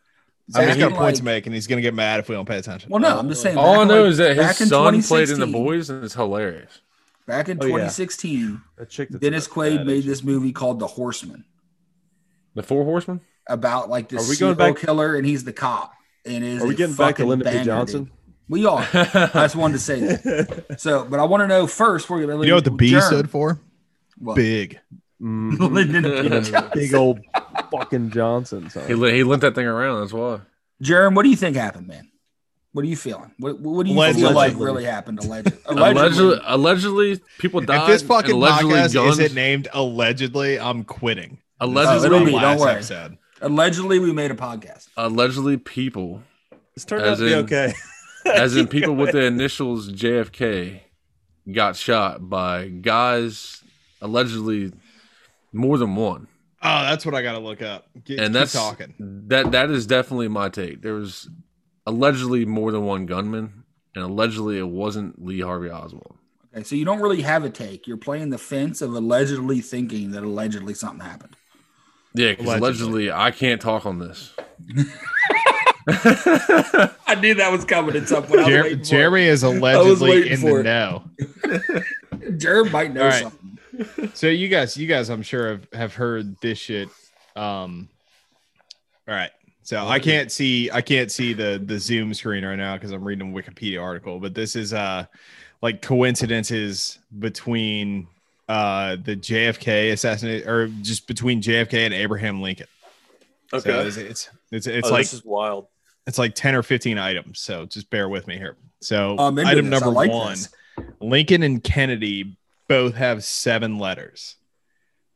Speaker 4: So he's
Speaker 1: Back
Speaker 4: got
Speaker 1: in,
Speaker 4: a point to
Speaker 1: like-
Speaker 4: make, and he's gonna get mad if we don't pay attention.
Speaker 1: Well, no, I'm just saying.
Speaker 3: All I
Speaker 1: back in,
Speaker 3: know
Speaker 1: like-
Speaker 3: is that
Speaker 1: back in
Speaker 3: his son played in the
Speaker 1: 2016
Speaker 3: boys, and it's hilarious.
Speaker 1: Back in
Speaker 7: Oh, yeah.
Speaker 1: 2016,
Speaker 7: That chick. that's
Speaker 1: Dennis
Speaker 7: about
Speaker 1: Quaid
Speaker 7: that
Speaker 1: made
Speaker 7: age.
Speaker 1: this movie called The Horseman.
Speaker 3: The Four Horsemen.
Speaker 1: about like this
Speaker 7: Are we going
Speaker 1: serial
Speaker 7: back-
Speaker 1: killer and he's the cop. And it is
Speaker 7: Are we
Speaker 1: a
Speaker 7: getting back to
Speaker 1: fucking
Speaker 7: Lyndon B.
Speaker 1: banger,
Speaker 7: Johnson?
Speaker 1: dude. We are. I just wanted to say that. So, but I want to know first before we get
Speaker 4: You know what the B stood for?
Speaker 1: What?
Speaker 4: Big.
Speaker 7: Mm,
Speaker 1: Lyndon B. Johnson.
Speaker 7: big old fucking Johnson. son.
Speaker 3: He li- he lent that thing around. That's why.
Speaker 1: Jerem, what do you think happened, man? What are you feeling? What, what do you feel like
Speaker 7: Allegedly.
Speaker 1: really happened? Allegedly.
Speaker 3: Allegedly, allegedly, people died.
Speaker 4: If this fucking
Speaker 3: and allegedly
Speaker 4: podcast
Speaker 3: guns,
Speaker 4: isn't named allegedly, I'm quitting.
Speaker 1: Oh, it'll
Speaker 3: allegedly,
Speaker 1: be, don't worry.
Speaker 4: episode.
Speaker 1: Allegedly, we made a podcast.
Speaker 3: allegedly, people,
Speaker 7: It's turned out
Speaker 3: As
Speaker 7: to be
Speaker 3: in-
Speaker 7: okay.
Speaker 3: as in people with the initials JFK, got shot by guys allegedly more than one,
Speaker 4: Oh, that's what I gotta look up. Get,
Speaker 3: and
Speaker 4: keep
Speaker 3: that's
Speaker 4: talking.
Speaker 3: that that is definitely my take. There was allegedly more than one gunman, and allegedly it wasn't Lee Harvey Oswald.
Speaker 1: Okay, so you don't really have a take. You're playing the fence of allegedly thinking that allegedly something happened.
Speaker 3: Yeah, because
Speaker 4: Allegedly.
Speaker 3: allegedly I can't talk on this.
Speaker 1: I knew that was coming at some point.
Speaker 4: Jer- Jeremy is allegedly
Speaker 1: waiting
Speaker 4: in
Speaker 1: for
Speaker 4: the
Speaker 1: it.
Speaker 4: know.
Speaker 1: Jerem might know
Speaker 4: All right.
Speaker 1: something.
Speaker 4: So you guys, you guys, I'm sure have, have heard this shit. Um, all right. So I can't see, I can't see the the Zoom screen right now because I'm reading a Wikipedia article. But this is uh, like coincidences between uh the JFK assassination or just between JFK and Abraham Lincoln. So it's it's it's, it's
Speaker 2: Oh,
Speaker 4: like
Speaker 2: this is wild.
Speaker 4: it's like ten or fifteen items. So just bear with me here. So
Speaker 1: Um, into
Speaker 4: item
Speaker 1: this. I
Speaker 4: number
Speaker 1: like
Speaker 4: one.
Speaker 1: this.
Speaker 4: Lincoln and Kennedy both have seven letters.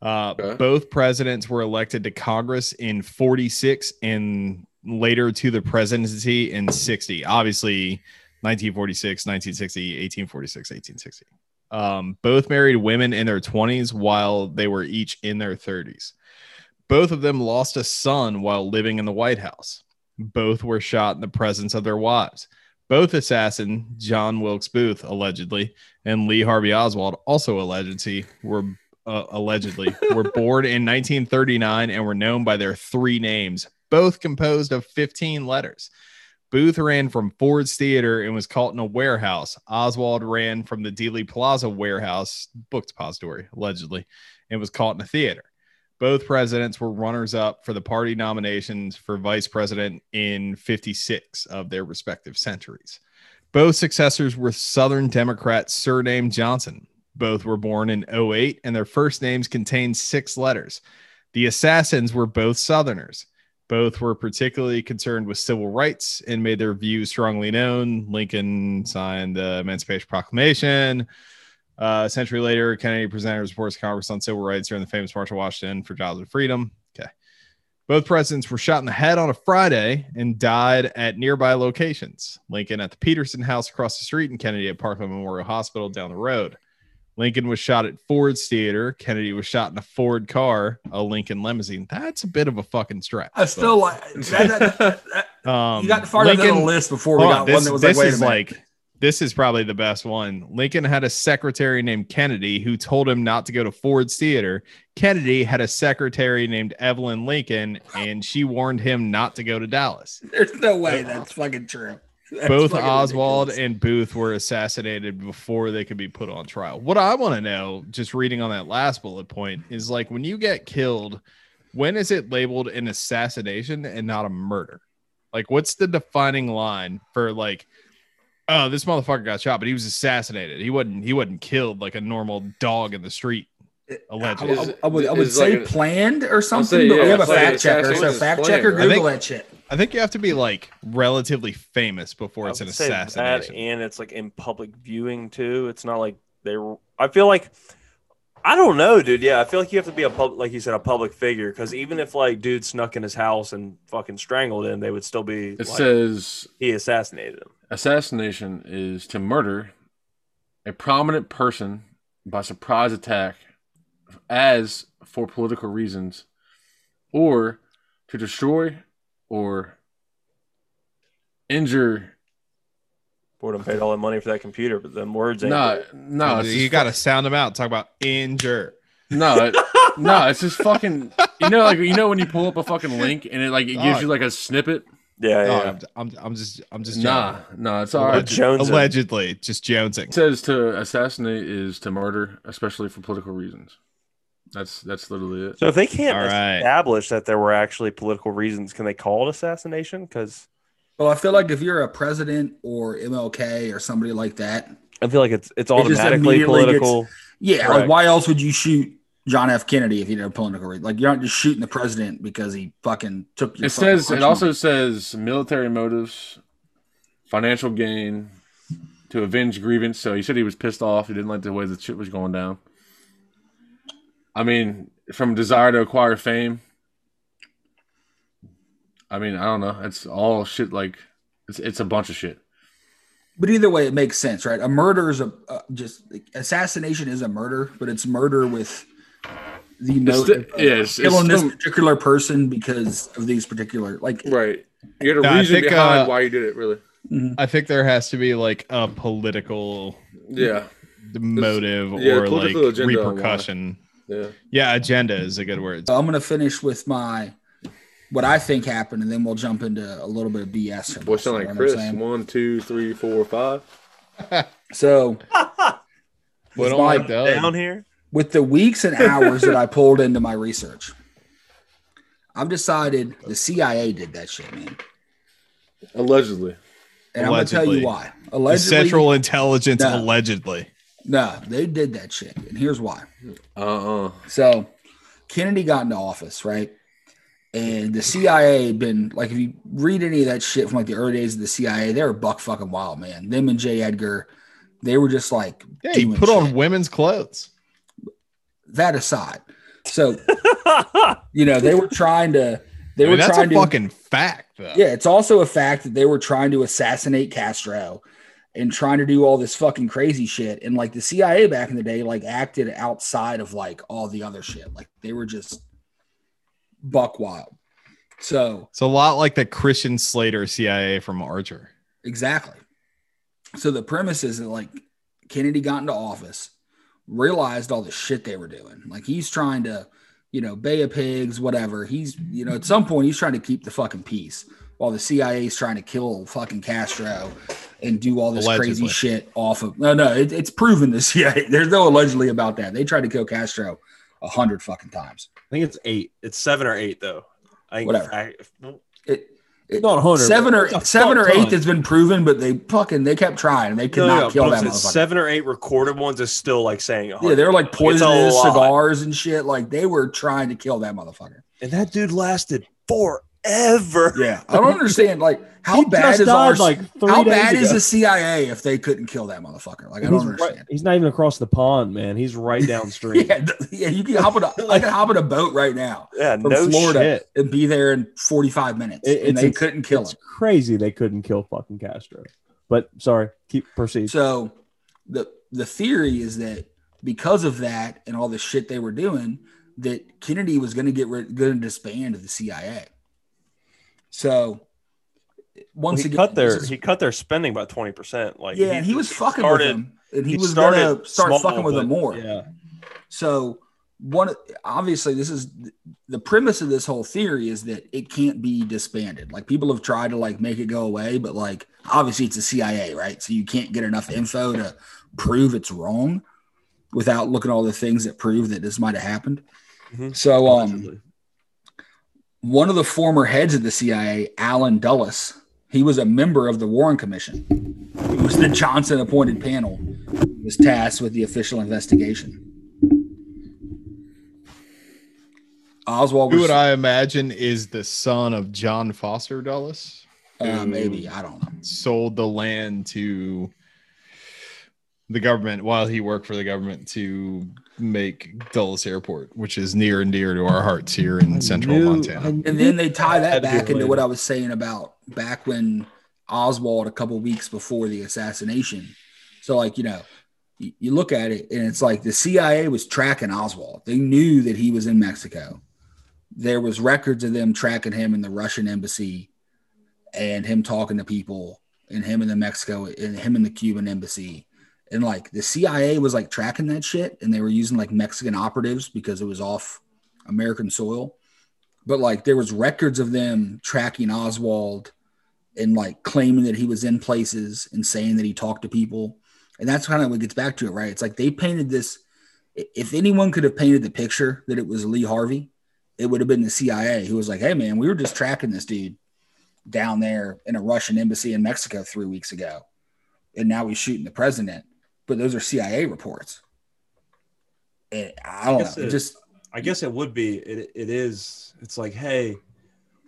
Speaker 4: Uh,
Speaker 3: Okay.
Speaker 4: Both presidents were elected to Congress in 46 and later to the presidency in 60. Obviously, 1946, 1960, 1846, 1860. Um, both married women in their 20s while they were each in their 30s. Both of them lost a son while living in the White House. Both were shot in the presence of their wives. Both assassin John Wilkes Booth allegedly and Lee Harvey Oswald also allegedly were uh, allegedly were born in 1939 and were known by their three names, both composed of 15 letters. Booth ran from Ford's Theater and was caught in a warehouse. Oswald ran from the Dealey Plaza warehouse, book depository, allegedly, and was caught in a theater. Both presidents were runners up for the party nominations for vice president in 56 of their respective centuries. Both successors were Southern Democrats surnamed Johnson. both were born in 08 and their first names contained six letters. The assassins were both Southerners. Both were particularly concerned with civil rights and made their views strongly known. Lincoln signed the Emancipation Proclamation. Uh, a century later, Kennedy presented his reports to Congress on civil rights during the famous March on Washington for Jobs and Freedom. Okay. Both presidents were shot in the head on a Friday and died at nearby locations. Lincoln at the Peterson House across the street and Kennedy at Parkland Memorial Hospital down the road. Lincoln was shot at Ford's Theater. Kennedy was shot in a Ford car, a Lincoln limousine. That's a bit of a fucking stretch.
Speaker 1: I still like that, that, that, that-
Speaker 4: but, um,
Speaker 1: you got far enough down the list before we
Speaker 4: Hold
Speaker 1: got
Speaker 4: on, this,
Speaker 1: one that was
Speaker 4: this
Speaker 1: like, wait a
Speaker 4: is
Speaker 1: minute.
Speaker 4: like this is probably the best one. Lincoln had a secretary named Kennedy who told him not to go to Ford's Theater. Kennedy had a secretary named Evelyn Lincoln, and she warned him not to go to Dallas.
Speaker 1: There's no way that's fucking true. That's
Speaker 4: Both
Speaker 1: fucking
Speaker 4: Oswald
Speaker 1: ridiculous.
Speaker 4: and Booth were assassinated before they could be put on trial. What I want to know, just reading on that last bullet point, is like when you get killed, when is it labeled an assassination and not a murder? Like, what's the defining line for like, oh, this motherfucker got shot, but he was assassinated. He wasn't. He wasn't killed like a normal dog in the street.
Speaker 1: I,
Speaker 4: Allegedly,
Speaker 1: I- I would, I would
Speaker 3: Is- is
Speaker 1: say
Speaker 3: like a-
Speaker 1: planned or something,
Speaker 3: say,
Speaker 1: but we
Speaker 3: yeah,
Speaker 1: have a
Speaker 3: it's like
Speaker 1: fact checker.
Speaker 3: assassin
Speaker 1: So
Speaker 3: with
Speaker 1: fact
Speaker 3: his
Speaker 1: checker,
Speaker 3: flail.
Speaker 1: Google
Speaker 4: I think-
Speaker 1: that shit.
Speaker 4: I think you have to be like relatively famous before it's
Speaker 2: I
Speaker 4: an
Speaker 2: would say that
Speaker 4: assassination.
Speaker 2: and it's like in public viewing too. It's not like they. were- I feel like I don't know, dude. Yeah, I feel like you have to be a public, like you said, a public figure. Because even if like dude snuck in his house and fucking strangled him, they would still be.
Speaker 3: It
Speaker 2: like,
Speaker 3: says
Speaker 2: he assassinated him.
Speaker 3: assassination is to murder a prominent person by surprise attack as for political reasons or to destroy or injure
Speaker 2: Fordham paid all that money for that computer, but then words ain't.
Speaker 3: no
Speaker 2: good.
Speaker 3: no it's
Speaker 4: you
Speaker 3: just-
Speaker 4: got to sound them out. Talk about injure.
Speaker 3: no it- no it's just fucking you know like you know when you pull up a fucking link and it like it gives
Speaker 4: Dog.
Speaker 3: you like a snippet
Speaker 2: Yeah,
Speaker 4: No,
Speaker 2: yeah.
Speaker 4: I'm, I'm, I'm just, I'm just
Speaker 3: nah
Speaker 4: joking.
Speaker 3: no it's all right
Speaker 2: Alleged- Jonesing.
Speaker 4: Allegedly, just
Speaker 3: It
Speaker 4: jonesing.
Speaker 3: says to assassinate is to murder, especially for political reasons. That's that's literally it.
Speaker 2: So if they can't
Speaker 4: All right.
Speaker 2: establish that there were actually political reasons, can they call it assassination? Because
Speaker 1: Well, I feel like if you're a president or MLK or somebody like that,
Speaker 2: I feel like it's it's
Speaker 1: just
Speaker 2: automatically
Speaker 1: immediately gets-
Speaker 2: political.
Speaker 1: yeah,
Speaker 2: Correct.
Speaker 1: like why else would you shoot John F. Kennedy if you did a political reason? Like you're not just shooting the president because he fucking took your.
Speaker 3: It
Speaker 1: fucking
Speaker 3: says it
Speaker 1: personal-
Speaker 3: also says military motives, financial gain, to avenge grievance. So he said he was pissed off. He didn't like the way the shit was going down. I mean, from desire to acquire fame. I mean, I don't know. It's all shit. Like it's it's a bunch of shit.
Speaker 1: But either way, it makes sense, right? A murder is a uh, just like, assassination is a murder, but it's murder with the
Speaker 3: sti-
Speaker 1: motive of
Speaker 3: yeah, it's- it's
Speaker 1: killing uh, this
Speaker 3: still-
Speaker 1: particular person because of these particular like.
Speaker 3: Right. You got
Speaker 4: No, I reason think, behind uh,
Speaker 3: why you did it, really.
Speaker 4: I think there has to be like a political
Speaker 3: Yeah.
Speaker 4: motive
Speaker 3: yeah,
Speaker 4: or like
Speaker 3: political agenda on why.
Speaker 4: repercussion.
Speaker 3: Yeah.
Speaker 4: Yeah, agenda is a good word.
Speaker 1: I'm gonna finish with my what I think happened, and then we'll jump into a little bit of BS. from
Speaker 3: Boy,
Speaker 1: us, you
Speaker 3: sound
Speaker 1: know
Speaker 3: like
Speaker 1: what I'm
Speaker 3: Chris.
Speaker 1: saying?
Speaker 3: One, two, three, four, five.
Speaker 1: So
Speaker 4: We
Speaker 1: with,
Speaker 4: don't
Speaker 1: my,
Speaker 4: like Doug.
Speaker 2: Down here,
Speaker 1: with the weeks and hours that I pulled into my research, I've decided the CIA did that shit, man.
Speaker 3: Allegedly.
Speaker 1: And I'm gonna tell you
Speaker 4: Allegedly.
Speaker 1: why.
Speaker 4: The
Speaker 1: Allegedly,
Speaker 4: Central intelligence
Speaker 1: No.
Speaker 4: allegedly.
Speaker 1: no, they did that shit, and here's why.
Speaker 3: Uh uh
Speaker 1: So Kennedy got into office, right? And the CIA had been like, if you read any of that shit from like the early days of the CIA, they were buck fucking wild, man. Them and J. Edgar, they were just like,
Speaker 4: Yeah, you
Speaker 1: doing
Speaker 4: put
Speaker 1: shit.
Speaker 4: on women's clothes.
Speaker 1: that aside. So you know they were trying to, they
Speaker 4: I mean,
Speaker 1: were
Speaker 4: that's a
Speaker 1: trying to.
Speaker 4: fucking fact, though.
Speaker 1: yeah, it's also a fact that they were trying to assassinate Castro and trying to do all this fucking crazy shit. And like the CIA back in the day, like acted outside of like all the other shit. Like they were just buck wild. So
Speaker 4: It's a lot like the Christian Slater CIA from Archer.
Speaker 1: Exactly. So the premise is that like Kennedy got into office, realized all the shit they were doing. Like he's trying to, you know, Bay of Pigs, whatever. He's, you know, at some point he's trying to keep the fucking peace while the CIA's trying to kill fucking Castro and do all this
Speaker 4: Allegedly.
Speaker 1: crazy shit off of. No, no, it, it's proven the CIA. There's no allegedly about that. They tried to kill Castro a hundred fucking times.
Speaker 7: I think it's eight.
Speaker 2: it's seven or eight though. I,
Speaker 1: Whatever.
Speaker 2: I,
Speaker 1: It,
Speaker 7: Not 100.
Speaker 1: Seven or
Speaker 7: It's a
Speaker 1: seven
Speaker 7: fuck
Speaker 1: or eight
Speaker 7: ton.
Speaker 1: has been proven, but they fucking they kept trying and they could
Speaker 2: No,
Speaker 1: not
Speaker 2: yeah,
Speaker 1: kill
Speaker 2: but
Speaker 1: that
Speaker 2: I'm
Speaker 1: motherfucker.
Speaker 2: saying seven or eight recorded ones is still like saying. a
Speaker 1: yeah,
Speaker 2: hundred.
Speaker 1: they were like poisonous
Speaker 2: lot.
Speaker 1: cigars and shit. Like they were trying to kill that motherfucker.
Speaker 7: And that dude lasted forever.
Speaker 1: Yeah, I don't understand. Like how
Speaker 7: He
Speaker 1: bad
Speaker 7: just
Speaker 1: is
Speaker 7: died
Speaker 1: our
Speaker 7: like three
Speaker 1: how
Speaker 7: days
Speaker 1: bad is
Speaker 7: ago.
Speaker 1: the CIA if they couldn't kill that motherfucker? Like I don't
Speaker 7: he's,
Speaker 1: understand.
Speaker 7: right- he's not even across the pond, man. He's right downstream.
Speaker 1: Yeah, th- yeah, you can hop on a, I can hop on a boat right now
Speaker 2: Yeah,
Speaker 1: from
Speaker 2: no
Speaker 1: Florida
Speaker 7: shit.
Speaker 1: and be there in 45 minutes.
Speaker 7: It-
Speaker 1: and
Speaker 7: it's-
Speaker 1: they
Speaker 7: it's-
Speaker 1: couldn't kill
Speaker 7: it's
Speaker 1: him.
Speaker 7: crazy they couldn't kill fucking Castro. But sorry, keep proceed.
Speaker 1: So the the theory is that because of that and all the shit they were doing, that Kennedy was going to get rid, going to disband the CIA. So
Speaker 2: Well,
Speaker 1: once
Speaker 2: he
Speaker 1: again,
Speaker 2: cut their
Speaker 1: this is-
Speaker 2: he cut their spending by twenty percent. Like
Speaker 1: yeah, and he was fucking
Speaker 2: started,
Speaker 1: with him, and he,
Speaker 2: he
Speaker 1: was going to
Speaker 2: started
Speaker 1: start
Speaker 2: small,
Speaker 1: fucking with
Speaker 2: but-
Speaker 1: him more.
Speaker 7: Yeah.
Speaker 1: So one obviously this is the premise of this whole theory is that it can't be disbanded. Like people have tried to like make it go away, but like obviously it's the CIA, right? So you can't get enough info to prove it's wrong without looking at all the things that prove that this might have happened.
Speaker 2: Mhm.
Speaker 1: So um
Speaker 7: allegedly.
Speaker 1: one of the former heads of the CIA, Alan Dulles, he was a member of the Warren Commission. It was the Johnson appointed panel that was tasked with the official investigation. Oswald
Speaker 4: Who
Speaker 1: was
Speaker 4: would I imagine is the son of John Foster Dulles?
Speaker 1: uh, maybe I don't know.
Speaker 4: Sold the land to the government while he worked for the government to make Dulles Airport, which is near and dear to our hearts here in central
Speaker 7: Knew-
Speaker 4: Montana.
Speaker 7: I
Speaker 1: And then they tie that
Speaker 2: Had to be
Speaker 1: back into
Speaker 2: related.
Speaker 1: what I was saying about back when Oswald a couple weeks before the assassination. So like you know, you, you look at it and it's like the CIA was tracking Oswald. They knew that he was in Mexico. There was records of them tracking him in the Russian embassy, and him talking to people, and him in the Mexico, and him in the Cuban embassy. And like the CIA was like tracking that shit, and they were using like Mexican operatives because it was off American soil but like there was records of them tracking Oswald and like claiming that he was in places and saying that he talked to people. And that's kind of what gets back to it, right? It's like they painted this. i- If anyone could have painted the picture that it was Lee Harvey, it would have been the CIA who was like, hey, man, we were just tracking this dude down there in a Russian embassy in Mexico three weeks ago. And now he's shooting the president. But those are CIA reports. And I don't
Speaker 7: Yes,
Speaker 1: know. It
Speaker 7: it-
Speaker 1: just,
Speaker 7: I guess it would be. It, it is. It's like, hey,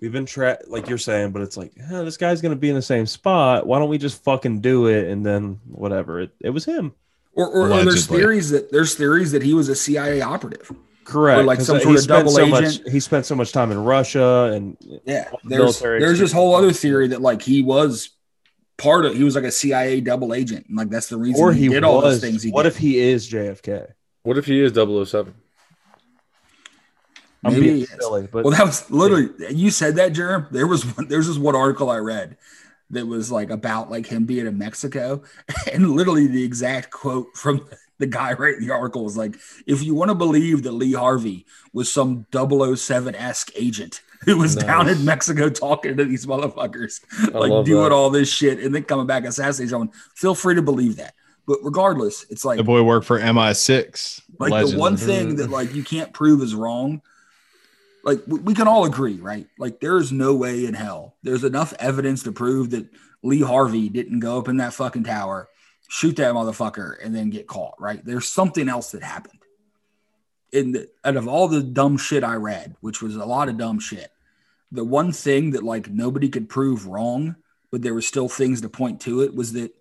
Speaker 7: we've been tra- like you're saying, but it's like, huh, this guy's gonna be in the same spot. Why don't we just fucking do it and then whatever? It, it was him.
Speaker 1: Or, or, or there's
Speaker 4: Allegedly.
Speaker 1: theories that there's theories that he was a CIA operative.
Speaker 7: Correct.
Speaker 1: like some
Speaker 7: 'Cause
Speaker 1: sort
Speaker 7: he
Speaker 1: of
Speaker 7: spent
Speaker 1: double
Speaker 7: so
Speaker 1: agent.
Speaker 7: Much, he spent so much time in Russia and
Speaker 1: Yeah,
Speaker 7: All the
Speaker 1: there's
Speaker 7: military
Speaker 1: there's this
Speaker 7: experience.
Speaker 1: whole other theory that like he was part of he was like a CIA double agent, and like that's the reason
Speaker 7: or
Speaker 1: he,
Speaker 7: he was.
Speaker 1: did all those things. He
Speaker 7: what
Speaker 1: did.
Speaker 7: if he is JFK?
Speaker 3: What if he is 007?
Speaker 7: I'm
Speaker 1: Maybe
Speaker 7: being
Speaker 1: he is.
Speaker 7: silly, but
Speaker 1: Well, that was literally you said that, Jerem. There was one, there's this one article I read that was like about like him being in Mexico, and literally the exact quote from the guy writing the article was like, "If you want to believe that Lee Harvey was some 007 esque agent." Who was
Speaker 3: Nice.
Speaker 1: down in Mexico talking to these motherfuckers,
Speaker 3: I
Speaker 1: like
Speaker 3: love
Speaker 1: doing
Speaker 3: that.
Speaker 1: all this shit, and then coming back assassinating someone? Feel free to believe that, but regardless, it's like
Speaker 4: the boy worked for MI6.
Speaker 1: like the
Speaker 4: allegedly.
Speaker 1: one thing that like you can't prove is wrong like we, we can all agree right like there is no way in hell there's enough evidence to prove that lee harvey didn't go up in that fucking tower shoot that motherfucker and then get caught right there's something else that happened and the, out of all the dumb shit i read which was a lot of dumb shit the one thing that like nobody could prove wrong but there were still things to point to it was that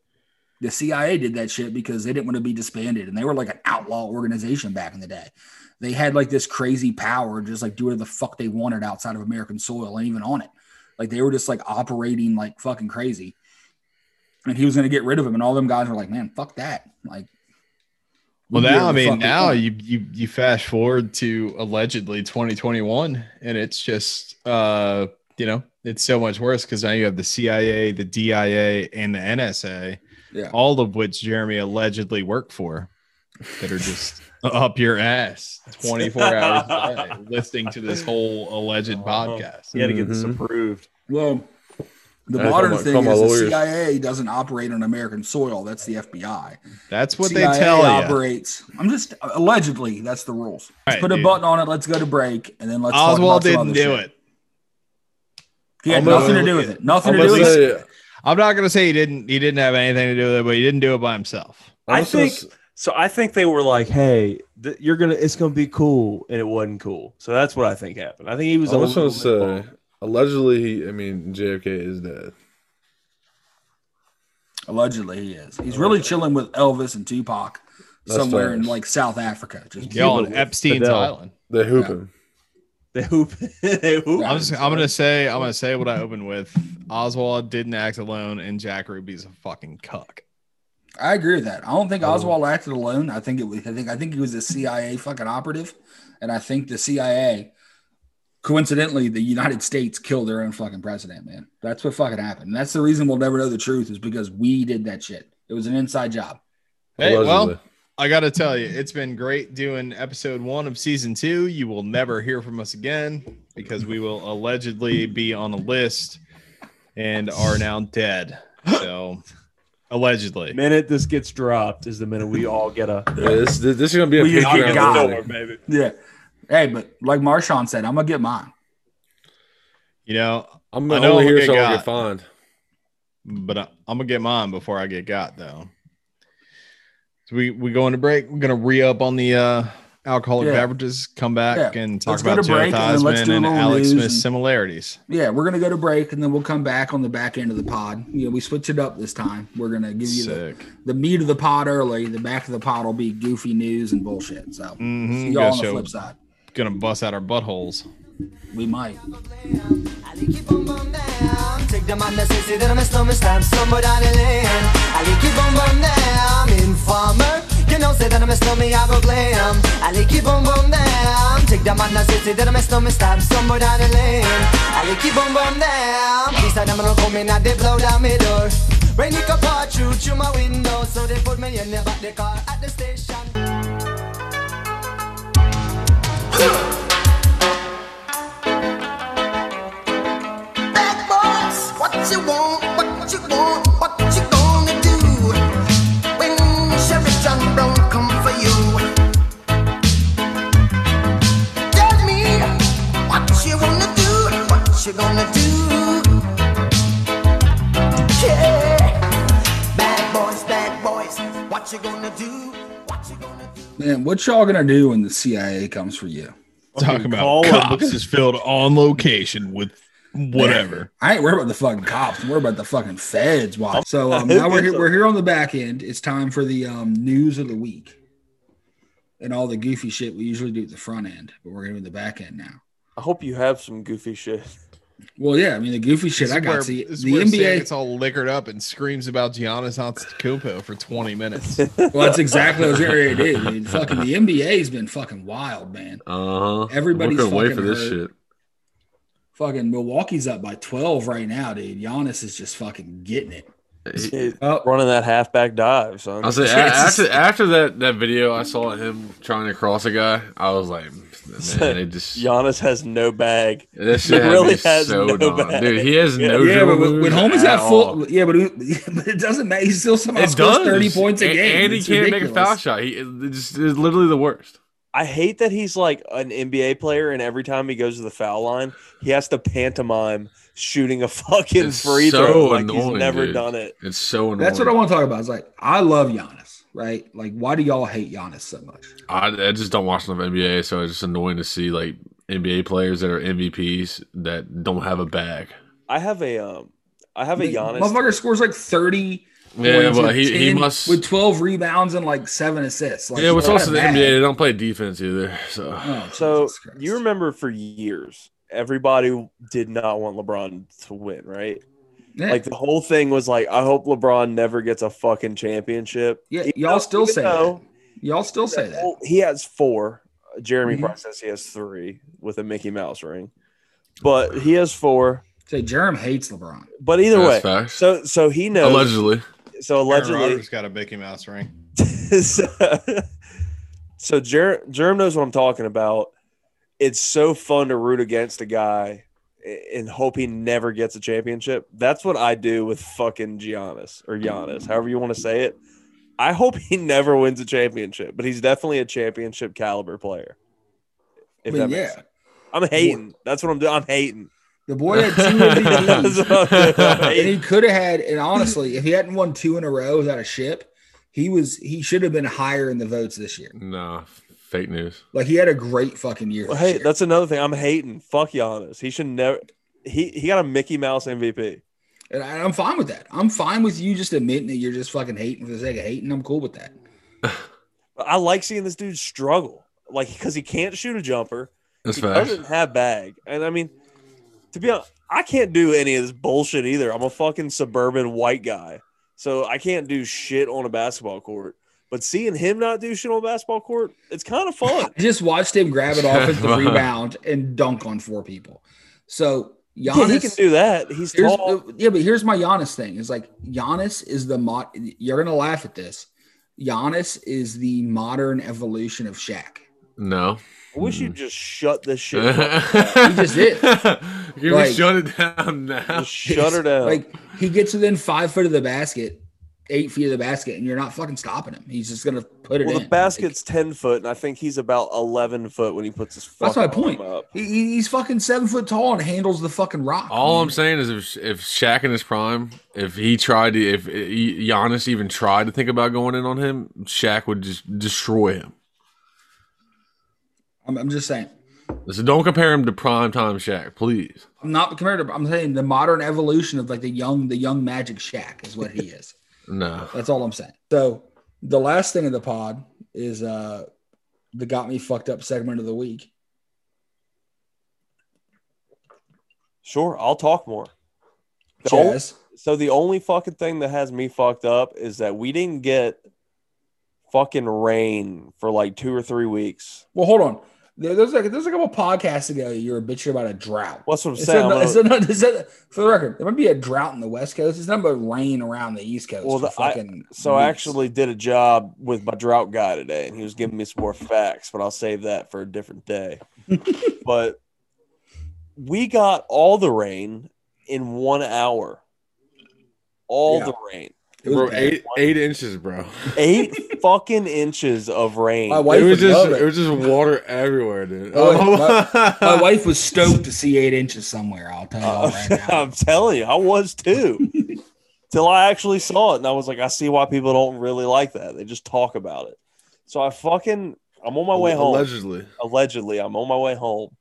Speaker 1: the CIA did that shit because they didn't want to be disbanded and they were like an outlaw organization back in the day. They had like this crazy power, to just like do whatever the fuck they wanted outside of American soil and even on it. Like they were just like operating like fucking crazy. And he was going to get rid of him. And all them guys were like, man, fuck that. Like,
Speaker 4: Well,
Speaker 1: we do
Speaker 4: now I
Speaker 1: whatever the
Speaker 4: mean,
Speaker 1: fuck we
Speaker 4: now
Speaker 1: want.
Speaker 4: you you you fast forward to allegedly 2021, and it's just uh you know it's so much worse because now you have the CIA, the DIA, and the NSA,
Speaker 1: Yeah.
Speaker 4: all of which Jeremy allegedly worked for, that are just up your ass 24 hours a day listening to this whole alleged
Speaker 1: Uh-huh.
Speaker 4: podcast.
Speaker 2: He had to
Speaker 7: Mm-hmm.
Speaker 2: get this
Speaker 3: Mhm.
Speaker 2: approved.
Speaker 1: Well, the
Speaker 3: That's
Speaker 1: modern
Speaker 3: what my-
Speaker 1: thing
Speaker 3: from my
Speaker 1: is the
Speaker 3: lawyers.
Speaker 1: CIA doesn't operate on American soil. That's the FBI.
Speaker 4: That's what
Speaker 1: CIA
Speaker 4: they tell you.
Speaker 1: operates. I'm just allegedly that's the rules. Let's
Speaker 4: Right,
Speaker 1: put a
Speaker 4: dude.
Speaker 1: button on it. Let's go to break, and then let's. talk
Speaker 4: Oswald
Speaker 1: about some
Speaker 4: didn't
Speaker 1: other
Speaker 4: do
Speaker 1: shit.
Speaker 4: it.
Speaker 1: He had
Speaker 3: Almost-
Speaker 1: nothing to do with it. Nothing
Speaker 3: I'm
Speaker 1: to do
Speaker 3: gonna
Speaker 1: with it.
Speaker 3: say,
Speaker 4: I'm not gonna say he didn't he didn't have anything to do with it, but he didn't do it by himself.
Speaker 2: I
Speaker 3: I'm just gonna
Speaker 2: think-
Speaker 3: s-
Speaker 2: So I think they were
Speaker 7: We're like,
Speaker 2: like,
Speaker 7: hey, th- you're gonna, it's gonna be cool, and it wasn't cool. So that's what I think happened. I think he was.
Speaker 3: I'm
Speaker 7: a
Speaker 3: just gonna
Speaker 7: little bit
Speaker 3: say, allegedly, he, I mean, JFK is dead.
Speaker 1: Allegedly, he is. He's really chilling with Elvis and Tupac
Speaker 3: That's
Speaker 1: somewhere
Speaker 3: fair.
Speaker 1: in like South Africa. Just
Speaker 4: Yeah, on
Speaker 1: chilling.
Speaker 4: Epstein's
Speaker 7: Fidel.
Speaker 4: Island.
Speaker 3: They hoop him.
Speaker 7: They hoop. they hoop.
Speaker 4: I'm just, I'm gonna say I'm gonna say what I opened with. Oswald didn't act alone, and Jack Ruby's a fucking cuck.
Speaker 1: I agree with that. I don't think Oswald acted alone. I think it was. I think I think he was a CIA fucking operative, and I think the CIA, coincidentally, the United States killed their own fucking president. Man, that's what fucking happened. And that's the reason we'll never know the truth is because we did that shit. It was an inside job.
Speaker 4: Hey, well,
Speaker 3: Allegedly.
Speaker 4: I gotta tell you, it's been great doing episode one of season two. You will never hear from us again because we will allegedly be on a list and are now dead. So, allegedly,
Speaker 7: minute this gets dropped is the minute we all get a.
Speaker 3: Yeah, this, this is gonna be a
Speaker 1: We
Speaker 3: Patreon
Speaker 1: got
Speaker 2: "Get
Speaker 1: God.
Speaker 2: the
Speaker 3: thing.
Speaker 2: door, baby.
Speaker 1: Yeah. Hey, but like Marshawn said, I'm gonna get mine.
Speaker 4: you know,
Speaker 3: I'm
Speaker 4: I
Speaker 3: gonna
Speaker 4: know
Speaker 3: only
Speaker 4: I'm gonna
Speaker 3: here so I
Speaker 4: get
Speaker 3: will
Speaker 4: got.
Speaker 3: get fined.
Speaker 4: but I, I'm gonna get mine before I get got though. So we we going to break. We're gonna re up on the uh, alcoholic
Speaker 1: Yeah.
Speaker 4: beverages. Come back
Speaker 1: Yeah.
Speaker 4: and talk
Speaker 1: Let's go
Speaker 4: about
Speaker 1: to
Speaker 4: Joe
Speaker 1: break and then let's
Speaker 4: Theismann
Speaker 1: do a
Speaker 4: and
Speaker 1: little
Speaker 4: Alex
Speaker 1: news
Speaker 4: Smith
Speaker 1: and-
Speaker 4: similarities.
Speaker 1: Yeah, we're gonna go to break and then we'll come back on the back end of the pod. You know, we switch it up this time. We're gonna give you the,
Speaker 4: Sick.
Speaker 1: the meat of the pod early. The back of the pod will be goofy news and bullshit. So
Speaker 4: Mhm,
Speaker 1: see y'all on
Speaker 4: gotcha.
Speaker 1: the flip side.
Speaker 4: Gonna bust out our buttholes.
Speaker 1: We might.
Speaker 9: Take the madness and see that I'm a stomach stamp somewhere down the lane. I like it boom boom damn, informer. You know, say that I'm a stomach, I go glam. I like it boom boom damn. Take the madness and see that I'm a stomach stamp somewhere down the lane. I like it boom boom damn. Please, I'm gonna come in and they blow down my door. Rain, you can pour through, through my window. So they put me in the back, they car at the station.
Speaker 10: Bad boys, what you want, what you want, what you gonna do? When Sheriff John Brown come for you. Tell me what you wanna do, what you gonna do? Yeah. Bad boys, bad boys, what you gonna do? What you gonna do?
Speaker 1: Man, what y'all gonna do when the CIA comes for you?
Speaker 4: Talk about
Speaker 7: call him.
Speaker 4: cops is filled on location with whatever.
Speaker 1: I ain't worried about the fucking cops. I'm worried about the fucking feds. Watch. So um, now we're here, we're here on the back end. It's time for the um, news of the week and all the goofy shit we usually do at the front end, but we're gonna do the back end now.
Speaker 2: I hope you have some goofy shit.
Speaker 1: Well, yeah, I mean the goofy shit
Speaker 4: This
Speaker 1: I
Speaker 4: is
Speaker 1: got.
Speaker 4: where-
Speaker 1: see,
Speaker 4: this is
Speaker 1: the
Speaker 4: where Sam
Speaker 1: NBA.
Speaker 4: gets all liquored up and screams about Giannis Antetokounmpo for 20 minutes.
Speaker 1: Well, that's exactly what I was getting ready to do. dude. Fucking the NBA's been fucking wild, man.
Speaker 3: Uh huh.
Speaker 1: Everybody's
Speaker 3: looking away
Speaker 1: fucking
Speaker 3: for this
Speaker 1: hurt.
Speaker 3: shit.
Speaker 1: Fucking Milwaukee's up by twelve right now, dude. Giannis is just fucking getting it.
Speaker 2: Dude,
Speaker 1: Oh.
Speaker 2: Running that halfback dive, son.
Speaker 3: I say a-
Speaker 1: Yes.
Speaker 3: after after that that video I saw of him trying to cross a guy, I was like, man, they just
Speaker 2: Giannis has no bag.
Speaker 3: that shit
Speaker 2: he
Speaker 3: really
Speaker 2: really
Speaker 3: has
Speaker 2: has
Speaker 3: so
Speaker 2: no
Speaker 3: dumb.
Speaker 2: back.
Speaker 3: dude. He has no
Speaker 1: Yeah,
Speaker 3: dribble
Speaker 1: but when, when
Speaker 3: moves
Speaker 1: homies
Speaker 3: at
Speaker 1: have full,
Speaker 3: all.
Speaker 1: yeah, but, it- but it doesn't matter. He still somehow
Speaker 3: It
Speaker 1: scores
Speaker 3: does
Speaker 1: thirty points a
Speaker 3: And-
Speaker 1: game.
Speaker 3: and he
Speaker 1: It's
Speaker 3: can't make a
Speaker 1: ridiculous.
Speaker 3: foul shot. He it's, just- it's literally the worst.
Speaker 2: I hate that he's like an NBA player, and every time he goes to the foul line, he has to pantomime shooting a fucking
Speaker 3: It's
Speaker 2: free
Speaker 3: so
Speaker 2: throw. Like
Speaker 3: annoying,
Speaker 2: he's never
Speaker 3: dude.
Speaker 2: done it.
Speaker 3: It's so annoying.
Speaker 1: That's what I want to talk about. It's like I love Giannis, right? Like, why do y'all hate Giannis so much?
Speaker 3: I, I just don't watch enough NBA, so it's just annoying to see like NBA players that are MVPs that don't have a bag.
Speaker 2: I have a um, I have a Giannis.
Speaker 1: motherfucker scores like thirty.
Speaker 3: Yeah,
Speaker 1: points
Speaker 3: well,
Speaker 1: with
Speaker 3: he, he
Speaker 1: 10
Speaker 3: must.
Speaker 1: with twelve rebounds and like seven assists. Like,
Speaker 3: yeah, what's
Speaker 1: what
Speaker 3: also
Speaker 1: a
Speaker 3: the
Speaker 1: bag.
Speaker 3: NBA? They don't play defense either. So
Speaker 1: Oh,
Speaker 2: So
Speaker 1: Jesus Christ.
Speaker 2: you remember for years, everybody did not want LeBron to win, right?
Speaker 1: Yeah.
Speaker 2: Like the whole thing was like, I hope LeBron never gets a fucking championship.
Speaker 1: Yeah,
Speaker 2: Even
Speaker 1: y'all
Speaker 2: though-
Speaker 1: still
Speaker 2: even
Speaker 1: say
Speaker 2: though-
Speaker 1: that. Y'all still say that.
Speaker 2: Well, he has four. Jeremy
Speaker 1: Mhm.
Speaker 2: Price says he has three with a Mickey Mouse ring, but he has four.
Speaker 1: Say Jerem hates LeBron.
Speaker 2: But either
Speaker 3: That's
Speaker 2: way,
Speaker 3: facts.
Speaker 2: so so he knows.
Speaker 3: allegedly,
Speaker 2: So allegedly,
Speaker 4: has got a Mickey Mouse ring.
Speaker 2: so, uh, so Jer- Jerem knows what I'm talking about. It's so fun to root against a guy a- and hope he never gets a championship. That's what I do with fucking Giannis or Giannis, however you want to say it. I hope he never wins a championship, but he's definitely a championship caliber player. If
Speaker 1: I mean,
Speaker 2: that makes
Speaker 1: yeah.
Speaker 2: sense. I'm hating. That's what I'm doing. I'm hating.
Speaker 1: The boy had two MVPs. and
Speaker 2: I
Speaker 1: he could have had and honestly if he hadn't won two in a row without a ship he was he should have been higher in the votes this year
Speaker 3: No, fake news.
Speaker 1: like he had a great fucking year
Speaker 2: Well,
Speaker 1: this
Speaker 2: hey,
Speaker 1: year.
Speaker 2: that's another thing. I'm hating. Fuck Giannis. He should never. He he got a Mickey Mouse MVP.
Speaker 1: and I, i'm fine with that i'm fine with you just admitting that you're just fucking hating for the sake of hating i'm cool with that
Speaker 2: I like seeing this dude struggle, like because he can't shoot a jumper.
Speaker 3: That's
Speaker 2: he
Speaker 3: facts.
Speaker 2: doesn't have bag, and I mean, to be honest, I can't do any of this bullshit either. I'm a fucking suburban white guy, so I can't do shit on a basketball court. But seeing him not do shit on a basketball court, it's kind of fun.
Speaker 1: i just watched him grab an offensive rebound and dunk on four people so
Speaker 2: yeah,
Speaker 1: Giannis,
Speaker 2: he can do that. He's
Speaker 1: Here's-
Speaker 2: tall.
Speaker 1: yeah, but here's my Giannis thing. It's like Giannis is the mod. You're gonna laugh at this. Giannis is the modern evolution of Shaq.
Speaker 3: No.
Speaker 2: I wish you'd just shut this shit. up.
Speaker 3: he
Speaker 1: just did.
Speaker 3: Can we
Speaker 1: Like-
Speaker 3: shut it down now?
Speaker 2: Just shut her down.
Speaker 1: Like he gets within five foot of the basket, eight feet of the basket, and you're not fucking stopping him. He's just gonna put it
Speaker 2: well,
Speaker 1: in.
Speaker 2: the basket's ten foot, and I think he's about eleven foot when he puts his.
Speaker 1: Like, that's my
Speaker 2: fucking
Speaker 1: point.
Speaker 2: arm Up.
Speaker 1: He- he- he's fucking seven foot tall and handles the fucking rock.
Speaker 3: All
Speaker 1: man.
Speaker 3: I'm saying is, if if Shaq in his prime, if he tried to, if Giannis even tried to think about going in on him, Shaq would just destroy him.
Speaker 1: I'm, I'm just saying.
Speaker 3: So don't compare him to prime time Shaq, please.
Speaker 1: I'm not compared to. I'm saying the modern evolution of like the young, the young Magic Shaq is what he is.
Speaker 3: No.
Speaker 1: That's all I'm saying. So the last thing in the pod is uh the got me fucked up segment of the week.
Speaker 2: Sure, I'll talk more. The only-
Speaker 1: Chaz,
Speaker 2: so the only fucking thing that has me fucked up is that we didn't get fucking rain for like two or three weeks.
Speaker 1: well, hold on. There- There's like there's a couple podcasts ago you were bitching about a drought.
Speaker 2: What's what I'm
Speaker 1: It's
Speaker 2: saying?
Speaker 1: not-
Speaker 2: I'm
Speaker 1: it's
Speaker 2: gonna-
Speaker 1: not- it's not- for the record, there might be a drought in the West Coast. It's nothing but rain around the East Coast.
Speaker 2: Well,
Speaker 1: for
Speaker 2: the- I-
Speaker 1: fucking
Speaker 2: so I
Speaker 1: weeks.
Speaker 2: actually did a job with my drought guy today, and he was giving me some more facts, but I'll save that for a different day. but we got all the rain in one hour. All
Speaker 1: Yeah.
Speaker 2: the rain.
Speaker 1: It was
Speaker 3: Bro,
Speaker 1: bad.
Speaker 3: eight eight inches, bro.
Speaker 2: Eight fucking inches of rain.
Speaker 1: My wife
Speaker 3: It was
Speaker 1: would
Speaker 3: just
Speaker 1: love it.
Speaker 3: it was just water everywhere, dude.
Speaker 1: Oh, my wife was stoked to see eight inches somewhere. I'll tell you all right
Speaker 2: Uh,
Speaker 1: now.
Speaker 2: I'm telling you, I was too. Till I actually saw it, and I was like, I see why people don't really like that. They just talk about it. So I fucking, I'm on my way home. Allegedly,
Speaker 3: Allegedly.
Speaker 2: I'm on my way home.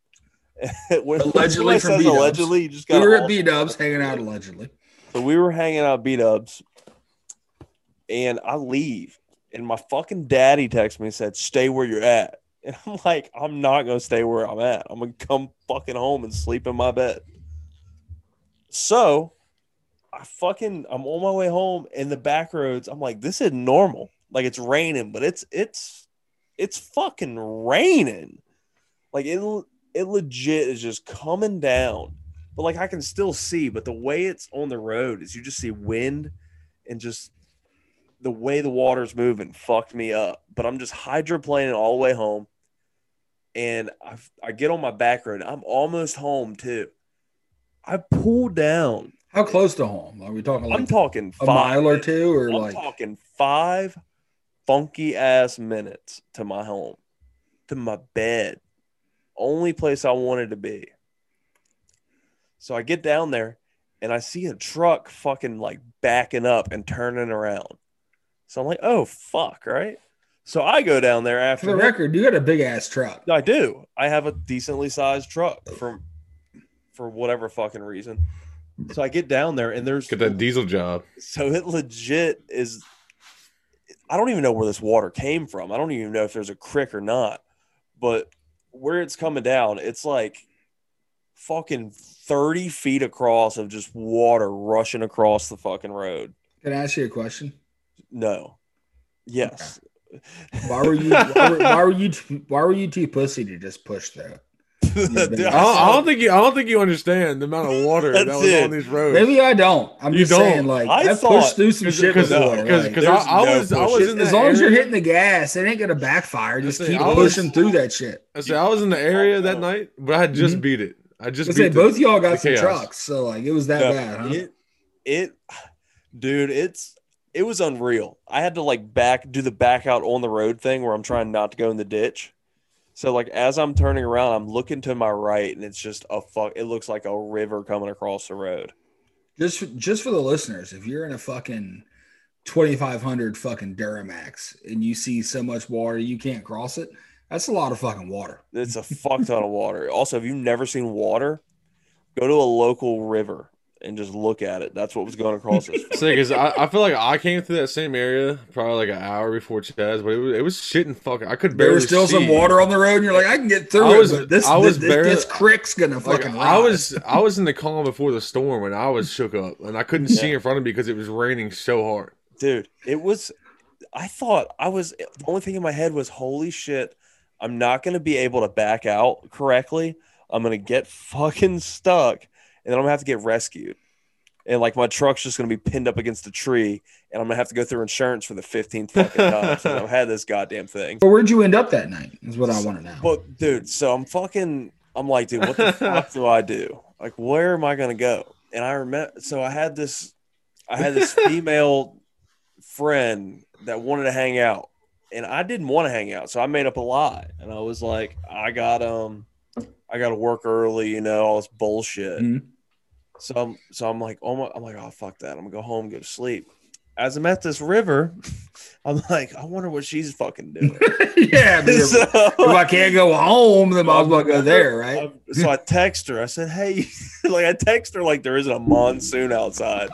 Speaker 2: When- when
Speaker 1: Allegedly
Speaker 2: somebody
Speaker 1: from
Speaker 2: says
Speaker 1: B-dubs.
Speaker 2: allegedly, you just
Speaker 1: We
Speaker 2: got.
Speaker 1: were at B Dubs hanging out allegedly.
Speaker 2: So we were hanging out beat ups, and I leave, and my fucking daddy texts me and said, "Stay where you're at." And I'm like, I'm not gonna stay where I'm at. I'm gonna come fucking home and sleep in my bed. So I fucking I'm on my way home in the back roads. I'm like, this is normal. Like it's raining, but it's it's it's fucking raining. Like it it legit is just coming down. But like I can still see, but the way it's on the road is you just see wind and just the way the water's moving fucked me up. But I'm just hydroplaning all the way home. And I I get on my back road. I'm almost home too. I pull down
Speaker 1: How close to home? Are we talking like
Speaker 2: I'm talking
Speaker 1: a
Speaker 2: five,
Speaker 1: mile or two or
Speaker 2: I'm
Speaker 1: like
Speaker 2: talking five funky ass minutes to my home, to my bed, only place I wanted to be. So I get down there and I see a truck fucking like backing up and turning around. So I'm like, oh fuck, right? So I go down there
Speaker 1: for
Speaker 2: after
Speaker 1: the
Speaker 2: that.
Speaker 1: record, you got a big ass truck.
Speaker 2: I do. I have a decently sized truck from for whatever fucking reason. So I get down there and there's
Speaker 3: Get that diesel job.
Speaker 2: so it legit is. I don't even know where this water came from. I don't even know if there's a creek or not, but where it's coming down, it's like fucking 30 feet across of just water rushing across the fucking road.
Speaker 1: Can I ask you a question?
Speaker 2: No. Yes.
Speaker 1: Why were you? Why were, why were you? Too, why were you too pussy to just push through?
Speaker 3: I don't, I don't think you. I don't think you understand the amount of water that
Speaker 2: That's
Speaker 3: was
Speaker 2: it.
Speaker 3: on these roads.
Speaker 1: Maybe I don't. I'm
Speaker 3: You
Speaker 1: just
Speaker 3: don't.
Speaker 1: saying, like
Speaker 2: I
Speaker 1: I have
Speaker 2: thought-
Speaker 1: pushed through some shit
Speaker 3: because
Speaker 1: before. like,
Speaker 2: there's
Speaker 3: because I, I
Speaker 2: no
Speaker 3: was I was
Speaker 2: bullshit.
Speaker 3: in that
Speaker 1: as long as you're
Speaker 3: area-
Speaker 1: hitting the gas, it ain't gonna backfire. Just
Speaker 3: Listen,
Speaker 1: keep
Speaker 3: I was-
Speaker 1: pushing through that shit.
Speaker 3: I said I was in the area that night, but I had just
Speaker 1: Mhm.
Speaker 3: beat it. I just
Speaker 1: I
Speaker 3: beat
Speaker 1: say
Speaker 3: the-
Speaker 1: both y'all
Speaker 3: the
Speaker 1: got some
Speaker 3: chaos.
Speaker 1: trucks, so like it was that
Speaker 2: No,
Speaker 1: bad, huh?
Speaker 2: It, it, dude, it's it was unreal. I had to like back do the back out on the road thing where I'm trying not to go in the ditch. So like as I'm turning around, I'm looking to my right, and it's just a fuck. It looks like a river coming across the road.
Speaker 1: Just for, just for the listeners, if you're in a fucking 2500 fucking Duramax and you see so much water you can't cross it, that's a lot of fucking water.
Speaker 2: It's a fuck ton of water. Also, if you've never seen water, go to a local river and just look at it. That's what was going across this.
Speaker 3: It's like, 'cause I, I feel like I came through that same area probably like an hour before Chaz, but it was, it was shit and fucking. I could barely
Speaker 1: There was still some
Speaker 3: see.
Speaker 1: water on the road, and you're like, I can get through
Speaker 3: I
Speaker 1: it,
Speaker 3: was-
Speaker 1: but this,
Speaker 3: I was
Speaker 1: this, this,
Speaker 3: barely-
Speaker 1: creek's gonna
Speaker 3: Like,
Speaker 1: fucking.
Speaker 3: I
Speaker 1: rise.
Speaker 3: was I was in the calm before the storm and I was shook up and I couldn't see
Speaker 2: Yeah.
Speaker 3: in front of me because it was raining so hard.
Speaker 2: Dude, it was. I thought I was. The only thing in my head was, holy shit, I'm not going to be able to back out correctly. I'm going to get fucking stuck and then I'm going to have to get rescued. And like my truck's just going to be pinned up against a tree and I'm going to have to go through insurance for the 15th fucking time since I've had this goddamn thing.
Speaker 1: But where'd you end up that night? Is what I want to know.
Speaker 2: But dude, so I'm fucking. I'm like, dude, what the fuck do I do? Like, where am I gonna go? And I remember, so I had this, I had this female friend that wanted to hang out, and I didn't want to hang out, so I made up a lie, and I was like, I got um, I got to work early, you know, all this bullshit.
Speaker 1: Mhm.
Speaker 2: So I'm, so I'm like, oh my, I'm like, oh fuck that, I'm gonna go home, go to sleep. As I'm at this river, I'm like, I wonder what she's fucking doing.
Speaker 1: yeah, I mean, if,
Speaker 2: So-
Speaker 1: if I can't go home, then might as well go there, right?
Speaker 2: I- so I text her. I said, "Hey," like I text her like there isn't a monsoon outside.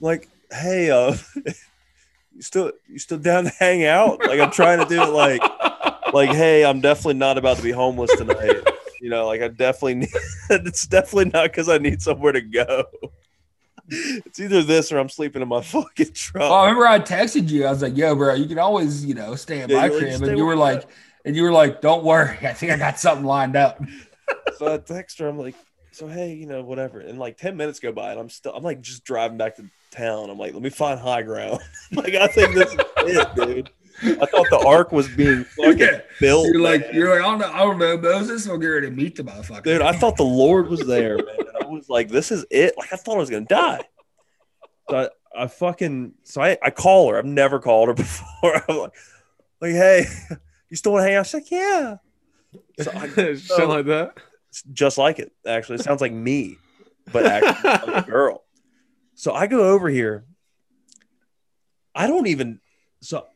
Speaker 2: Like, hey, uh, you still you still down to hang out? Like I'm trying to do it like like hey, I'm definitely not about to be homeless tonight. You know, like I definitely need, it's definitely not because I need somewhere to go. It's either this or I'm sleeping in my fucking truck.
Speaker 1: Oh, I remember I texted you. I was like, "Yo, bro, you can always, you know, stay at
Speaker 2: Yeah,
Speaker 1: my
Speaker 2: you're like,
Speaker 1: crib."
Speaker 2: stay
Speaker 1: And you were
Speaker 2: with
Speaker 1: like, "And you were like, don't worry, I think I got something lined up."
Speaker 2: so I text her. I'm like, so hey, you know, whatever. And like ten minutes go by, and I'm still, I'm like, just driving back to town. I'm like, let me find high ground. like I think this is it, dude. I thought the ark was being fucking
Speaker 1: Yeah.
Speaker 2: built.
Speaker 1: You're like,
Speaker 2: man.
Speaker 1: you're like, I don't know, I don't know, Moses. I'll get ready to meet the motherfucker,
Speaker 2: dude. I thought the Lord was there, man. And I was like, this is it. Like I thought I was gonna die. So I, I fucking so I, I call her. I've never called her before. I'm like, like hey, you still want to hang out? She's like, yeah. So I
Speaker 3: Something like that.
Speaker 2: It's just like it. Actually, it sounds like me, but actually it's like a girl. So I go over here. I don't even. So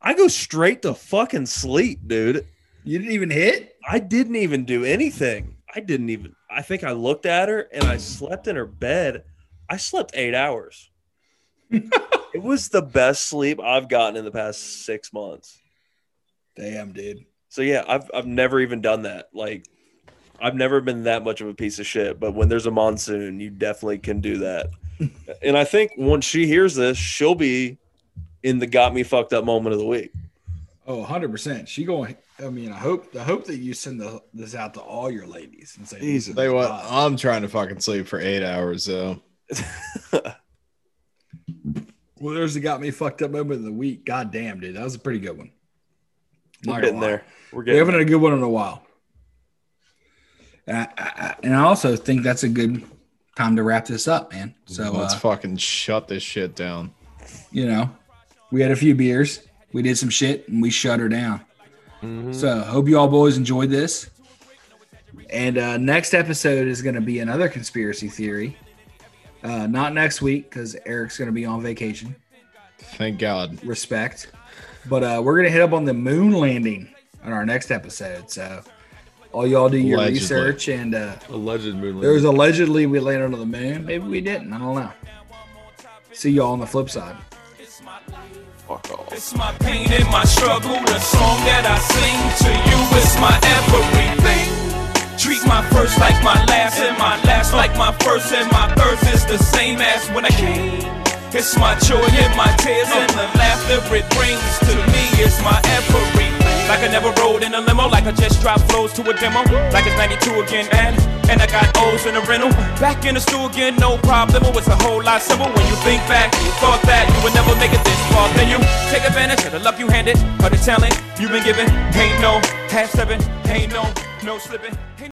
Speaker 2: I go straight to fucking sleep, dude.
Speaker 1: You didn't even hit.
Speaker 2: I didn't even do anything. I didn't even. I think I looked at her and I slept in her bed. I slept eight hours. it was the best sleep I've gotten in the past six months.
Speaker 1: Damn, dude.
Speaker 2: So yeah, I've I've never even done that. Like I've never been that much of a piece of shit, but when there's a monsoon, you definitely can do that. and I think once she hears this, she'll be in the got me fucked up moment of the week.
Speaker 1: Oh, 100 percent. She going. I mean, I hope. I hope that you send the, this out to all your ladies and say,
Speaker 4: Jesus. Tell you what, I'm trying to fucking sleep for eight hours though.
Speaker 1: Well, there's the got me fucked up moment of the week. God damn, dude, that was a pretty good one. Not
Speaker 2: We're
Speaker 1: gonna
Speaker 2: getting
Speaker 1: lie.
Speaker 2: there. We're
Speaker 1: We
Speaker 2: getting
Speaker 1: haven't had a good one in a while. And I, I, I- and I also think that's a good time to wrap this up, man. So,
Speaker 4: Let's
Speaker 1: uh,
Speaker 4: fucking shut this shit down.
Speaker 1: you know, we had a few beers, we did some shit, and we shut her down. So, hope you all boys enjoyed this. And uh, next episode is going to be another conspiracy theory. Uh, not next week because Eric's going to be on vacation.
Speaker 4: Thank God.
Speaker 1: respect. But uh, we're gonna hit up on the moon landing on our next episode. So all y'all do your
Speaker 4: Allegedly.
Speaker 1: research and uh,
Speaker 3: Alleged moon
Speaker 1: there was
Speaker 3: landing.
Speaker 1: allegedly we landed on the moon. Maybe we didn't. I don't know. See y'all on the flip side.
Speaker 11: It's my pain and my struggle, the song that I sing to you is my everything. Treat my first like my last, and my last like my first, and my first is the same as when I came. It's my joy and my tears and the laughter it brings to me is my everything. Like I never rode in a limo, like I just dropped flows to a demo, like it's 92 again, and and I got O's in the rental. Back in the stew again, no problem. It's a whole lot simple when you think back. You thought that you would never make it this far, then you take advantage of the luck you handed, of the talent you've been given. Ain't no half stepping, ain't no no slipping. Ain't